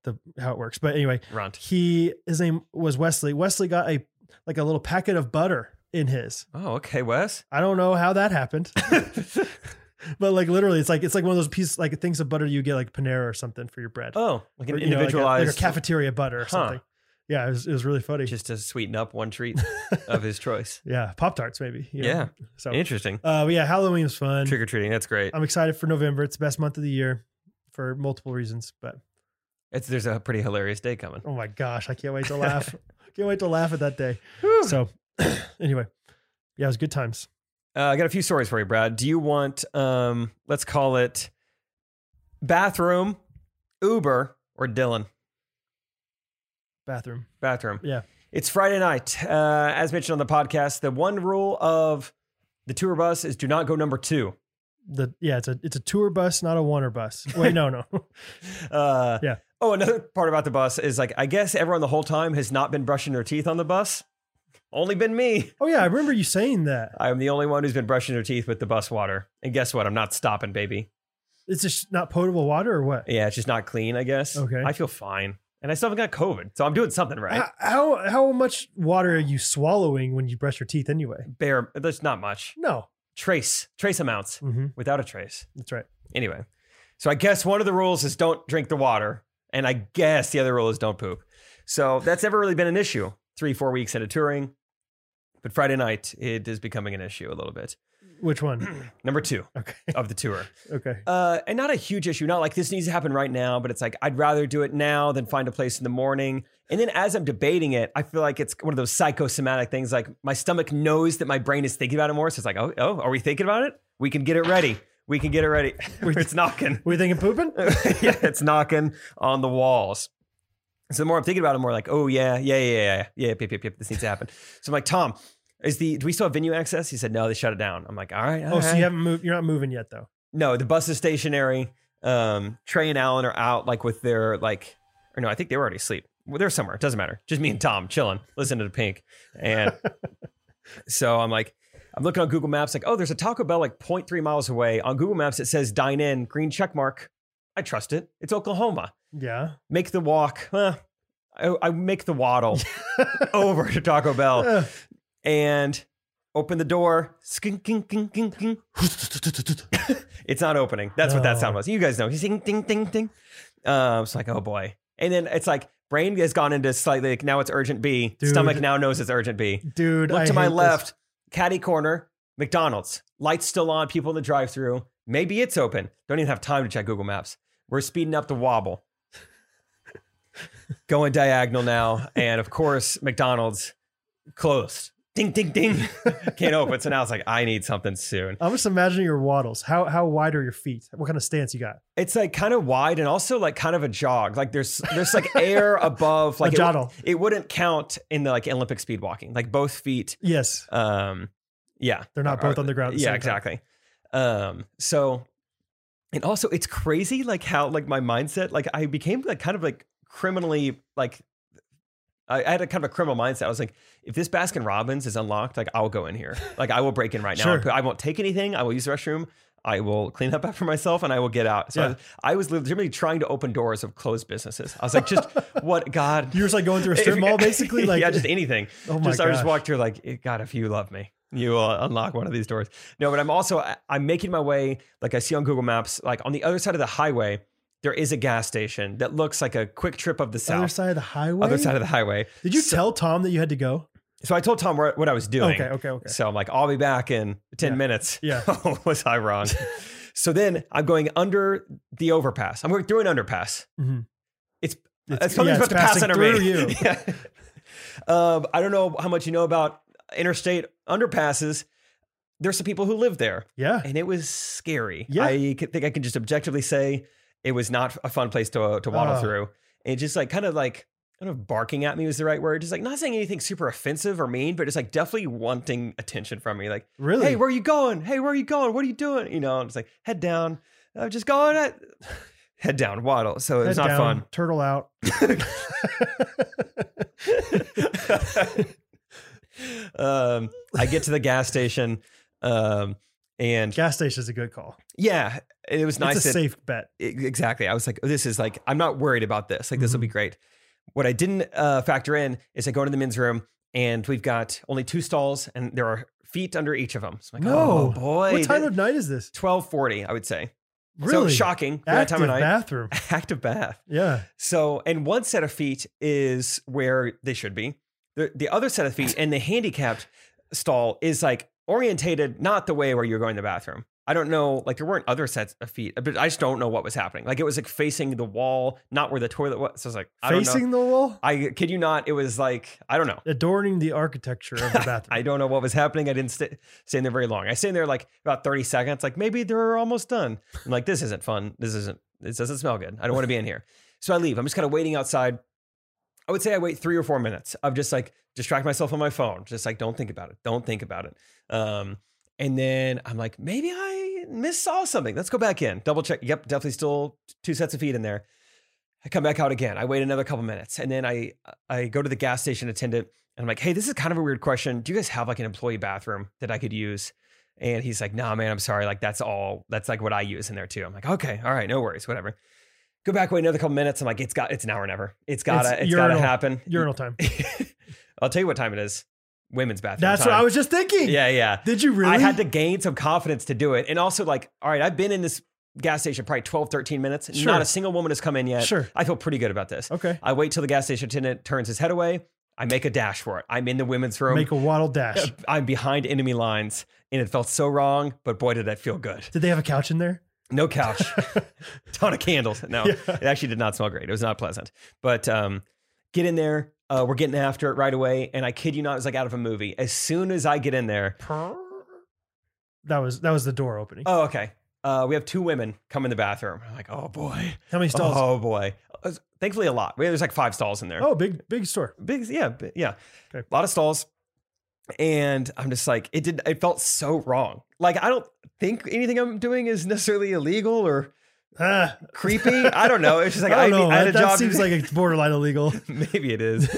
the how it works. But anyway, Runt. he his name was Wesley. Wesley got a like a little packet of butter in his. Oh, okay, Wes. I don't know how that [LAUGHS] happened. [LAUGHS] but like literally it's like it's like one of those pieces like things of butter you get like Panera or something for your bread. oh, like an Or, you know, like a- individualized, like a, cafeteria butter or Huh. something. Yeah, it was, it was really funny. just to sweeten up [LAUGHS] one treat of his choice. yeah, Pop Tarts maybe. you know. Yeah. So uh Interesting. but yeah, Halloween was fun. Trick or treating. That's great. I'm excited for November. It's the best month of the year for multiple reasons. But It's, there's a pretty hilarious day [LAUGHS] coming. oh my gosh, I can't wait to laugh. can't wait to laugh at that day. So [CLEARS THROAT] anyway, yeah, it was good times. Uh, I got a few stories for you, Brad. Do you want, um, let's call it bathroom, Uber, or Dylan? Bathroom. Bathroom. Yeah. It's Friday night. Uh, as mentioned on the podcast, the one rule of the tour bus is do not go number two. The yeah, it's a it's a tour bus, not a wanter bus. Wait, no, no. Uh, Yeah. Oh, another part about the bus is like, I guess everyone the whole time has not been brushing their teeth on the bus. Only been me. Oh yeah, I remember you saying that. I'm the only one who's been brushing their teeth with the bus water. And guess what? I'm not stopping, baby. It's just not potable water or what? Yeah, it's just not clean, I guess. Okay. Ah. I feel fine. And I still haven't got COVID. So I'm doing something right. How- How how much water are you swallowing when you brush your teeth anyway? Bare, that's not much. No. Trace, trace amounts hmm without a trace. That's right. Anyway, so I guess one of the rules is don't drink the water. And I guess the other rule is don't poop. So that's never really been an issue three, four weeks into touring. But Friday night, it is becoming an issue a little bit. Which one? Number two Okay. of the tour. Okay. Uh, and not a huge issue, not like this needs to happen right now, but it's like I'd rather do it now than find a place in the morning. And then as I'm debating it, I feel like it's one of those psychosomatic things. Like my stomach knows that my brain is thinking about it more. So it's like, oh, oh, are we thinking about it? We can get it ready. We can get it ready. [LAUGHS] it's knocking Were you thinking pooping? [LAUGHS] Uh, yeah, it's knocking on the walls. So the more I'm thinking about it, the more like, oh yeah, yeah, yeah, yeah, yeah, yep, yep, yep, yep, this needs to happen. So I'm like, Tom, is the do we still have venue access? He said, no, they shut it down. I'm like, all right, all Oh, so right." you haven't moved. You're not moving yet though. no, the bus is stationary. Um, Trey and Alan are out, like with their like, or no, I think they were already asleep. Well, they're somewhere. It doesn't matter. Just me and Tom chilling, listening to Pink, and so I'm like, I'm looking on Google Maps, like, oh, there's a Taco Bell like 0.3 miles away. On Google Maps, it says dine in, green check mark. I trust it. It's Oklahoma. Yeah. Make the walk. Huh. I, I make the waddle over to Taco Bell Ugh. and open the door. Skink, kink, kink, kink, kink. [LAUGHS] It's not opening. That's what that No. sound was. You guys know. He's ding, ding, ding, ding. Um, it's like, oh boy. And then it's like brain has gone into slightly like now it's urgent B. Dude. Stomach now knows it's urgent B. Dude, Look I to my hate this. left, caddy corner, McDonald's. Lights still on, people in the drive-through. Maybe it's open. Don't even have time to check Google Maps. We're speeding up [LAUGHS] the wobble. Going diagonal now. And of course, McDonald's closed. ding, [LAUGHS] ding, ding. Can't open. So now it's like, I need something soon. I'm just imagining your waddles. How how wide are your feet? What kind of stance you got? It's like kind of wide and also like kind of a jog. Like there's there's [LAUGHS] like air above. Like it, Joddle. wou- it wouldn't count in the like Olympic speed walking. Like both feet. Yes, Um, yeah, they're not Are- both on the ground. At the Uh, same yeah, time. exactly. Um, so, and also it's crazy like how like my mindset like I became like kind of like criminally like I, I had a kind of a criminal mindset. I was like, if this Baskin Robbins is unlocked, like I'll go in here. Like I will break in right now. Sure. I won't take anything. I will use the restroom. I will clean up after myself and I will get out. So Yeah. I, I was legitimately trying to open doors of closed businesses. I was [LAUGHS] like, just what God. You're just like [LAUGHS] going through a strip mall, basically. Like, yeah, just anything oh my just I just gosh. walked through like, "Eh, God, if you love me, you will unlock one of these doors. No, but I'm also I- I'm making my way. Like I see on Google Maps, like on the other side of the highway, there is a gas station that looks like a quick trip of the south. other side of the highway. Other side of the highway. Did you tell Tom that you had to go? So I told Tom where, what I was doing. Okay, okay, okay. So I'm like, I'll be back in 10 Yeah. minutes. [LAUGHS] Yeah. Oh, was [LAUGHS] I wrong? so then I'm going under the overpass. I'm going through an underpass. Mhm. It's, It's- it's something's yeah, about it's to pass passing under me. through you. [LAUGHS] yeah. um, I don't know how much you know about interstate underpasses. There's some people who live there, Yeah, and it was scary. Yeah. I could- think I can just objectively say it was not a fun place to to waddle Oh. through. And just like kind of like I don't know if barking at me was the right word. Just like not saying anything super offensive or mean, but just like definitely wanting attention from me. Like, really. hey, where are you going? Hey, where are you going? What are you doing? You know, and it's like head down. I'm just going. I- [LAUGHS] head down, waddle. So it was Head not down, fun. Turtle [LAUGHS] out. [LAUGHS] [LAUGHS] um, I get to the gas station, um, and Gas station is a good call. yeah, it was nice. it's a that- safe bet. e- exactly. I was like, oh, this is like, I'm not worried about this. Like, this Mm-hmm. will be great. What I didn't uh, factor in is I go into the men's room and we've got only two stalls and there are feet under each of them. So I'm like, No. oh boy. what time of night is this? 1240, I would say. So Really shocking. for that active time of night. bathroom. [LAUGHS] Active bath. Yeah, So, and one set of feet is where they should be. The, the other set of feet and the handicapped stall is like orientated not the way where you're going to the bathroom. I don't know, like there weren't other sets of feet, but I just don't know what was happening. Like it was like facing the wall, not where the toilet was. So I was like, I don't know. facing the wall, I kid you not, it was like, I don't know. adorning the architecture of the [LAUGHS] bathroom. I don't know what was happening. I didn't stay, stay in there very long. I stayed in there like about 30 seconds. Like maybe they're almost done. I'm like, this isn't fun. This isn't, this doesn't smell good. I don't want to be in here. So I leave. I'm just kind of waiting outside. I would say I wait three or four minutes of just like distract myself on my phone. Just like, don't think about it. Don't think about it. Um, and then I'm like, maybe I missaw something. Let's go back in, double check. Yep, definitely still two sets of feet in there. I come back out again. I wait another couple minutes, and then I I go to the gas station attendant, and I'm like, "Hey, this is kind of a weird question. Do you guys have like an employee bathroom that I could use?" And he's like, "Nah, man, I'm sorry. Like that's all. That's like what I use in there too." I'm like, "Okay, all right, no worries, whatever." Go back, wait another couple minutes. I'm like, "It's got. It's now or never. It's gotta. It's it's gotta urinal- happen." Urinal time. [LAUGHS] I'll tell you what time it is. Women's bathroom. That's what time. I was just thinking. Yeah, yeah. Did you really? I had to gain some confidence to do it. And also, like, all right, I've been in this gas station probably 12, 13 minutes. Sure. Not a single woman has come in yet. Sure. I feel pretty good about this. Okay. I wait till the gas station attendant turns his head away. I make a dash for it. I'm in the women's room. Make a waddle dash. I'm behind enemy lines. And it felt so wrong, but boy, did that feel good. Did they have a couch in there? [LAUGHS] No couch, ton of candles. No, it actually did not smell great. It was not pleasant. But um, get in there. Uh, we're getting after it right away. And I kid you not, it was like out of a movie. As soon as I get in there, That was that was the door opening. Oh, okay. Uh, we have two women come in the bathroom. I'm like, oh boy, How many stalls? oh boy. Uh, Thankfully, a lot. We- There's like five stalls in there. Oh, big big store. big, yeah, bi- yeah. Okay. A lot of stalls, and I'm just like, it did. It felt so wrong. Like I don't think anything I'm doing is necessarily illegal or Ah, [LAUGHS] creepy. I don't know. It's just like I I, don't know. I had a that, that job. seems like it's borderline illegal. [LAUGHS] maybe it is.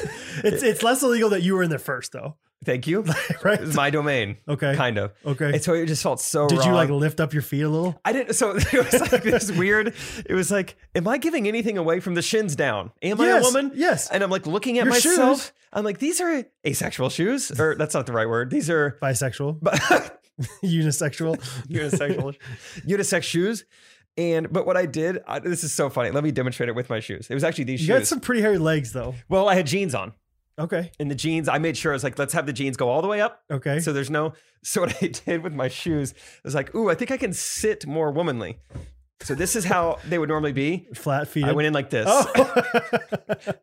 It's it's less illegal that you were in there first, though, [LAUGHS] Thank you. right? It's my domain, Okay. kind of. Okay. And so it just felt so. Did you wrong. like lift up your feet a little? I didn't. So [LAUGHS] it was [LAUGHS] like this weird. It was like, am I giving anything away from the shins down? Am I a Yes, woman? yes. And I'm like looking at Your myself. shoes. I'm like, these are asexual shoes, or that's not the right word. These are [LAUGHS] Bisexual, [LAUGHS] but [LAUGHS] unisexual. unisexual, unisex shoes. And but what I did, I, this is so funny. Let me demonstrate it with my shoes. It was actually these You got shoes. some pretty hairy legs, though. well, I had jeans on. Okay. And the jeans, I made sure I was like, let's have the jeans go all the way up. Okay. So there's no. So what I [LAUGHS] did with my shoes I was like, ooh, I think I can sit more womanly. So this is how they would normally be. Flat feet. [LAUGHS] I went in like this. Oh.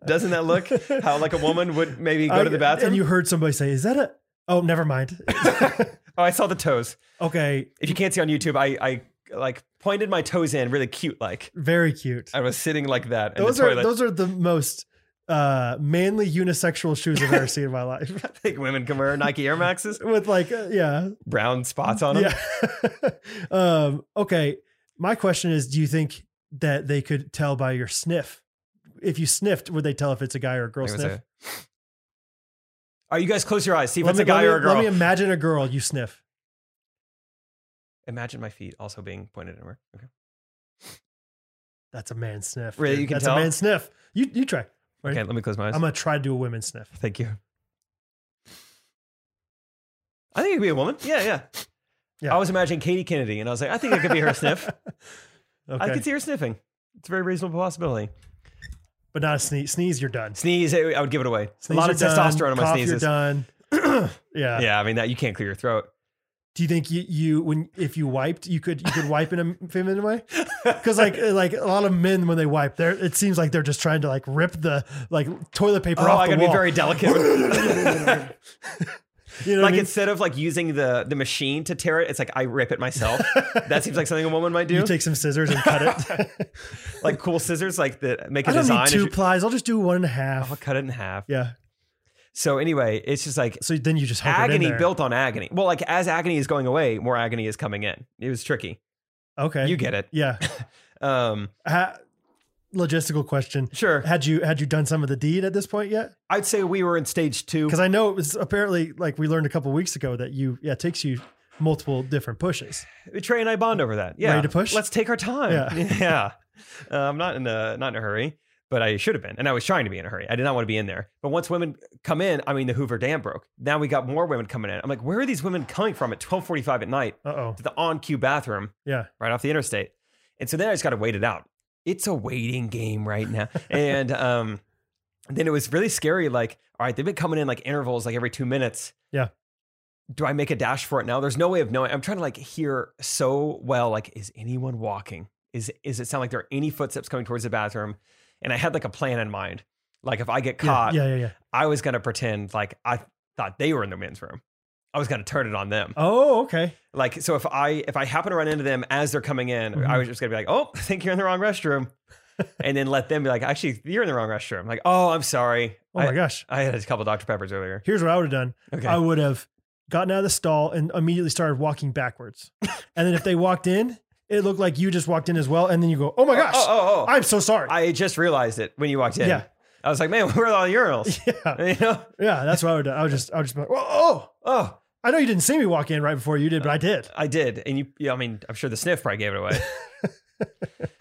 Doesn't that look how like a woman would maybe go to the bathroom? And you heard somebody say, "Is that a Oh, never mind. [LAUGHS] Oh, I saw the toes. okay, If you can't see on YouTube, I I like pointed my toes in really cute like. very cute. I was sitting like that in Those the are toilet. those are the most uh, manly unisexual shoes I've ever seen in my life. [LAUGHS] [LAUGHS] I think women can wear Nike Air Maxes, With like, uh, yeah, brown spots on them. yeah. [LAUGHS] um, okay, my question is: Do you think that they could tell by your sniff? If you sniffed, would they tell if it's a guy or a girl I think it was sniff? a- All right, you guys close your eyes. See if Let it's me- a let guy me- or a girl. Let me imagine a girl. You sniff. Imagine my feet also being pointed inward. Okay. That's a man sniff. Really? dude. You can That's tell? a man sniff. You you try. Right. Okay, let me close my eyes. I'm gonna try to do a women sniff. Thank you. I think it could be a woman. Yeah, yeah. Yeah. I was imagining Katie Kennedy, and I was like, I think it could be her sniff. [LAUGHS] Okay. I could see her sniffing. It's a very reasonable possibility. but not a sneeze. Sneeze, you're done. Sneeze, I I would give it away. Sneeze, a lot of you're done. testosterone on my Cough, sneezes. You're done. [CLEARS THROAT] yeah. Yeah, I mean that you can't clear your throat. Do you think you, you when if you wiped you could you could wipe in a feminine way? Because [LAUGHS] like like a lot of men when they wipe, they it seems like they're just trying to like rip the like toilet paper Oh, off I the gotta wall. be very [LAUGHS] delicate. you know what like I mean? instead of like using the the machine to tear it, it's like I rip [LAUGHS] it myself. that seems like something a woman might do. you take some scissors and [LAUGHS] cut it. like cool scissors, like that make a I don't design. Oh, need and two you- plies. I'll just do one and a half. I'll cut it in half. Yeah. So anyway, it's just like So then you just hook it in agony there. built on agony. Well, like as agony is going away, more agony is coming in. It was tricky. Okay. You get it. yeah. Um, Ha- logistical question. sure. Had you had you done some of the deed at this point yet? I'd say we were in stage two. Because I know it was apparently like we learned a couple weeks ago that you yeah it takes you multiple different pushes. Trey and I bond over that. Yeah. Ready to push? Let's take our time. Yeah. [LAUGHS] Yeah. Uh, I'm not in a not in a hurry, but I should have been, and I was trying to be in a hurry. I did not want to be in there. But once women come in, I mean, the Hoover Dam broke. Now we got more women coming in. I'm like, where are these women coming from at 12:45 at night Uh oh. to the on cue bathroom? Yeah. right off the interstate. And so then I just got to wait it out. It's a waiting game right [LAUGHS] now. and um, then it was really scary. Like, all right, they've been coming in like intervals, like every two minutes. Yeah. Do I make a dash for it now? There's no way of knowing. I'm trying to like hear so well. Like, is anyone walking? Is is it sound like there are any footsteps coming towards the bathroom? And I had like a plan in mind. Like if I get Yeah, caught, yeah, yeah, yeah. I was gonna pretend like I thought they were in the men's room. I was gonna turn it on them. Oh, okay. Like so, if I if I happen to run into them as they're coming in, Mhm. I was just gonna be like, "Oh, I think you're in the wrong restroom," and then let them be like, "Actually, you're in the wrong restroom." Like, "Oh, I'm sorry. Oh I, my Oh, gosh. I had a couple Dr Peppers earlier." Here's what I would have done. Okay, I would have gotten out of the stall and immediately started walking backwards. and then if they walked in, it looked like you just walked in as well. And then you go, oh my gosh, Oh, oh, oh. I'm so sorry. I, just realized it when you walked in. Yeah. I was like, "Man, [LAUGHS] where are all the urinals?" [LAUGHS] yeah, you know? yeah. That's what I would. do. I would just, I would just be like, oh, oh, Oh, I know you didn't see me walk in right before you did, but I did. I did, and you. Yeah, I mean, I'm sure the sniff probably gave it [LAUGHS] away.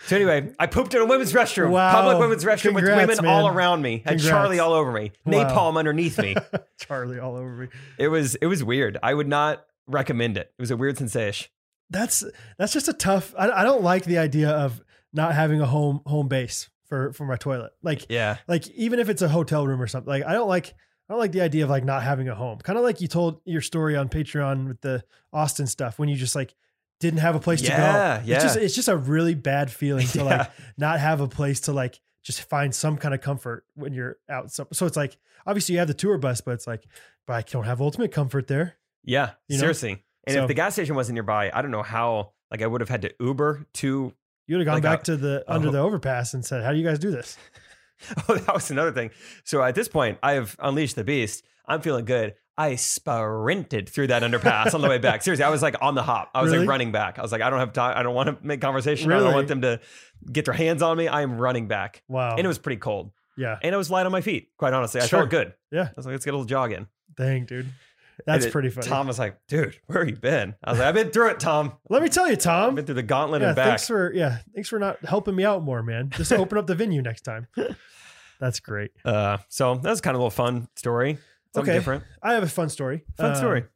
so anyway, I pooped in a women's restroom, Wow. public women's restroom Congrats, with women man. all around me, and Congrats. Charlie all over me, Wow. napalm [LAUGHS] underneath me. Charlie all over me. It was it was weird. I would not recommend it. It was a weird sensation. That's that's just a tough. I, I don't like the idea of not having a home home base for for my toilet. Like Yeah. [LAUGHS] like even if it's a hotel room or something like i don't like i don't like the idea of like not having a home kind of like you told your story on patreon with the austin stuff when you just like didn't have a place Yeah, to go yeah. it's just it's just a really bad feeling to [LAUGHS] like not have a place to like just find some kind of comfort when you're out so, so it's like obviously you have the tour bus but it's like but i don't have ultimate comfort there Yeah. You know? seriously. And So- if the gas station wasn't nearby, I don't know how like I would have had to Uber to [LAUGHS] you would have gone Like back a- to the a under ho- the overpass and said how do you guys do this Oh, that was another thing. So at this point, I have unleashed the beast. I'm feeling good. I sprinted through that underpass on the way back. Seriously, I was like on the hop. I was Really? like running back. I was like, I don't have time. I don't want to make conversation. I don't Really? want them to get their hands on me. I am running back. wow And it was pretty cold. yeah And it was light on my feet, quite honestly. I Sure. felt good. Yeah. I was like, let's get a little jog in. dang dude that's And it- pretty funny Tom was like, dude, where have you been? I was like, I've been through it, Tom. let me tell you I've tom been through the Um, gauntlet yeah, and back. thanks for yeah, thanks for not helping me out more, man. [LAUGHS] Just open up the venue next time. That's great. Uh, so that was kind of a little fun story. Something Okay. different. I have a fun story. Fun Um, story.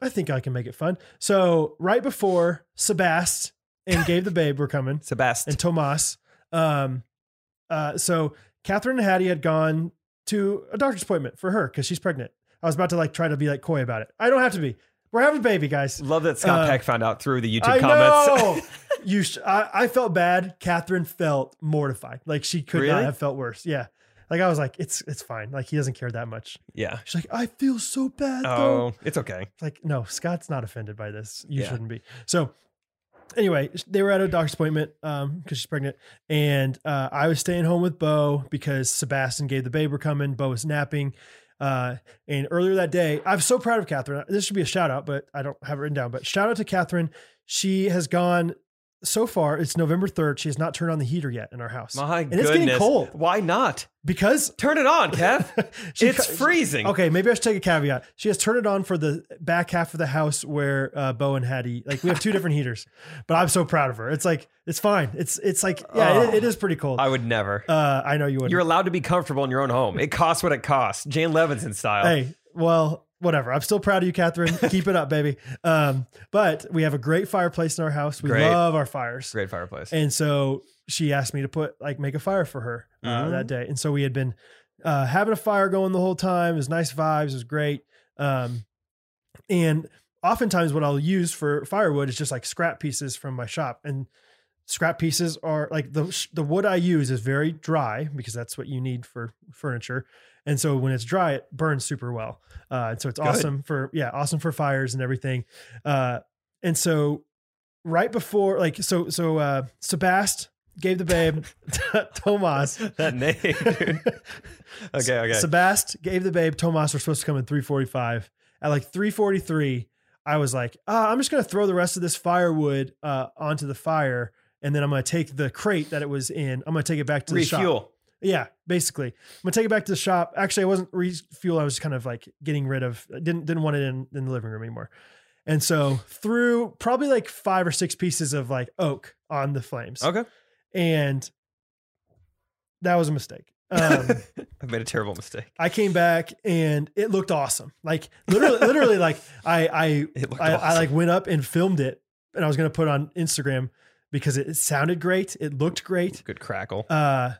I think I can make it fun. So right before Sebast and Gabe the Babe were [LAUGHS] coming, Sebastian. and Tomas, um, uh, so Catherine and Hattie had gone to a doctor's appointment for her because she's pregnant. I was about to like try to be like coy about it. I don't have to be. We're having a baby, guys. Love that Scott Uh, Peck found out through the YouTube I comments. know. you, sh- I, I felt bad. Catherine felt mortified. Like she could not Really? have felt worse. Yeah. Like I was like, it's it's fine. Like he doesn't care that much. [LAUGHS] Yeah. She's like, I feel so bad though. Oh, it's okay. It's like, no, Scott's not offended by this. You Yeah. shouldn't be. So anyway, sh- they were at a doctor's appointment um because she's pregnant, and uh, I was staying home with Bo because Sebastian gave the baby coming. Bo was napping. Uh, and earlier that day, I'm so proud of Catherine. This should be a shout out, but I don't have it written down. But shout out to Catherine. She has gone so far. It's November 3rd. She has not turned on the heater yet in our house My And goodness. it's getting cold. Why not? because [LAUGHS] Turn it on, Kev. she it's cu- freezing. Okay, maybe I should take a caveat. She has turned it on for the back half of the house where uh, Bo and Hattie. Like we have two different heaters, [LAUGHS] but I'm so proud of her. It's like it's fine. It's it's like yeah, it, Oh. it is pretty cold. I would never. uh, I know you wouldn't. You're allowed to be comfortable in your own home. It costs what it costs. Jane Levinson style. hey, well, whatever. I'm still proud of you, Catherine. Keep it up, baby. Um, but we have a great fireplace in our house. We Great. love our fires. Great fireplace. And so she asked me to put like make a fire for her uh, Mhm. that day. And so we had been uh, having a fire going the whole time. It was nice vibes. It was great. Um, and oftentimes, what I'll use for firewood is just like scrap pieces from my shop. And scrap pieces are like the the wood I use is very dry because that's what you need for furniture. And so when it's dry, it burns super well. Uh, and so it's Good. awesome for yeah, awesome for fires and everything. Uh, and so right before like so so uh, Sebast gave the babe [LAUGHS] Tomas. [LAUGHS] that name, [LAUGHS] dude. Okay, okay. Sebast gave the babe. Tomas were supposed to come in 345. At like 343, I was like, ah, I'm just going to throw the rest of this firewood uh, onto the fire. And then I'm going to take the crate that it was in. I'm going to take it back to the shop. Refuel. Yeah, basically. I'm going to take it back to the shop. Actually, I wasn't refuel. I was kind of like getting rid of, didn't, didn't want it in, in the living room anymore. And so threw probably like five or six pieces of like oak on the flames. Okay. And that was a mistake. [LAUGHS] Um, I've made a terrible mistake. I came back and it looked awesome. Like literally, literally, like I I It looked I, I awesome. like went up and filmed it, and I was gonna put it on Instagram because it, it sounded great. It looked great. Good crackle. Uh,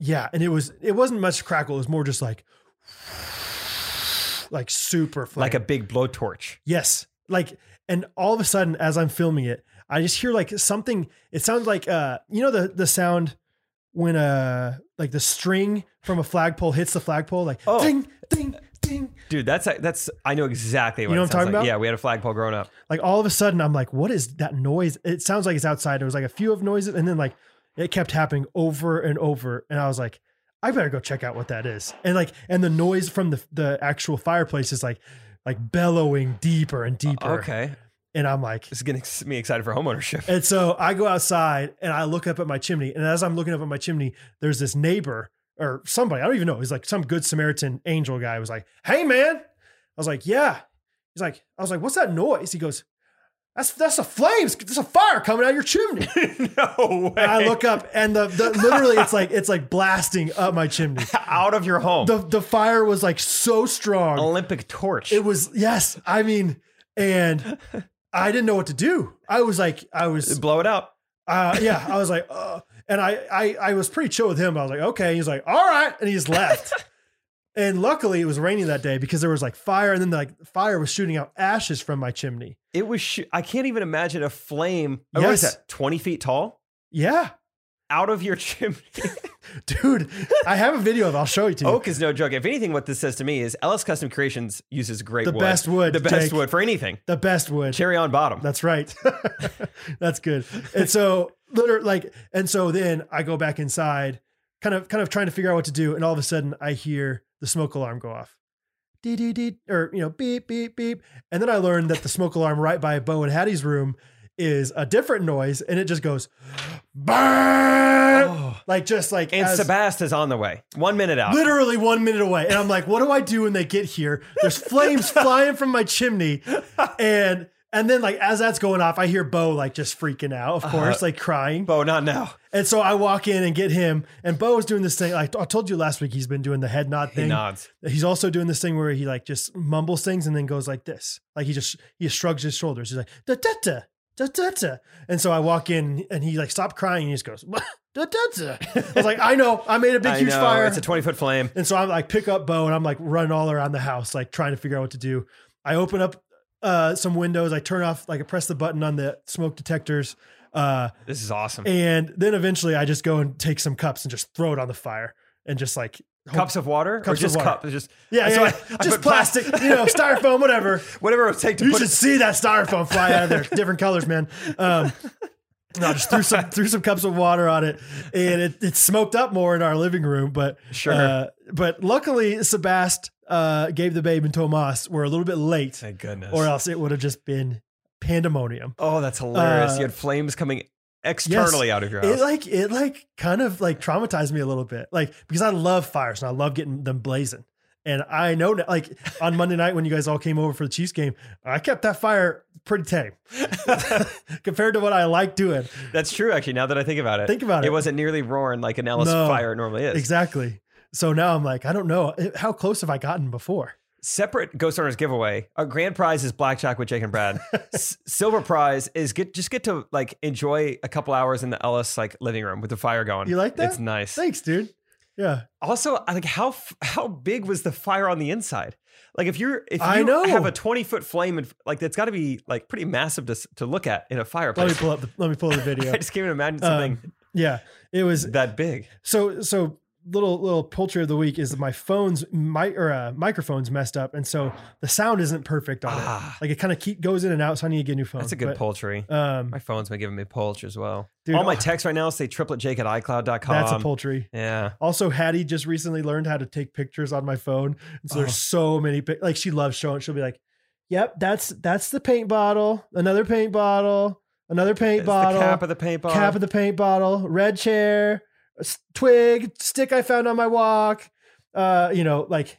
yeah, and it was it wasn't much crackle. It was more just like like super flame. like a big blowtorch. yes, like and all of a sudden as I'm filming it, I just hear like something. It sounds like uh, you know the the sound when uh like the string from a flagpole hits the flagpole like Oh. ding ding ding Dude, that's that's I know exactly what You know what it I'm sounds talking like. about? Yeah, we had a flagpole growing up. like all of a sudden I'm like, what is that noise? It sounds like it's outside. It was like a few of noises, and then like it kept happening over and over, and I was like, I better go check out what that is. And like, and the noise from the the actual fireplace is like like bellowing deeper and deeper. Okay. And I'm like, This is getting ex- me excited [LAUGHS] for homeownership. [LAUGHS] and so I go outside and I look up at my chimney, and as I'm looking up at my chimney, there's this neighbor or somebody I don't even know. He's like some good Samaritan angel guy was like, "Hey man," I was like, "Yeah." He's like, I was like, "What's that noise?" He goes. That's that's a flames. There's a fire coming out of your chimney. no way. And I look up, and the, the literally, it's like it's like blasting up my chimney. out of your home. The the fire was like so strong. Olympic torch. It was yes. I mean, and I didn't know what to do. I was like, I was, Blow it up. uh, yeah. I was like, uh, and I, I I was pretty chill with him. I was like, okay. He's like, all right, and he just left. and luckily, it was raining that day because there was like fire, and then like fire was shooting out ashes from my chimney. It was. Sh- I can't even imagine a flame. Oh, What is Yes. that? Twenty feet tall Yeah, [LAUGHS] out of your chimney. dude. I have a video of. it. I'll show it to you. Oak is no joke. If anything, what this says to me is LS Custom Creations uses great The wood. best wood, The best Jake. wood for anything. The best wood. Cherry on bottom. That's right. [LAUGHS] That's good. And so literally like and so then I go back inside, kind of kind of trying to figure out what to do, and all of a sudden I hear the smoke alarm go off. Dee dee dee or you know, beep, beep, beep. And then I learned that the smoke alarm right by Bo and Hattie's room is a different noise and it just goes [GASPS] burn Oh. like just like And as- Sebast is on the way. One minute out. literally one minute away. And I'm like, what do I do when they get here? There's [LAUGHS] flames flying from my chimney. And and then like as that's going off, I hear Bo like just freaking out, of course, like crying. Uh-huh. Bo, not now. And so I walk in and get him. And Bo's doing this thing. Like I told you last week, he's been doing the head nod He thing. nods. He's also doing this thing where he like just mumbles things and then goes like this. Like he just he just shrugs his shoulders. He's like da da da da da da. And so I walk in and he like stopped crying and he just goes [LAUGHS] da da da. I was like, I know, I made a big I huge know, fire. It's a twenty foot flame. And so I'm like pick up Bo and I'm like running all around the house, like trying to figure out what to do. I open up uh, some windows, I turn off, like I press the button on the smoke detectors. Uh, This is awesome. and then eventually I just go and take some cups and just throw it on the fire and just like cups of water Cups or just of water. cups, just Yeah, yeah, so I- yeah. I just put plas- plastic, you know, styrofoam, whatever. whatever it would take to You put should it. see that styrofoam fly out of [LAUGHS] there. Different colors, man. Um, no, just threw [LAUGHS] some threw some cups of water on it, and it, it smoked up more in our living room. But Sure. uh, but luckily, Sebast, uh, Gabe the Babe, and Tomas were a little bit late, Thank goodness. or uh, else it would have just been pandemonium. oh, that's hilarious. Uh, you had flames coming externally out of your It house. like it like kind of like traumatized me a little bit, like because I love fires and I love getting them blazing. And I know that, like on Monday night when you guys all came over for the Chiefs game, I kept that fire pretty tame [LAUGHS] compared to what I like doing. that's true, actually. Now that I think about it, Think about it. it wasn't nearly roaring like an Ellis No. fire normally is. Exactly. So now I'm like, I don't know how close have I gotten before. separate ghost owners giveaway our grand prize is blackjack with jake and [LAUGHS] brad S- silver prize is get just get to like enjoy a couple hours in the ellis like living room with the fire going You like that? it's nice Thanks, dude. Yeah, also I like how f- how big was the fire on the inside like if you're if you I know. have a 20 foot flame and like that's got to be like pretty massive to, s- to look at in a let me fireplace pull up. The, let me pull up the video. [LAUGHS] i just can't even imagine Um, something yeah, it was that big So so little little poultry of the week is my phone's my or uh, microphone's messed up, and so the sound isn't perfect on Ah. it. Like it kind of keep goes in and out. So I need to get a new phone. that's a good But, poultry Um, my phone's been giving me poultry as well Dude, all my oh. texts right now say triplet jake at icloud.com that's a poultry. yeah Also, Hattie just recently learned how to take pictures on my phone, and so Oh. there's so many. pic- Like she loves showing. She'll be like, "Yep, that's that's the paint bottle. Another paint bottle. Another paint It's bottle. the cap of the paint bottle cap of the paint bottle, red chair, a s- twig, stick I found on my walk. Uh, you know, like [LAUGHS]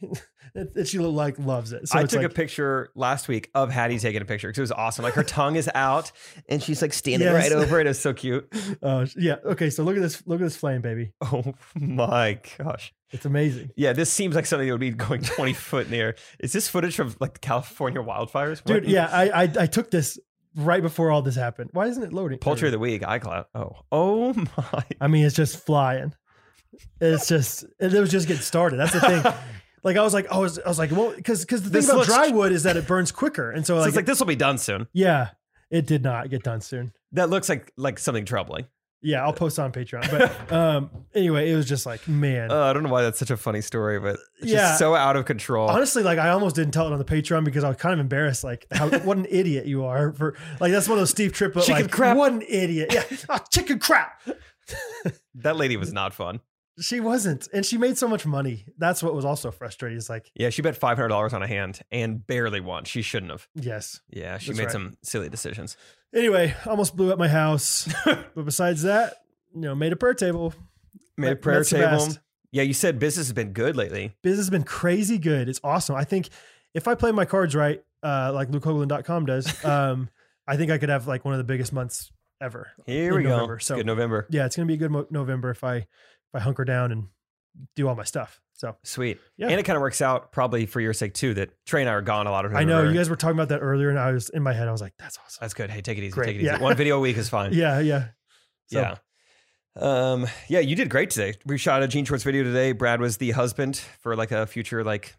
it, it- she like loves it. So I it's took a like, picture last week of Hattie taking a picture because it was awesome. Like her tongue is out and she's like standing Yes. right over it. It's so cute. [LAUGHS] uh, yeah. Okay, so look at this. Look at this flame, baby. Oh my gosh. It's amazing, Yeah, this seems like something that would be going [LAUGHS] 20 foot in the air. Is this footage from like the California wildfires? What- dude. Yeah, I, I I took this right before all this happened. Why isn't it loading? Poultry of the week, iCloud. Oh, oh [LAUGHS] my. I mean, it's just flying. It's just it was just getting started. That's the [LAUGHS] thing. Like I was like, oh, I was, I was like, well, because because the thing This about looks- dry wood is that it burns quicker, and so So like, it's like this will be done soon. yeah, it did not get done soon. That looks like like something troubling. Yeah, I'll post on [LAUGHS] Patreon. But um, anyway, it was just like, man, Uh, I don't know why that's such a funny story, but it's Yeah. just so out of control. honestly, like I almost didn't tell it on the Patreon because I was kind of embarrassed. Like, [LAUGHS] how, what an idiot you are for like that's one of those Steve Triplett Chicken like, crap. What an idiot! Yeah, [LAUGHS] oh, chicken crap. that lady was not fun. She wasn't, and she made so much money. That's what was also frustrating. Is like, Yeah, she bet $500 on a hand and barely won. She shouldn't have. yes. Yeah, she That's made right. some silly decisions. Anyway, almost blew up my [LAUGHS] house. but besides that, you know, made a prayer table. Made a Met- prayer met table. Sebast. Yeah, you said business has been good lately. Business has been crazy good. It's awesome. I think if I play my cards right, uh, like lukehoagland.com [LAUGHS] does, um, I think I could have like one of the biggest months ever. Here In we go. November, so- Good November. Yeah, it's going to be a good mo- November if I if I hunker down and do all my stuff. So Sweet. Yeah. And it kind of works out probably for your sake too that Trey and I are gone a lot of I know November. you guys were talking about that earlier, and I was in my head, I was like, that's awesome. That's good. Hey, take it easy. Great. Take it easy. Yeah. One video a week [LAUGHS] is fine. Yeah, yeah. So, Yeah. Um, yeah, you did great today. We shot a Gene Schwartz video today. Brad was the husband for like a future like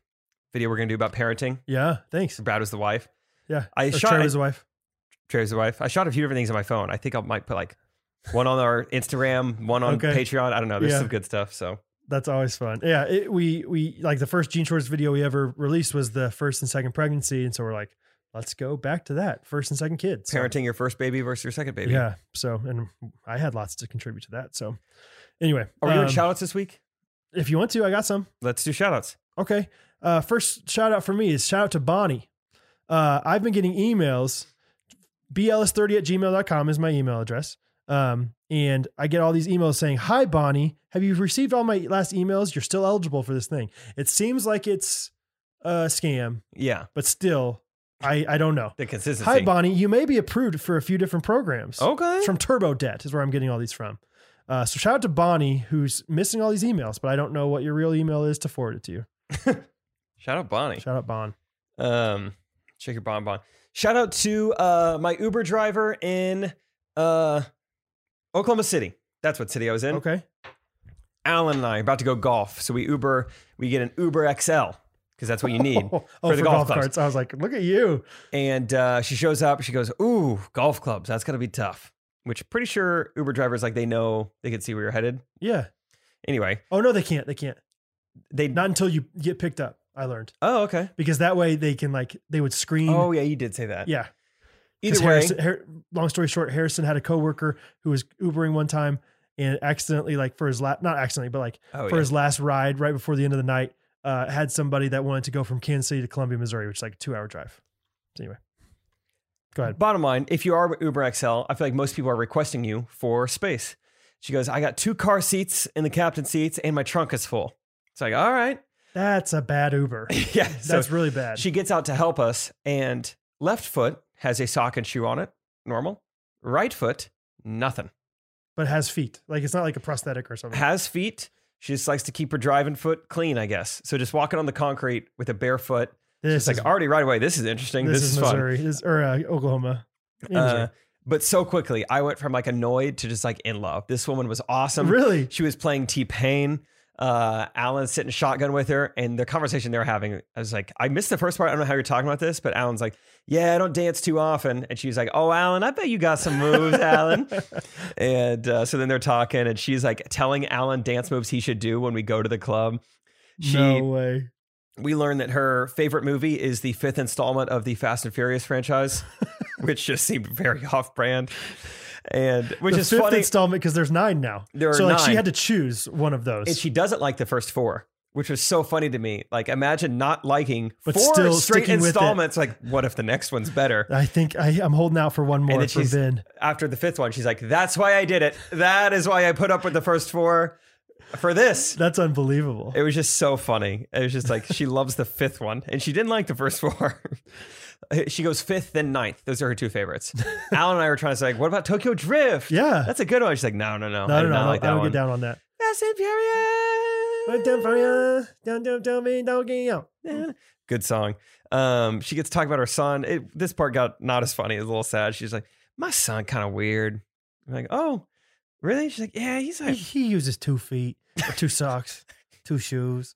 video we're gonna do about parenting. yeah. Thanks. So Brad was the wife. Yeah, I Or shot Trey was the wife. Trey's the wife. I shot a few different things on my phone. I think I might put like one on our Instagram, one on Okay. Patreon. I don't know. There's Yeah. some good stuff. So That's always fun. Yeah, it, we we like the first Gene Shorts video we ever released was the first and second pregnancy, and so we're like, let's go back to that first and second kids. So- parenting your first baby versus your second baby. Yeah. So, and I had lots to contribute to that. So, anyway, Are we doing um, shout outs this week? if you want to, I got some. Let's do shout outs. Okay. Uh, first shout out for me is shout out to Bonnie. Uh, I've been getting emails. BLS30 at gmail.com is my email address. Um, and I get all these emails saying, Hi, Bonnie. Have you received all my last emails? You're still eligible for this thing. It seems like it's a scam, Yeah. but still, I, I don't know. The Oh. consistency. Hi, Bonnie. You may be approved for a few different programs. Okay. It's from Turbo Debt is where I'm getting all these from. Uh, so shout out to Bonnie who's missing all these emails, but I don't know what your real email is to forward it to you. Shout out Bonnie. Shout out Bon. Um, check your bonbon. Shout out to uh, my Uber driver in uh, Oklahoma City. That's what city I was in. Okay. Alan and I are about to go golf. So we Uber, we get an Uber XL because that's what [LAUGHS] you need. Oh, for for, the golf golf, clubs. carts. I was like, look at you. and uh, she shows up. She goes, Ooh, golf clubs. That's going to be tough. Which pretty sure Uber drivers, like they know they can see where you're headed. Yeah. Anyway, Oh no, they can't. They can't. They Not until you get picked up, I learned. oh okay. Because that way they can like they would screen. Oh yeah, you did say that. yeah. 'Cause Either way, Harrison- Har- long story short, Harrison had a coworker who was Ubering one time and accidentally like for his last not accidentally, but like oh, for yeah. his last ride right before the end of the night, uh, had somebody that wanted to go from Kansas City to Columbia, Missouri, which is like a two hour drive. So anyway, go ahead. Bottom line, if you are Uber XL, I feel like most people are requesting you for space. She goes, I got two car seats in the captain seats, and my trunk is full. It's like, all [LAUGHS] right, That's a bad Uber. yeah. [LAUGHS] So That's really bad. she gets out to help us, and left foot has a sock and shoe on it, normal. Right foot, nothing. but has feet. Like it's not like a prosthetic or something. Has feet. She just likes to keep her driving foot clean, I guess. So just walking on the concrete with a bare foot. This It's like is, already right away. This is interesting. this, is, fun. Missouri This- or uh, Oklahoma. In Uh, Missouri. but so quickly, I went from like annoyed to just like in love. This woman was awesome. really? She was playing T Pain. Uh, Alan's sitting shotgun with her, and the conversation they were having, I was like, I missed the first part. I don't know how you're talking about this, but Alan's like, Yeah, I don't dance too often. And she's like, Oh, Alan, I bet you got some moves, [LAUGHS] Alan. and uh, so then they're talking, and she's like telling Alan dance moves he should do when we go to the club. She no way. we learn that her favorite movie is the fifth installment of the Fast and [LAUGHS] Furious franchise, which just seemed very off brand. And which the is fifth funny. installment because there's nine now. There are so like she nine. had to choose one of those. and she doesn't like the first four, which was so funny to me. Like, imagine not liking But four still straight sticking with it. installments. Like, what if the next [LAUGHS] one's better? I think I, I'm holding out for one more then for she's- Ben. After the fifth one, she's like, That's why I did it. That is why I put up with the first four for [LAUGHS] this. That's unbelievable. It was just so funny. It was just like she loves the fifth one, and she didn't like the first [LAUGHS] four. she goes fifth, then ninth. Those are her two [LAUGHS] favorites. Alan and I were trying to say, like, what about Tokyo Drift? yeah. that's a good one. She's like, no, no, no, no, I no, do no. not like I that don't one. get down on that. Fast and Right down Furious. from ya. Down, down, down, me, down, get out. Good song. Um, she gets to talk about her son. It, this part got not as funny. It was a little sad. She's like, my son kind of weird. I'm like, oh, really? She's like, yeah, he's He, [LAUGHS] like, he uses two feet, or two socks, two shoes.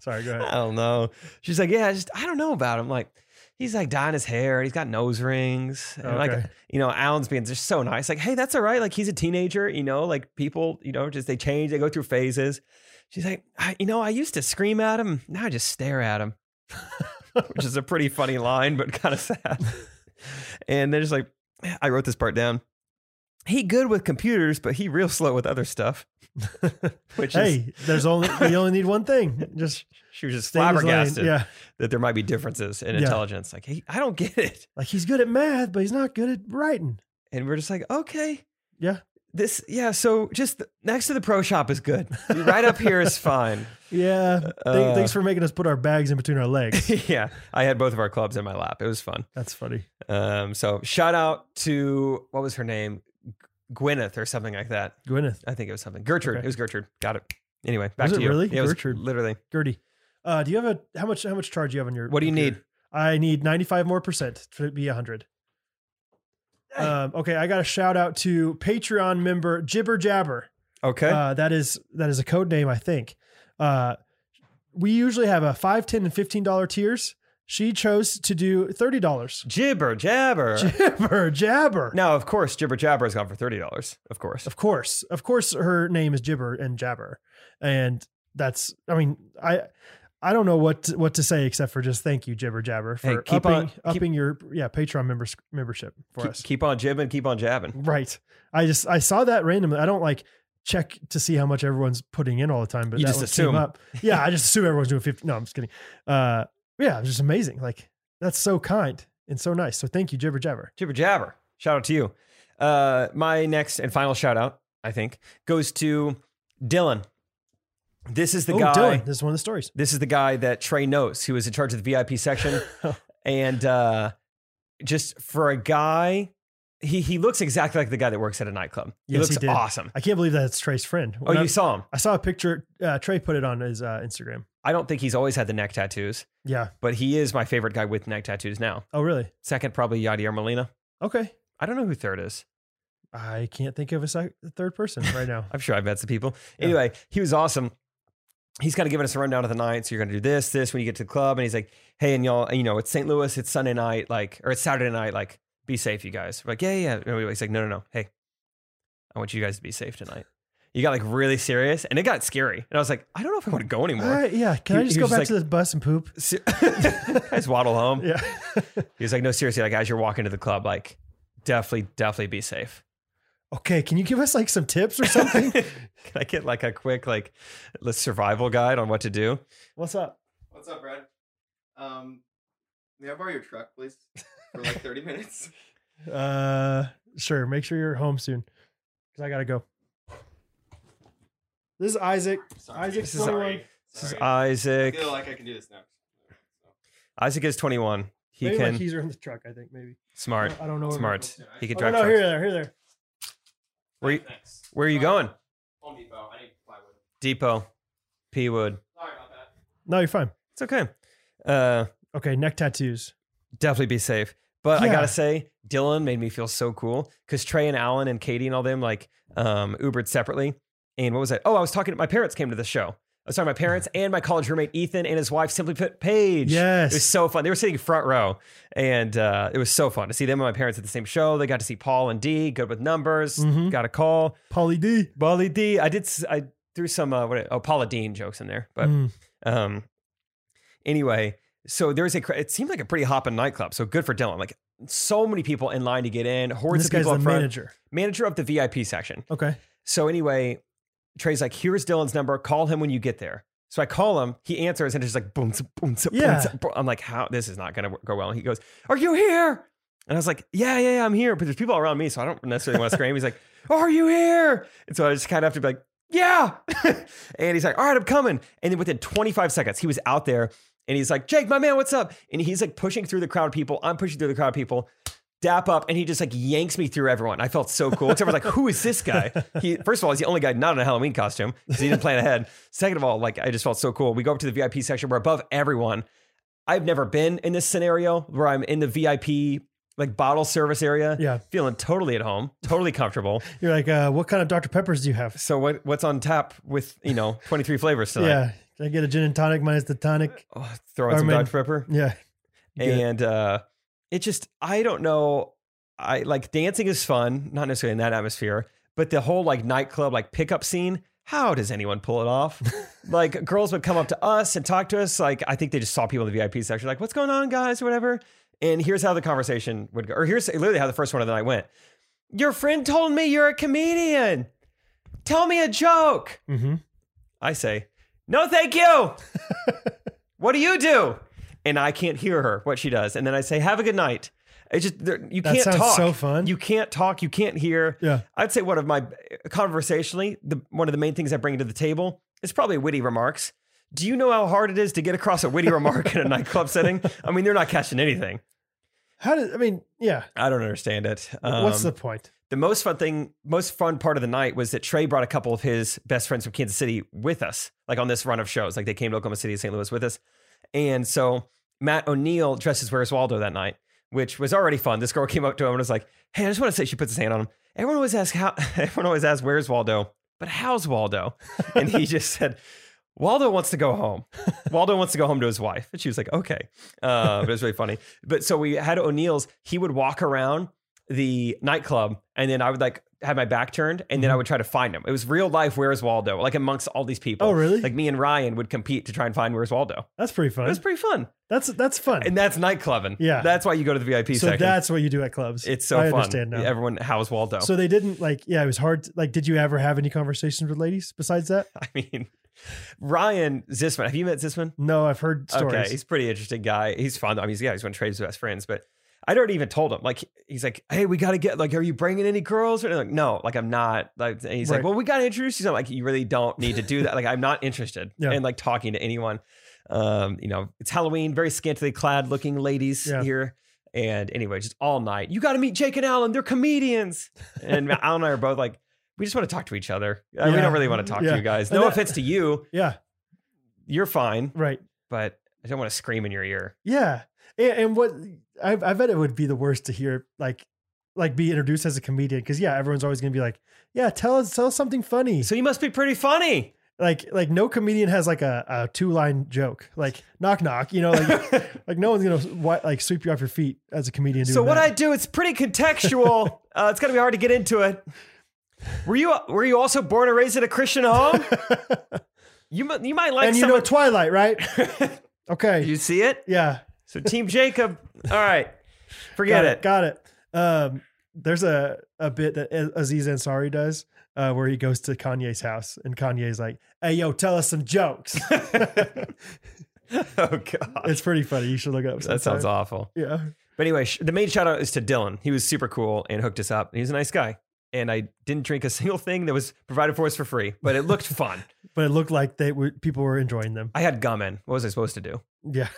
Sorry, go [LAUGHS] ahead. I don't know. She's like, yeah, I just I don't know about him. Like, he's like dyeing his hair. He's got nose rings. And like, Okay. you know, Alan's being just so nice. Like, hey, that's all right. Like, he's a teenager. You know, like people, you know, just they change. They go through phases. She's like, I, you know, I used to scream at him. Now I just stare at him, [LAUGHS] which is a pretty funny line, but kind of sad. and they're just like, I wrote this part down. He good with computers, but he real slow with other stuff. [LAUGHS] Which is, Hey, there's only we only need one thing. Just she was just stay in his lane. flabbergasted. Yeah. that there might be differences in Yeah. intelligence. Like, hey, I don't get it. Like he's good at math, but he's not good at writing. And we're just like, okay. Yeah. This, yeah. So just th- next to the pro shop [LAUGHS] is good. right up here is fine. Yeah. Th- Uh, thanks for making us put our bags in between our [LAUGHS] legs. yeah. I had both of our clubs in my lap. It was fun. That's funny. Um, so shout out to what was her name? G- Gwyneth or something like that. Gwyneth. I think it was something. Gertrude. Okay. It was Gertrude. Got it. Anyway, back Was to it you. really? Yeah, it was Gertrude. Literally. Gertie. Uh, do you have a how much how much charge do you have on your What do you computer? need? I need 95 more percent to be 100. Um, okay, I got a shout out to Patreon member Jibber Jabber. Okay. Uh, that is that is a code name, I think. Uh, we usually have a five, ten, and fifteen dollar tiers. She chose to do thirty dollars. Jibber jabber. Jibber jabber. now, of course, Jibber jabber has gone for thirty dollars. Of course. Of course, of course, her name is Jibber and Jabber, and that's. I mean, I. I don't know what to, what to say except for just thank you, Jibber Jabber, for Hey, keep upping on- keep- upping your yeah Patreon members membership for Keep, us. keep on jibbing. Keep on jabbing. Right. I just I saw that randomly. I don't like check to see how much everyone's putting in all the time, but You that just one assume. came up. Yeah, I just assume everyone's doing 50. No, I'm just kidding. Uh yeah, it's just amazing. Like that's so kind and so nice. So thank you, Jibber Jabber. Jibber Jabber. Shout out to you. Uh, my next and final shout out, I think, goes to Dylan. This is the oh, guy. Dylan, this is one of the [LAUGHS] stories. This is the guy that Trey knows, who was in charge of the VIP [LAUGHS] section, and uh, just for a guy, he he looks exactly like the guy that works at a nightclub. He Yes, he looks did. awesome. I can't believe that's Trey's friend. Oh, When I, you saw him? I saw a picture uh, Trey put it on his uh, Instagram. I don't think he's always had the neck tattoos, Yeah. but he is my favorite guy with neck tattoos now. Oh, really? Second, probably Yadier Molina. Okay. I don't know who third is. I can't think of a sec- third person right [LAUGHS] now. I'm sure I've met some people. Yeah. Anyway, he was awesome. He's kind of giving us a rundown of the night. So you're going to do this, this when you get to the club. And he's like, hey, and y'all, you know, it's St. Louis. It's Sunday night, like, or it's Saturday night. Like, be safe, you guys. We're like, yeah, yeah. yeah." And he's like, no, no, no. Hey, I want you guys to be safe tonight. You got like really serious, and it got scary. And I was like, I don't know if I want to go All anymore. [LAUGHS] right, yeah. Can He- I just he go was back like- to um, this bus and poop? [LAUGHS] Se- I just waddle home. Yeah. [LAUGHS] He was like, No, seriously, like as you're walking to the club, like definitely, definitely be safe. okay. Can you give us like some tips or something? [LAUGHS] Can I get like a quick like let's survival guide on what to do? What's up? What's up, Brad? Um, may I borrow your truck, please, for like thirty minutes? Uh, sure. Make sure you're home soon, because I gotta go. This is Isaac. Sorry. Isaac's This is- 21. This is Sorry. I Isaac. feel like I can do this now. Isaac is 21. He maybe can my keys are in the truck. I think maybe. smart, I don't know. where my- smart. He can Oh, no, drive. no, trucks. here, there, here, there. Where you- Thanks. Where are you going? Home Depot. I need plywood. Depot, P Wood. Sorry about that. No, you're fine. It's okay. Uh, Okay, neck tattoos. definitely be safe. But I Yeah. gotta say, Dylan made me feel so cool because Trey and Alan and Katie and all them like um, Ubered separately. And what was that? Oh, I was talking. My parents came to the show. I was talking to my [LAUGHS] parents and my college roommate Ethan and his wife Simply Put Paige. Yes. It was so fun. They were sitting front row, and uh, it was so fun to see them and my parents at the same show. They got to see Paul and D, good with numbers. Mhm. Got a call. Polly D. Polly D. I did. s- I threw some uh, what? Oh, Paula Dean jokes in there, but Mm. um, anyway, so there's a. cra- It seemed like a pretty hopping nightclub. So good for Dylan. Like so many people in line to get in. Hordes This of guy's people the up front. manager. Manager of the VIP section. Okay. So anyway, Trey's like, "Here's Dylan's number. Call him when you get there." So I call him. He answers and it's just like boom, zip, boom, zip, boom, Yeah. zip, boom. I'm like, "How? This is not going to go well." And he goes, "Are you here?" And I was like, "Yeah, yeah, yeah, I'm here." But there's people around me, so I don't necessarily want to scream. He's like, "Are you here?" And so I just kind of have to be like, "Yeah." [LAUGHS] and he's like, "All right, I'm coming." And then within 25 seconds, he was out there, and he's like, "Jake, my man, what's up?" And he's like pushing through the crowd of people. I'm pushing through the crowd of people dap up and he just like yanks me through everyone. I felt so cool. Except for like, who is this guy? He first of all, he's the only guy not in a Halloween costume because he didn't plan ahead. Second of all, like I just felt so cool. We go up to the VIP section. We're above everyone. I've never been in this scenario where I'm in the VIP like bottle service area. Yeah. Feeling totally at home, [LAUGHS] totally comfortable. [LAUGHS] You're like, uh, what kind of Dr. Peppers do you have? So what what's on tap with, you know, 23 flavors tonight? Yeah. Can I get a gin and tonic minus the tonic? Oh, throw in some Armin. Dr. Pepper. Yeah. Good. and uh it just i don't know i like dancing is fun not necessarily in that atmosphere but the whole like nightclub like pickup scene how does anyone pull it off like girls would come up to us and talk to us like i think they just saw people in the vip section like what's going on guys or whatever and here's how the conversation would go or here's literally how the first one of the night went your friend told me you're a comedian tell me a joke Mm-hmm. I say, No, [LAUGHS] thank you. what do you do? And I can't hear her, what she does. And then I say, Have a good night. It's just, there, you That can't sounds talk. so fun. You can't talk. You can't hear. Yeah. I'd say one of my, conversationally, the, one of the main things I bring to the table is probably witty remarks. Do you know how hard it is to get across a witty remark in a nightclub setting? I mean, they're not catching anything. How did I mean? Yeah. I don't understand it. What's Um, the point? the most fun thing, most fun part of the night was that Trey brought a couple of his best friends from Kansas City with us, like on this run of shows. Like they came to Oklahoma City, St. Louis with us. And so Matt O'Neill dressed as Where's Waldo that night, which was already fun. This girl came up to him and was like, Hey, I just want to say, she puts his hand on him. Everyone always asks how, [LAUGHS] everyone always asks, Where's Waldo? But how's Waldo? [LAUGHS] And he just said, Waldo wants to go home. Waldo wants to go home to his wife. And she was like, okay. Uh, but it was really funny. But so we had O'Neill's, he would walk around the nightclub and then I would like have my back turned and Mm-hmm. then I would try to find him. It was real life, where's Waldo? Like amongst all these people. Oh, really? Like me and Ryan would compete to try and find where's Waldo. That's pretty fun. It was pretty fun. that's that's fun. And that's nightclubbing. Yeah. That's why you go to the VIP so section. that's what you do at clubs. it's so I fun. understand now. Everyone, how's Waldo? So they didn't like. Yeah, it was hard. to- like, did you ever have any conversations with ladies besides that? [LAUGHS] I mean, Ryan Zisman. Have you met Zisman? No, I've heard stories. Okay, he's a pretty interesting guy. He's fun. I mean, he's, yeah, he's one of Trey's best friends, but I'd already even told him, like, he's like, hey, we got to get, like, are you bringing any girls? And I'm like, no, like, I'm not. Like, and he's Right. like, well, we got to introduce you. So I'm like, you really don't need to do that. Like, I'm not interested Yeah. in, like, talking to anyone. Um, you know, it's Halloween, very scantily clad looking ladies Yeah. here. And anyway, just all night, you got to meet Jake and Alan. They're comedians. And [LAUGHS] Alan and I are both like, we just want to talk to each other. Uh, We Yeah. don't really want to talk Yeah. to you guys. And No that- offense to you. yeah. You're fine Right. but I don't want to scream in your ear. Yeah. And, and what I, I bet it would be the worst to hear like like be introduced as a comedian because yeah, everyone's always gonna be like, yeah, tell us tell us something funny. So you must be pretty funny. like like no comedian has like a, a two line joke like knock knock you know like [LAUGHS] like no one's gonna wi- like sweep you off your feet as a comedian. so doing what that. [LAUGHS] I do, it's pretty contextual. uh, it's gonna be hard to get into it. Were you were you also born and raised in a Christian [LAUGHS] home? you mu- you might like and you some. know of- Twilight, [LAUGHS] right? Okay. you see it? Yeah. So [LAUGHS] Team Jacob. All right, forget got it. Got it. Um, there's a, a bit that A- Aziz Ansari does uh, where he goes to Kanye's house and Kanye's like, hey, yo, tell us some [LAUGHS] jokes. [LAUGHS] Oh god, it's pretty funny. You should look it up. that sounds sometime. awful. Yeah. But anyway, sh- the main shout out is to Dylan. He was super cool and hooked us up. He's a nice guy. And I didn't drink a [LAUGHS] single thing that was provided for us for free, but it [LAUGHS] looked fun. But it looked like they were, people were enjoying them. I had gum in. What was I supposed [LAUGHS] to do? Yeah.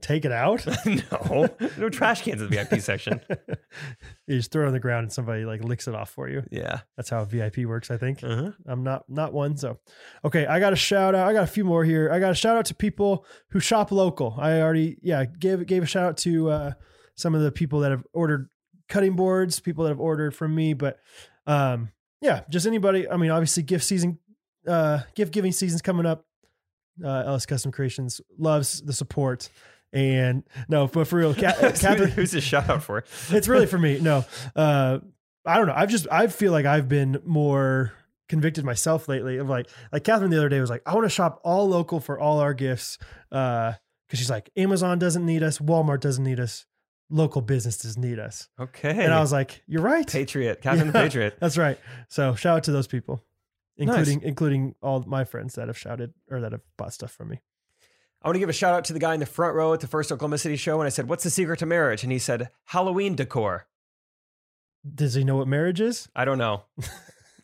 Take it [LAUGHS] out. [LAUGHS] no, no trash cans at the VIP section. you just throw it on the ground and somebody like licks it off for you. Yeah. That's how VIP works, I think. Uh-huh. I'm not not one. So, okay, I got a shout out. I got a few more here. I got a shout out to people who shop local. I already yeah gave gave a shout out to uh, some of the people that have ordered cutting boards, people that have ordered from me. But um, yeah, just anybody. I mean, obviously, gift season, uh, gift giving season's coming up. Uh, Ellis Custom Creations loves the support, and no, but for real, Ca- [LAUGHS] [LAUGHS] Catherine, Who's this shout [LAUGHS] out for? it's really for me. No, uh, I don't know. I've just I feel like I've been more convicted myself lately of like like Catherine the other day was like I want to shop all local for all our gifts because she's like Amazon doesn't need us, Walmart doesn't need us, local businesses need us, Okay. and I was like, you're right, Patriot, Captain the [LAUGHS] Yeah. Patriot. that's right. So shout out to those people. Nice. Including including all my friends that have shouted or that have bought stuff from me. I want to give a shout out to the guy in the front row at the first Oklahoma City show. And I said, What's the secret to marriage? And he said, Halloween decor. Does he know what marriage is? I [LAUGHS] don't know.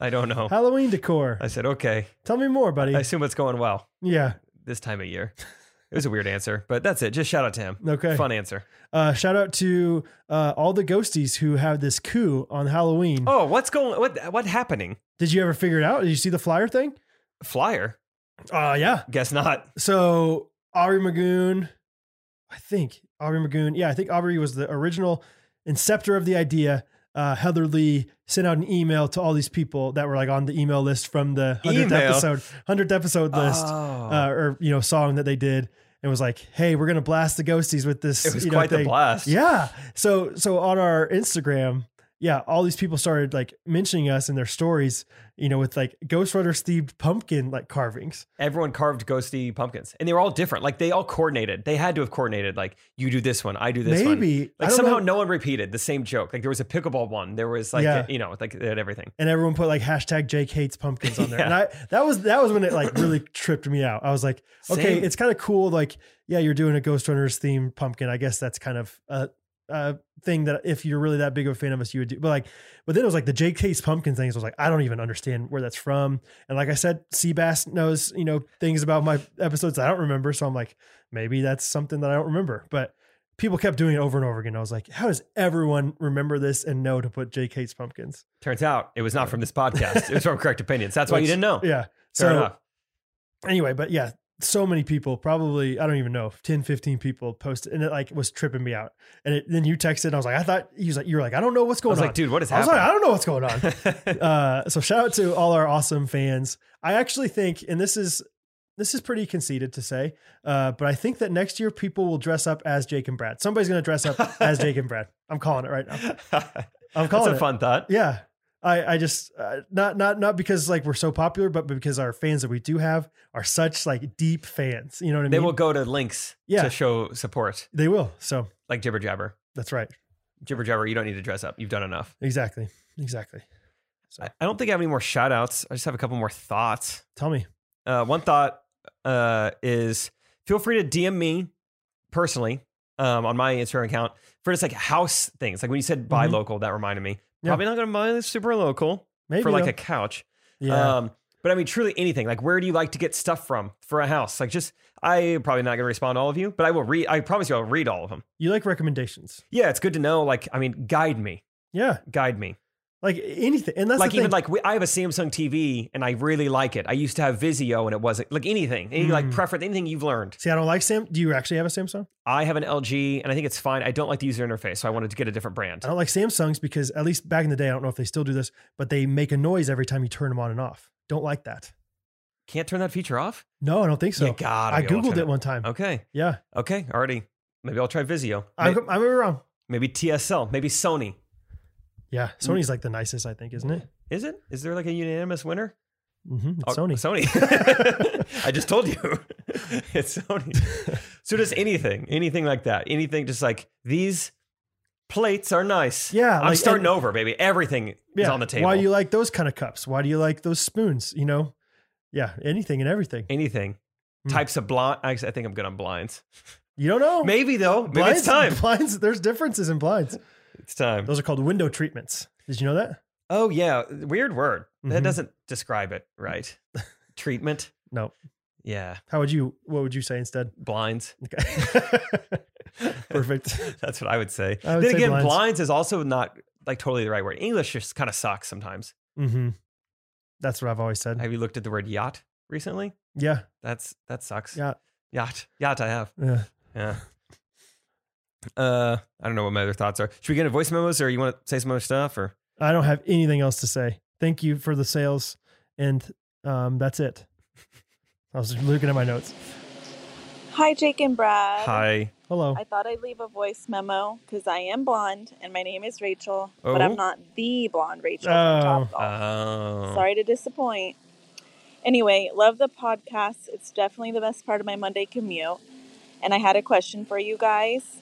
I don't know. Halloween decor. Oh. I said, Okay. Tell me more, buddy. I assume it's going well yeah. this time of year. It was a weird answer, but that's it. Just shout out to him. Okay. Fun answer. Uh, shout out to uh, all the ghosties who have this coup on Halloween. Oh, what's going what what happening? Did you ever figure it out? Did you see the flyer thing? Flyer? Uh, yeah. Guess not. So Aubrey Magoon, I think Aubrey Magoon. Yeah, I think Aubrey was the original inceptor of the idea. Uh, Heather Lee sent out an email to all these people that were like on the email list from the 100th Email? episode, 100th episode list, Oh. uh, or you know, song that they did, and was like, "Hey, we're gonna blast the ghosties with this." it was you know, quite the thing. blast. Yeah. So so on our Instagram, yeah, all these people started like mentioning us in their stories, you know, with like Ghost Runners themed pumpkin like carvings. Everyone carved ghosty pumpkins. And they were all different. Like they all coordinated. They had to have coordinated. Like, you do this one, I do this one. Maybe I Like don't somehow know. no one repeated the same joke. Like there was a pickleball one. There was like Yeah. you know like they had everything. and everyone put like hashtag Jake hates pumpkins on there. [LAUGHS] Yeah. And I that was that was when it like really tripped me out. I was like, okay, Same. it's kind of cool. Like, yeah, you're doing a Ghost Runners themed pumpkin. I guess that's kind of a, a thing that if you're really that big of a fan of us, you would do. But like, but then it was like the Jake hates pumpkin things. I was like, I don't even understand where that's from. And like I said, Seabass knows you know things about my episodes I don't remember. So I'm like, maybe that's something that I don't remember. But people kept doing it over and over again. I was like, how does everyone remember this and know to put Jake hates pumpkins? Turns out it was not from this podcast. it was from Correct Opinions. That's why you Which- didn't know. Yeah. Fair so enough. anyway, but yeah, so many people, probably, I don't even know, 10, 15 people posted and it like was tripping me out. And it, then you texted and I was like, I thought he was like, you were like, I don't know what's I going was on. like, dude, what is I was like, I happening? don't know what's going on. [LAUGHS] Like, uh, so shout out to all our awesome fans. I actually think, and this is, this is pretty conceited to say, uh, but I think that next year people will dress up as Jake and Brad. Somebody's going to dress up as Jake and Brad. I'm calling it right now. [LAUGHS] I'm That's calling a it. fun thought. Yeah. I, I just uh, not not not because like we're so popular, but because our fans that we do have are such like deep fans. You know what I They mean? will go to links Yeah. to show support, They will. So like Jibber Jabber. that's right. Jibber Jabber, you don't need to dress up. You've done enough. Exactly. Exactly. I I don't think I have any more shout outs. I just have a couple more thoughts. Tell me. Uh, one thought uh, is feel free to DM me personally um, on my Instagram account for just like house things. Like when you said buy Mhm. local, that reminded me. Yeah. Probably not going to buy this super local Maybe for like though. a couch. yeah. Um, but I mean, truly anything. Like, where do you like to get stuff from for a house? Like, just I probably not going to respond to all of you, but I will read. I promise you, I'll read all of them. you like recommendations. Yeah, it's good to know. Like, I mean, guide me, Yeah. guide me. Like anything. And that's like the thing. even like we, I have a Samsung TV and I really like it. I used to have Vizio and it wasn't like anything. Any like Mm. preference, anything you've learned. See, I don't like Sam. Do you actually have a Samsung? I have an LG and I think it's fine. I don't like the user interface, so I wanted to get a different brand. I don't like Samsungs because at least back in the day, I don't know if they still do this, but they make a noise every time you turn them on and off. Don't like that. Can't turn that feature off. No, I don't think so. you gotta. I be able to googled turn it one time. Okay, Yeah, okay, already. Maybe I'll try Vizio. I, May- I may be wrong. Maybe TSL. Maybe Sony. Yeah, Sony's like the nicest, I think, isn't it? Is it? Is there like a unanimous winner? hmm It's Oh, Sony. [LAUGHS] Sony. [LAUGHS] I just told you. [LAUGHS] it's Sony. So just anything, anything like that. Anything just like these plates are nice. Yeah, I'm like- starting and- over, baby. Everything is on the table. Why do you like those kind of cups? Why do you like those spoons? You know, yeah, anything and everything. anything. Hmm. Types of blind. I think I'm good on blinds. You don't know. Maybe though. Maybe blinds, it's time. Blinds. There's differences in blinds. [LAUGHS] It's time. Those are called window treatments. Did you know that? Oh yeah, weird word. Mhm. That doesn't describe it Mm. [LAUGHS] right. Treatment. No. Yeah, How would you? What would you say instead? blinds. [LAUGHS] Okay. [LAUGHS] Perfect. That's what I would say. I would then say again, blinds. blinds. is also not like totally the right word. English just kind of sucks sometimes. Mm-hmm. That's what I've always said. Have you looked at the word yacht recently? yeah. That's that sucks. Yeah. Yacht. Yacht. I have. Yeah. Yeah. [LAUGHS] Uh, I don't know what my other thoughts are. Should we get into voice memos, or you want to say some other stuff, or I don't have anything else to say. Thank you for the sales, and um, that's it. I was just looking at my notes. Hi, Jake and Brad. hi? Hello. I thought I'd leave a voice memo because I am blonde and my name is Rachel, but Oh. I'm not the blonde Rachel Oh. from Oh, Topgolf. Sorry to disappoint. Anyway, love the podcast. It's definitely the best part of my Monday commute. And I had a question for you guys.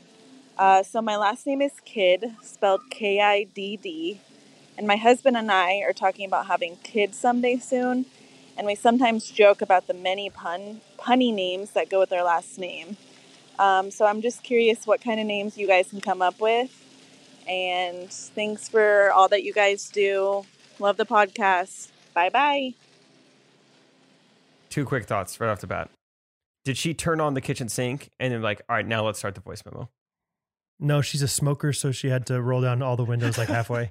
Uh, so, my last name is Kid, spelled K I D D. And my husband and I are talking about having kids someday soon. And we sometimes joke about the many pun punny names that go with our last name. Um, so, I'm just curious what kind of names you guys can come up with. And thanks for all that you guys do. Love the podcast. Bye bye. two quick thoughts right off the bat. Did she turn on the kitchen sink and then like, all right, now let's start the voice memo? No, she's a smoker, so she had to roll down all the windows like [LAUGHS] halfway.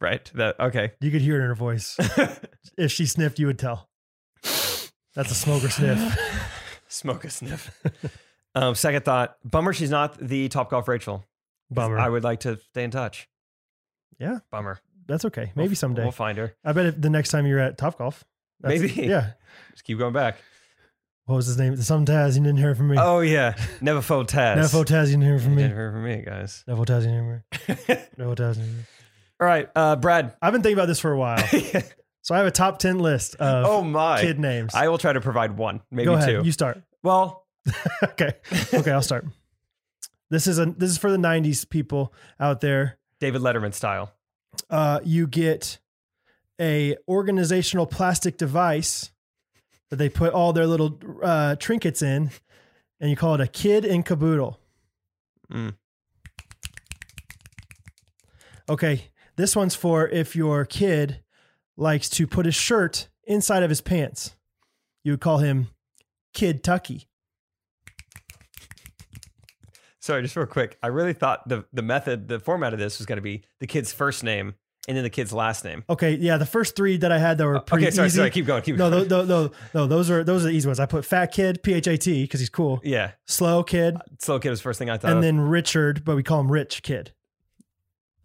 Right. That okay. You could hear it in her [LAUGHS] voice. if she sniffed, you would tell. That's a smoker [LAUGHS] sniff. Smoke a sniff. um, second thought. Bummer she's not the top golf Rachel. Bummer. I would like to stay in touch. Yeah. Bummer. That's okay. We'll Maybe f- someday. We'll find her. I bet if the next time you're at Top Golf. Maybe. Yeah. Just keep going back. What was his name? Some Taz you didn't hear from me. Oh yeah. Never fold Taz. Nefo Taz you didn't hear from me. Never heard from me, guys. Nefo Taz you didn't hear from [LAUGHS] me. Nefo Taz you didn't hear from me. All right, uh, Brad. [LAUGHS] I've been thinking about this for a while. so I have a top 10 list of oh my. kid names. I will try to provide one, maybe Go ahead. two. You start. [LAUGHS] well, [LAUGHS] okay. Okay, I'll start. This is a this is for the 90s people out there. David Letterman style. Uh, you get a organizational plastic device that they put all their little uh, trinkets in and you call it a kid in caboodle. Mm. Okay. This one's for if your kid likes to put his shirt inside of his pants. You would call him Kid Tucky. Sorry, just real quick. I really thought the the method, the format of this was going to be the kid's first name and then the kid's last name. Okay, yeah, the first three that I had that were pretty Uh, okay, sorry, easy. sorry. Keep going. Keep no, going. no, no, no, no, those are those are the easy ones. I put Fat Kid, P H A T, because he's cool. [LAUGHS] yeah, Slow Kid, slow kid was the first thing I thought. and of. then Richard, but we call him Rich Kid,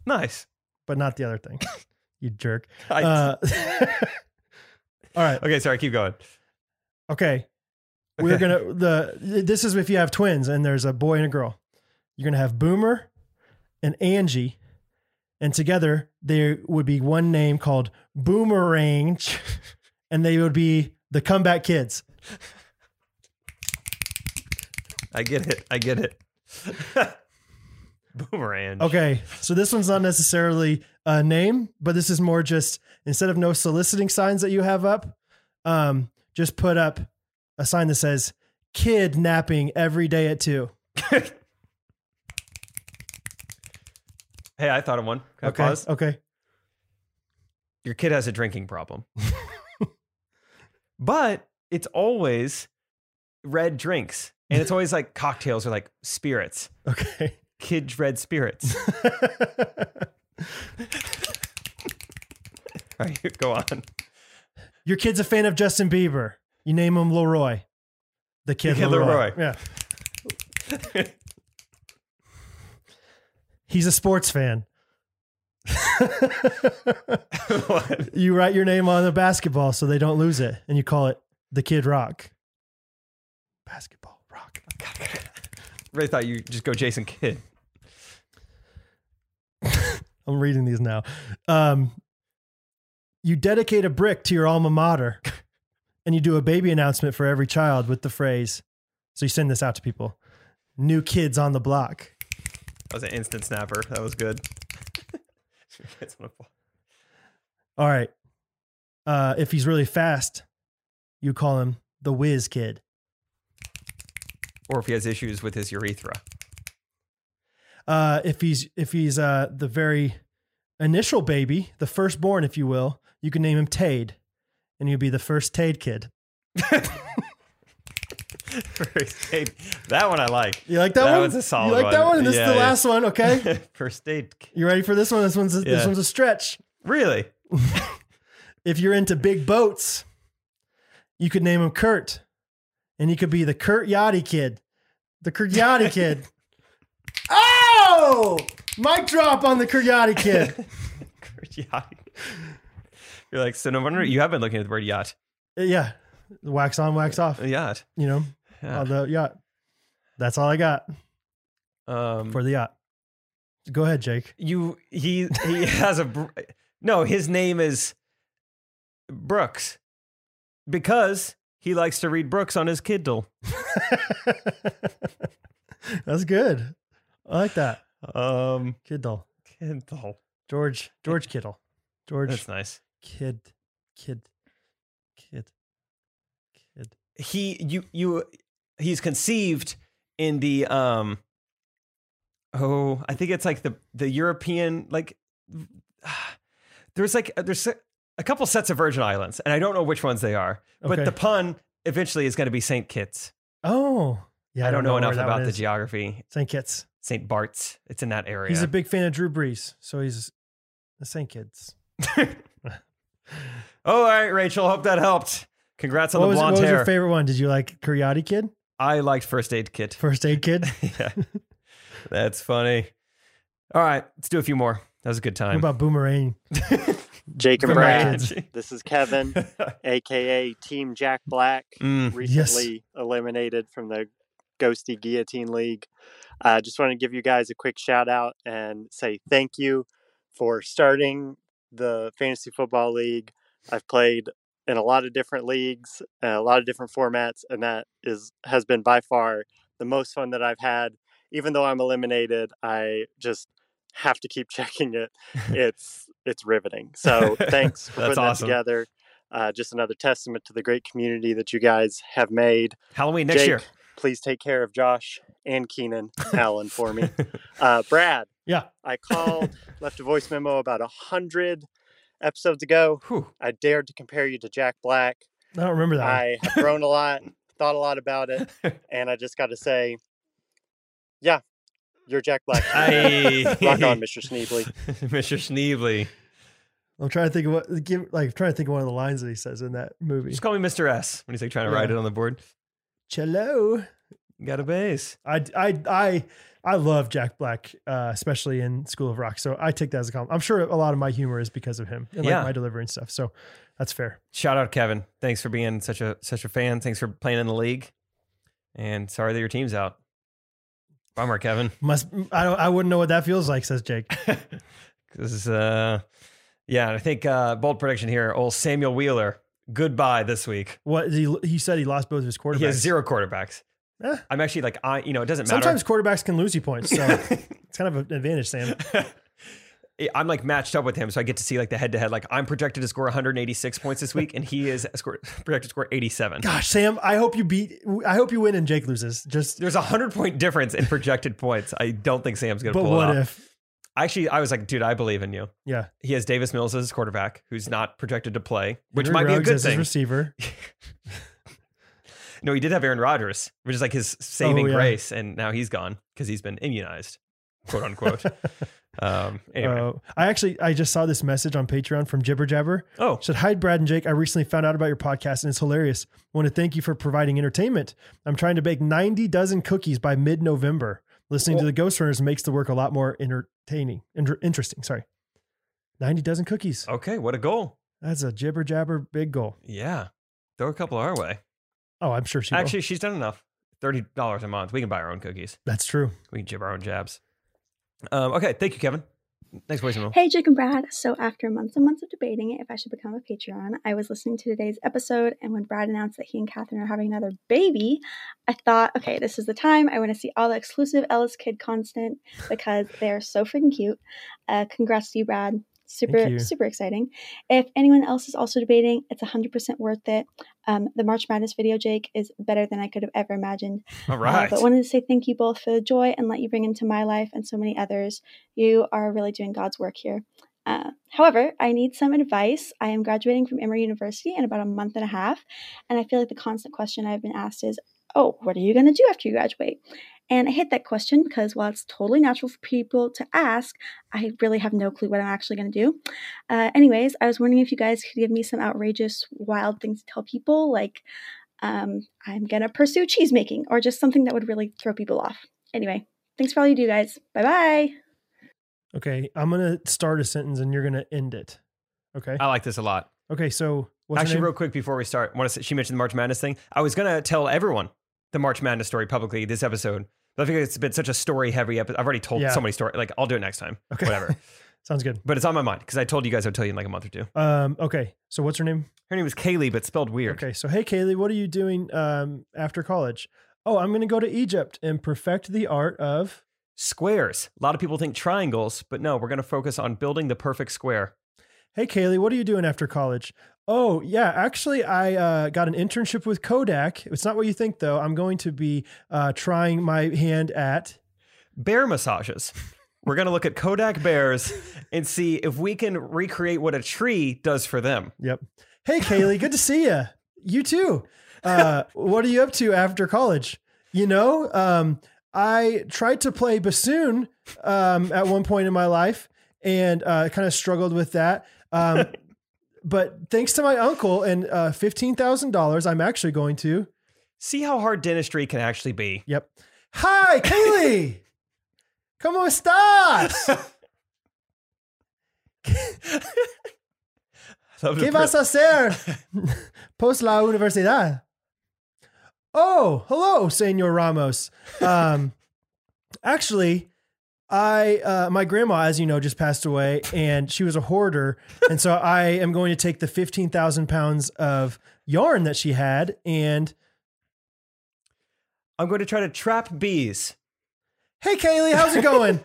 nice. but not the other thing. [LAUGHS] you jerk. I- [LAUGHS] Uh, [LAUGHS] all right, okay, sorry. Keep going. okay. We're Okay. gonna the this is if you have twins and there's a boy and a girl. You're gonna have Boomer and Angie, and together there would be one name called Boomerang, [LAUGHS] and they would be the comeback kids. I get it. I get it. [LAUGHS] Boomerang. Okay, so this one's not necessarily a name, but this is more just instead of no soliciting signs that you have up, um, just put up a sign that says "kidnapping every day at 2. Hey, I thought of one. Can Okay, I pause? okay, Your kid has a [LAUGHS] drinking problem, but it's always red drinks, and it's always like cocktails or like spirits. okay. [LAUGHS] Kids red spirits. All right, go on. Your kid's a fan of Justin Bieber. You name him Leroy, the kid, The kid Leroy. Leroy. Yeah, he's a sports fan. [LAUGHS] [LAUGHS] What? You write your name on the basketball so they don't lose it, and you call it the Kid Rock. Basketball Rock. God, I really thought you just go Jason Kidd. I'm reading these now. Um, you dedicate a brick to your alma mater [LAUGHS] and you do a baby announcement for every child with the phrase. So you send this out to people new kids on the block. That was an instant snapper. That was [LAUGHS] good. It's on a block. All right. Uh, if he's really fast, you call him the whiz kid. or if he has issues with his [LAUGHS] urethra. Uh, if he's if he's uh, the very initial baby, the firstborn, if you will, you can name him Tade, and you'll be the first Tade kid. First aid. That one I [LAUGHS] like. You like that, That one? was a solid you like that one. one? And this is Yeah, the yeah. last one. Okay, [LAUGHS] First aid. you ready for this one? This one's a, this Yeah. one's a stretch. [LAUGHS] Really? If you're into big boats, you could name him Kurt, and he could be the Kurt Yachty kid, the Kurt [LAUGHS] Yachty kid. Oh, mic drop on the Kurt Yachty [LAUGHS] kid. yacht. You're like, so no wonder you have been looking at the word yacht. yeah, wax on, wax off. A yacht. You know, Yeah. on the yacht. That's all I got Mm-hmm. Um, for the yacht. Go ahead, [LAUGHS] Jake. you he he [LAUGHS] has a br- no. His name is Brooks because he likes to read Brooks on his Kindle. That's good. I like that. Um, Kiddle. Kindle. George. George Kittle. George That's nice. Kid. Kid. Kid. Kid. he you you he's conceived in the um oh i think it's like the the european like [SIGHS] there's like uh, there's a couple sets of virgin islands and i don't know which ones they are but Okay. the pun eventually is going to be saint kitts Oh. Yeah. i, don't know, enough about the G. geography St. Kitts. saint bart's it's in that area He's a big fan of Drew Brees. So he's the St. Kitts. oh all right rachel hope that helped congrats on What the was, what blonde was your hair favorite one? Did you like Karate Kid? i liked first aid kit First Aid [LAUGHS] Kid? yeah. That's funny. All right, let's do a few more. That was a good what time. about Boomerang? Jake and Boomerang Brad. Kids. This is [LAUGHS] Kevin, aka Team Jack Black, Mm, recently eliminated from the Ghosty Guillotine League. I just want to give you guys a quick shout out and say thank you for starting the Fantasy Football League. I've played in a lot of different leagues, and a lot of different formats, and that is has been by far the most fun that I've had. Even though I'm eliminated, I just have to keep [LAUGHS] [LAUGHS] checking it. It's it's riveting. So thanks for That's putting awesome. that together. Uh, just another testament to the great community that you guys have made. Halloween next Jake, year. Please take care of Josh and Keenan Allen for [LAUGHS] me. Uh, Brad, Yeah. I called, left a voice memo about a hundred episodes ago. Whew. I dared to compare you to Jack Black. I don't [LAUGHS] remember that. one. I have grown a lot, thought a lot about it, and I just got to say, yeah, you're Jack Black. Aye. [LAUGHS] Rock on, [LAUGHS] Mr. Sneebly. Mr. Schneebly. I'm trying to think of what give like trying to think of one of the lines that he says in that movie. Just call me Mr. S when he's like trying to Yeah. write it on the board. Cello. You got a base. I I I I love Jack Black, uh, especially in School of Rock. So I take that as a compliment. I'm sure a lot of my humor is because of him and Yeah. like my delivery and stuff. So that's fair. Shout out Kevin. Thanks for being such a such a fan. Thanks for playing in the league. And sorry that your team's out. Bummer, Kevin. [LAUGHS] Must I don't I wouldn't know what that feels like, says Jake. Because uh, yeah, I think uh, bold prediction here. Old Samuel Wheeler, goodbye this week. What he he said he lost both of his quarterbacks. He has zero quarterbacks. Eh. I'm actually like I, you know, it doesn't Sometimes matter. quarterbacks can lose you points, [LAUGHS] so it's kind of an advantage, Sam. I'm like matched up with him, so I get to see like the head to head. Like I'm projected to score 186 points this week, and he is [LAUGHS] score, projected to score 87. Gosh, Sam, I hope you beat. I hope you win and Jake loses. Just There's a hundred point difference in projected points. I don't think Sam's gonna but pull it what off. if? Actually, I was like, dude, I believe in you. Yeah, He has Davis Mills as his quarterback, who's not projected to play, which Henry might be a Ruggs good as his thing. receiver. No, he did have Aaron Rodgers, which is like his saving Oh, yeah. grace, and now he's gone because he's been immunized, [LAUGHS] quote unquote. um, anyway, Uh, I actually I just saw this message on Patreon from Jibber Jabber. oh, Said, Hi, Brad and Jake. I recently found out about your podcast and it's hilarious. want to thank you for providing entertainment. I'm trying to bake 90 dozen cookies by mid November. Listening to the Ghost Runners makes the work a lot more entertaining, inter- interesting. Sorry. 90 dozen cookies. okay, what a goal! That's a Jibber Jabber big goal. Yeah, throw a couple our way. Oh, I'm sure she Actually, Actually, she's done enough. Thirty dollars a month, we can buy our own cookies. That's true. We can jib our own jabs. Um, okay, thank you, Kevin. Thanks, voicemail. Hey, Jake and Brad. So, after months and months of debating if I should become a Patreon, I was listening to today's episode, and when Brad announced that he and Catherine are having another baby, I thought, okay, this is the time. I want to see all the exclusive Ellis Kid content because they're so freaking cute. Uh, congrats to you, Brad. Super, you. super exciting. If anyone else is also debating, it's 100% worth it. Um, the March Madness video, Jake, is better than I could have ever imagined. All Uh, right. but wanted to say thank you both for the joy and let you bring into my life and so many others. You are really doing God's work here. Uh, however, I need some advice. I am graduating from Emory University in about a month and a half, and I feel like the constant question I've been asked is, Oh, what are you going to do after you graduate? And I hate that question because while it's totally natural for people to ask, I really have no clue what I'm actually going to do. Uh, anyways, I was wondering if you guys could give me some outrageous, wild things to tell people, like um, I'm gonna pursue cheese making or just something that would really throw people off. Anyway, thanks for all you do, guys. Bye bye. Okay, I'm gonna start a sentence and you're gonna end it. Okay. I like this a lot. Okay. So what's her Uh, Actually, name? real quick before we start, I want to say, she mentioned the March Madness thing. I was gonna tell everyone the March Madness story publicly this episode, but I think it's been such a story heavy episode. I've already told Yeah. so many stories. Like I'll do it next time. Okay. [LAUGHS] Whatever. Sounds good. but it's on my mind because I told you guys I'd tell you in like a month or two. Um. Okay. So what's her name? Her name was Kaylee, but spelled weird. Okay. So hey, Kaylee, what are you doing um after college? Oh, I'm gonna go to Egypt and perfect the art of. Squares. A lot of people think triangles, but no, we're gonna focus on building the perfect square. Hey, Kaylee, what are you doing after college? Oh, yeah. Actually, I uh, got an internship with Kodak. It's not what you think, though. I'm going to be uh, trying my hand at. Bear massages. We're gonna look at Kodak [LAUGHS] bears and see if we can recreate what a tree does for them. Yep. Hey, Kaylee, good to see you. You too. Uh, what are you up to after college? You know, um, I tried to play bassoon um, at one point in my life and uh, kind of struggled with that. Um, but thanks to my uncle and uh, $15,000, I'm actually going to. See how hard dentistry can actually be. Yep. Hi, Kaylee. ¿Cómo estás? Love to ¿Qué print- vas a hacer post la universidad? Oh, hello, Senor Ramos. Um, actually, I uh, my grandma, as you know, just passed away, and she was a hoarder, and so I am going to take the fifteen thousand pounds of yarn that she had, and I'm going to try to trap bees. hey, Kaylee, how's it [LAUGHS] going?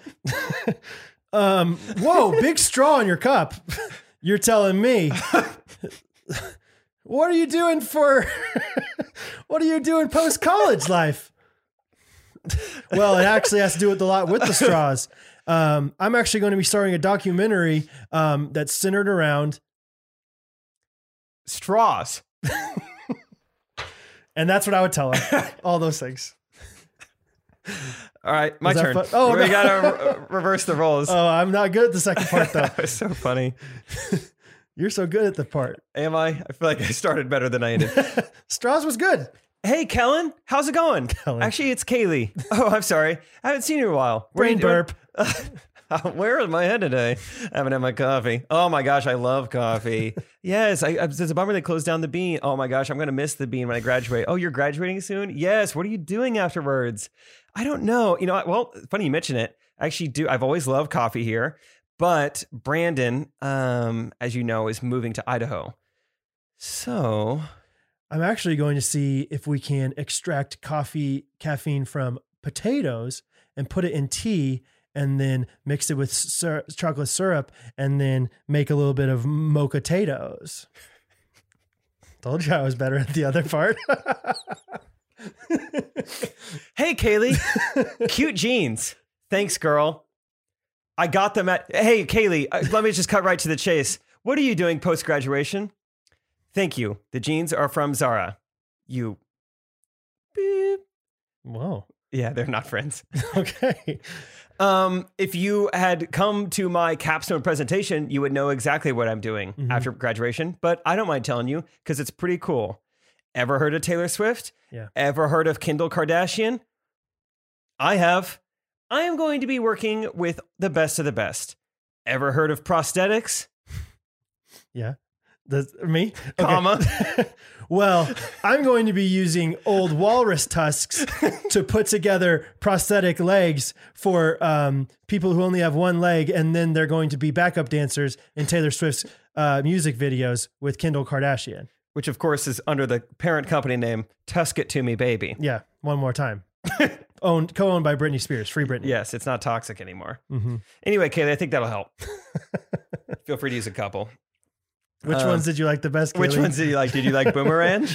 um, whoa, big straw in your cup. You're telling me. what are you doing for? [LAUGHS] what are you doing post college life? well, it actually has to do with a lot with the straws. Um, I'm actually going to be starting a documentary um, that's centered around, Straws. and that's what I would tell her. [LAUGHS] All those things. All right, my Was that turn. fu- oh, we no. [LAUGHS] gotta re- uh, reverse the roles. [LAUGHS] Oh, I'm not good at the second part though. [LAUGHS] that was so funny. You're so good at the [LAUGHS] part. Am I? I feel like I started better than I [LAUGHS] ended. Straws was good. hey, Kellen, how's it going? Kellen. Actually, it's Kaylee. [LAUGHS] Oh, I'm sorry. I haven't seen you in a while. What are Brain you doing? burp. [LAUGHS] Where is my head today? I haven't had my coffee. Oh my gosh, I love coffee. yes, I, I, it's a bummer they closed down the bean. Oh my gosh, I'm going to miss the bean when I graduate. Oh, you're graduating soon? Yes. What are you doing afterwards? I don't know. You know, what? well, funny you mention it. I actually do. I've always loved coffee here, but Brandon, um, as you know, is moving to Idaho. So I'm actually going to see if we can extract coffee caffeine from potatoes and put it in tea and then mix it with syr- chocolate syrup and then make a little bit of mocha potatoes. [LAUGHS] Told you I was better at the other part. [LAUGHS] Hey, Kaylee, cute jeans. Thanks, girl. I got them at. Hey, Kaylee, uh, let me just cut right to the chase. What are you doing post graduation? Thank you. The jeans are from Zara. You. Beep. Whoa. [LAUGHS] Yeah, they're not friends. Okay. Um, if you had come to my capstone presentation, you would know exactly what I'm doing Mhm. after graduation, but I don't mind telling you because it's pretty cool. Ever heard of Taylor Swift? Yeah. Ever heard of Kendall Kardashian? I have. I am going to be working with the best of the best. Ever heard of prosthetics? Yeah. That's me? Okay. comma. [LAUGHS] Well, I'm going to be using old walrus [LAUGHS] tusks to put together prosthetic legs for um, people who only have one leg, and then they're going to be backup dancers in Taylor Swift's uh, music videos with Kendall Kardashian. Which, of course, is under the parent company name Tusk It To Me Baby. Yeah, one more [LAUGHS] time. owned, co-owned by Britney Spears, free Britney. Yes, it's not toxic anymore. Mhm. Anyway, Kaylee, I think that'll [LAUGHS] help. Feel free to use a couple. Which Uh, ones did you like the best? Which Kaylee? ones did you like? Did you [LAUGHS] like Boomerang?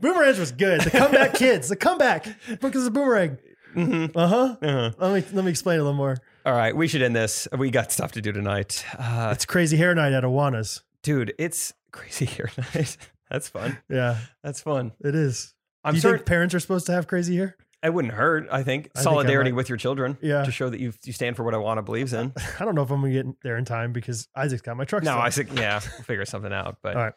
Boomerang was good. The comeback kids. The comeback. Because of Boomerang. Mhm. Uh huh. Uh-huh. Let me let me explain a little more. All right, we should end this. We got stuff to do tonight. Uh, It's crazy hair night at Awana's. dude, it's crazy [LAUGHS] here tonight. That's fun. Yeah, That's fun. it is. I'm Do you certain think parents are supposed to have crazy hair? it wouldn't hurt, I think. I think I Solidarity might. with your children Yeah. to show that you you stand for what Iwana believes in. I don't know if I'm gonna get there in time because Isaac's got my truck. no, still. I think, yeah, we'll figure something out. But All right.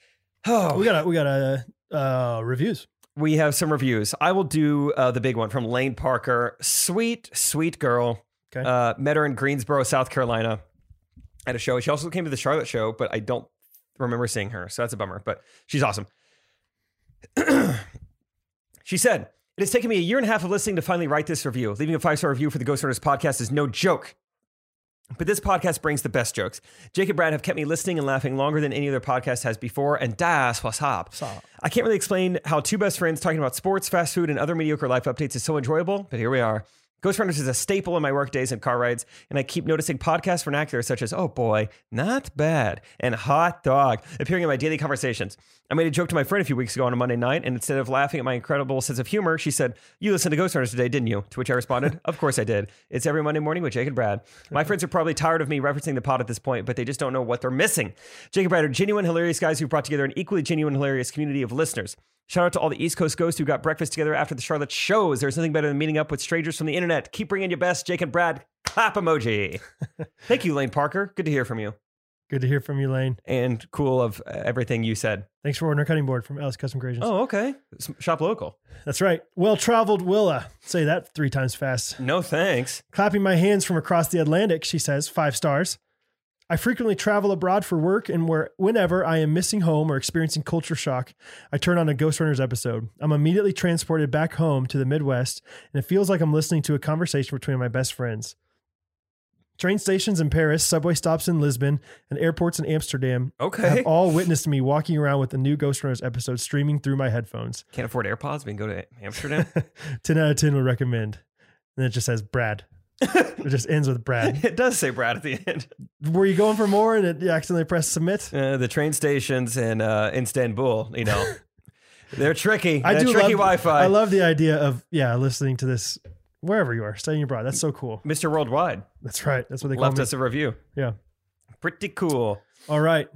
[SIGHS] oh, We got a, we got a uh, reviews. We have some reviews. I will do uh, the big one from Lane Parker. Sweet, sweet girl. Okay. Uh, met her in Greensboro, South Carolina at a show. She also came to the Charlotte show, but I don't remember seeing her. So that's a bummer, but she's awesome. [CLEARS THROAT] she said, It has taken me a year and a half of listening to finally write this review. Leaving a five star review for the Ghost Hunters podcast is no joke. But this podcast brings the best jokes. Jake and Brad have kept me listening and laughing longer than any other podcast has before, and das was hop. Saw. I can't really explain how two best friends talking about sports, fast food, and other mediocre life updates is so enjoyable, but here we are. Ghost Runners is a staple in my work days and car rides, and I keep noticing podcast vernacular such as, oh boy, not bad, and hot dog appearing in my daily conversations. I made a joke to my friend a few weeks ago on a Monday night, and instead of laughing at my incredible sense of humor, she said, You listened to Ghost Runners today, didn't you? To which I responded, Of course I did. It's every Monday morning with Jake and Brad. My friends are probably tired of me referencing the pod at this point, but they just don't know what they're missing. Jake and Brad are genuine, hilarious guys who brought together an equally genuine, hilarious community of listeners. Shout out to all the East Coast ghosts who got breakfast together after the Charlotte shows. There's nothing better than meeting up with strangers from the internet. Keep bringing your best, Jake and Brad. [LAUGHS] Clap emoji. Thank you, Lane Parker. Good to hear from you. Good to hear from you, Lane. And cool of uh, everything you said. Thanks for ordering our cutting board from Alice Custom Creations. Oh, okay. S- Shop local. That's right. Well traveled Willa. Say that three times fast. No thanks. Clapping my hands from across the Atlantic, she says, five stars. I frequently travel abroad for work, and where, whenever I am missing home or experiencing culture shock, I turn on a Ghost Runners episode. I'm immediately transported back home to the Midwest, and it feels like I'm listening to a conversation between my best friends. Train stations in Paris, subway stops in Lisbon, and airports in Amsterdam Okay. have all witnessed me walking around with the new Ghost Runners episode streaming through my headphones. [LAUGHS] [LAUGHS] Can't afford AirPods. We can go to Amsterdam. [LAUGHS] 10 out of 10 would recommend. And then it just says Brad. it just ends with [LAUGHS] Brad. it does say Brad at the end. Were you going for more and it you accidentally pressed submit? Uh, the train stations in uh, Istanbul, [LAUGHS] you know, they're tricky. I They're do tricky love- Wi-Fi. I love the idea of, yeah, listening to this wherever you are, studying abroad. That's so cool. Mr. Worldwide That's right. That's what they call left me. us a review. Yeah. Pretty cool. All right.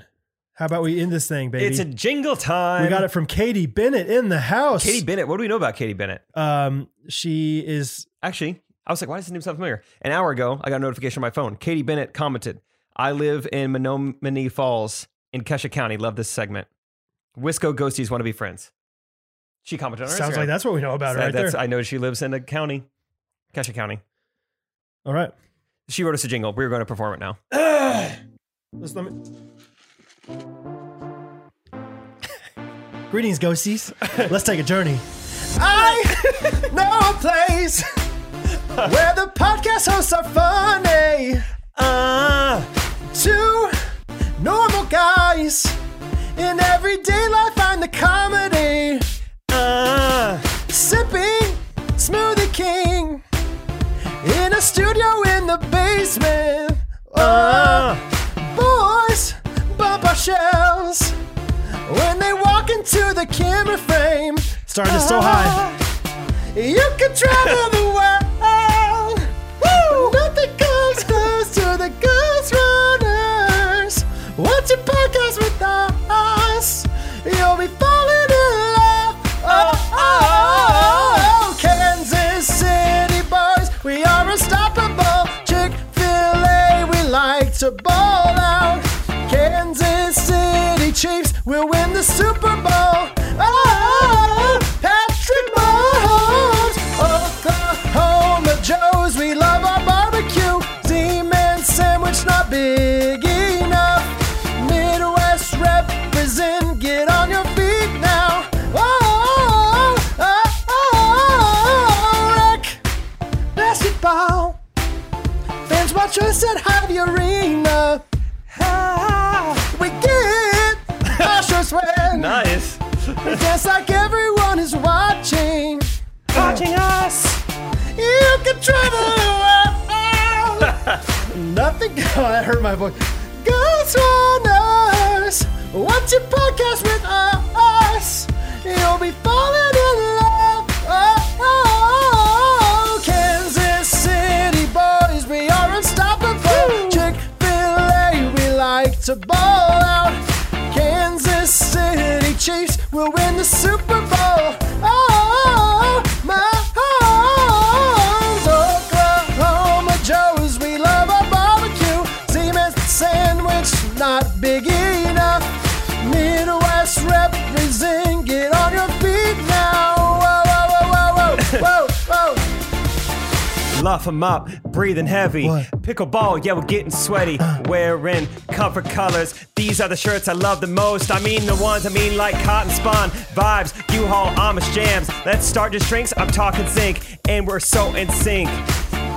How about we end this thing, baby? It's a jingle time. we got it from Katie Bennett in the house. Katie Bennett. What do we know about Katie Bennett? um, she is Actually, I was like, why does the name sound familiar? An hour ago, I got a notification on my phone. Katie Bennett commented, I live in Menominee Falls in Kesha County. Love this segment. Wisco Ghosties want to be friends. She commented on her sounds Instagram. like that's what we know about her So right that's- there. I know she lives in a county, Kesha County. All right. She wrote us a jingle. We were going to perform it now. Let's let me. [LAUGHS] Greetings, [LAUGHS] ghosties. Let's take a journey. I know a place where the podcast hosts are funny. Uh, two normal guys in everyday life find the comedy. Uh, sipping Smoothie King in a studio in the basement. Uh, boys bump our shells when they walk into the camera frame. Starting us so high. You can travel the world. Woo! Nothing comes close to the Ghost Runners. Watch a podcast with us. You'll be falling in love. Oh, oh, oh. Kansas City boys, we are unstoppable. Chick fil A, we like to bowl out. Kansas City Chiefs will win the Super Bowl. Oh, Patrick Mahomes, Oklahoma Joes, we love our barbecue. Z-Man sandwich not big enough. Midwest rep, Nice. Just like everyone is watching. Watching us. You can [LAUGHS] travel around. Nothing. [LAUGHS] Oh, I hurt my voice. Ghost runners, watch your podcast with us. You'll be falling in love. Oh, Kansas City boys, we are unstoppable. Chick Fil A, we like to ball out. Kansas City Chiefs will win the Super Bowl. Oh, my homes, Oklahoma Joes, we love our barbecue. Siemens sandwich, not big enough. Midwest represent, get on your feet now. Whoa, whoa, whoa, whoa, whoa, whoa, whoa. Luff 'em up, breathing heavy. What? Pickleball, yeah, we're getting sweaty. Wearing cover colors. These are the shirts I love the most. I mean the ones I mean like cotton spawn vibes, U-Haul Amish jams. Let's start just drinks. I'm talking zinc, and we're so in sync.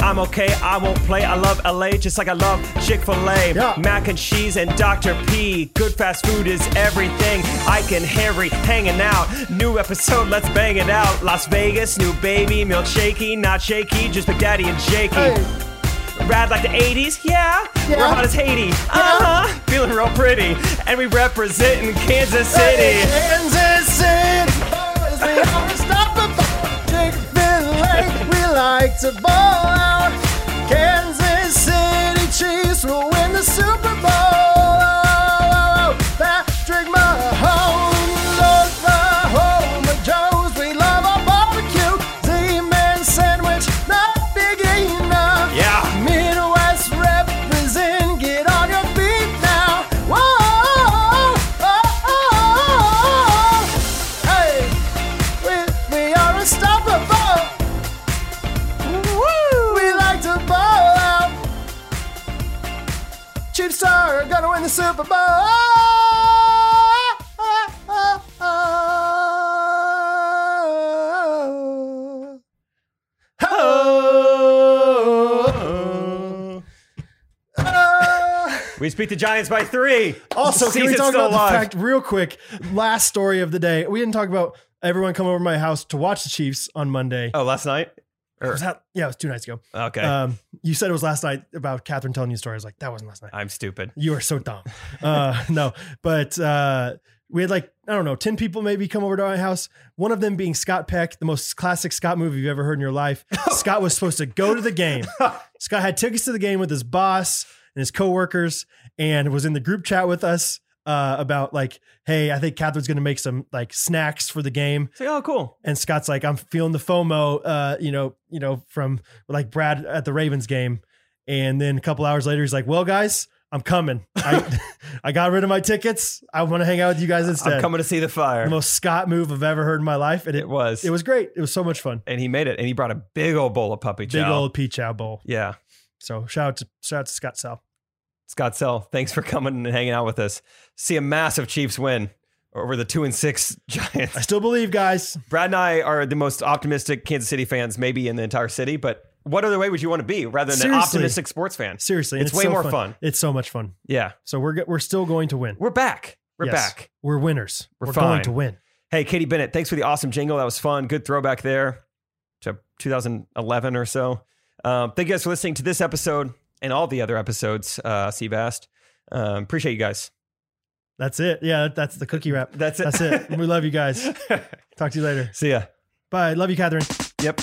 I'm okay, I won't play. I love LA just like I love Chick fil A. Yeah. Mac and cheese and Dr. P. Good fast food is everything. Ike and Harry hanging out. New episode, let's bang it out. Las Vegas, new baby, milk shaky, not shaky, just Big Daddy and Jakey. Rad like the 80s, yeah. We're hot as Haiti, uh huh. Feeling real pretty, and we representing Kansas City. Kansas City boys, we are unstoppable. Chick Fil A, we like to ball out. Kansas City Chiefs will win the Super Bowl. Patrick Mahomes, Oklahoma Joes, we love our barbecue. Z-Man sandwich, not big enough. Yeah. Midwest represent, get on your feet now. Whoa, oh, oh, oh, oh. hey, we, we are unstoppable. Woo, we like to ball out. Chiefs are gonna win the Super Bowl. [LAUGHS] Oh. Uh, We speak the Giants by three. also, can we Season's talk still about alive. the fact real quick? Last story of the day. We didn't talk about everyone come over to my house to watch the Chiefs on Monday. Oh, last night? Or- Was that- yeah, it was two nights ago. okay. Um, you said it was last night about Catherine telling you a story. I was like, that wasn't last night. I'm [LAUGHS] stupid. You are so [LAUGHS] dumb. Uh, no, but uh, we had like I don't know, ten people maybe come over to our house. One of them being Scott Peck, the most classic Scott movie you've ever heard in your life. Scott was supposed to go to the [LAUGHS] game. Scott had tickets to the game with his boss and his coworkers, and was in the group chat with us uh, about like, hey, I think Catherine's going to make some like snacks for the game. It's like, oh, cool. And Scott's like, I'm feeling the FOMO, uh, you know, you know, from like Brad at the Ravens game. And then a couple hours later, he's like, Well, guys, I'm coming. I, [LAUGHS] I got rid of my tickets. I want to hang out with you guys instead. I'm coming to see the fire. The most Scott move I've ever heard in my life. And it, it was. it was great. It was so much fun. And he made it. And he brought a big old bowl of puppy chow. Big old peach out bowl. Yeah. So shout out to shout out to Scott Sell. Scott Sell, thanks for coming and hanging out with us. See a massive Chiefs win over the two and six I Giants. still believe, guys. Brad and I are the most optimistic Kansas City fans, maybe in the entire city. But what other way would you want to be rather than an Seriously. optimistic sports fan? Seriously, and It's way so more fun. It's so much fun. Yeah. So we're go- we're still going to win. We're back. We're Yes. back. We're winners. We're going fine. to win. Hey, Katie Bennett, thanks for the awesome jingle. That was fun. Good throwback there to 2011 or so. Um, thank you guys for listening to this episode and all the other episodes, uh, Seabast. Um, appreciate you guys. That's it. Yeah, that's the cookie [LAUGHS] wrap. That's it. That's it. We love you guys. Talk to you later. [LAUGHS] See ya. Bye. Love you, Catherine. Yep.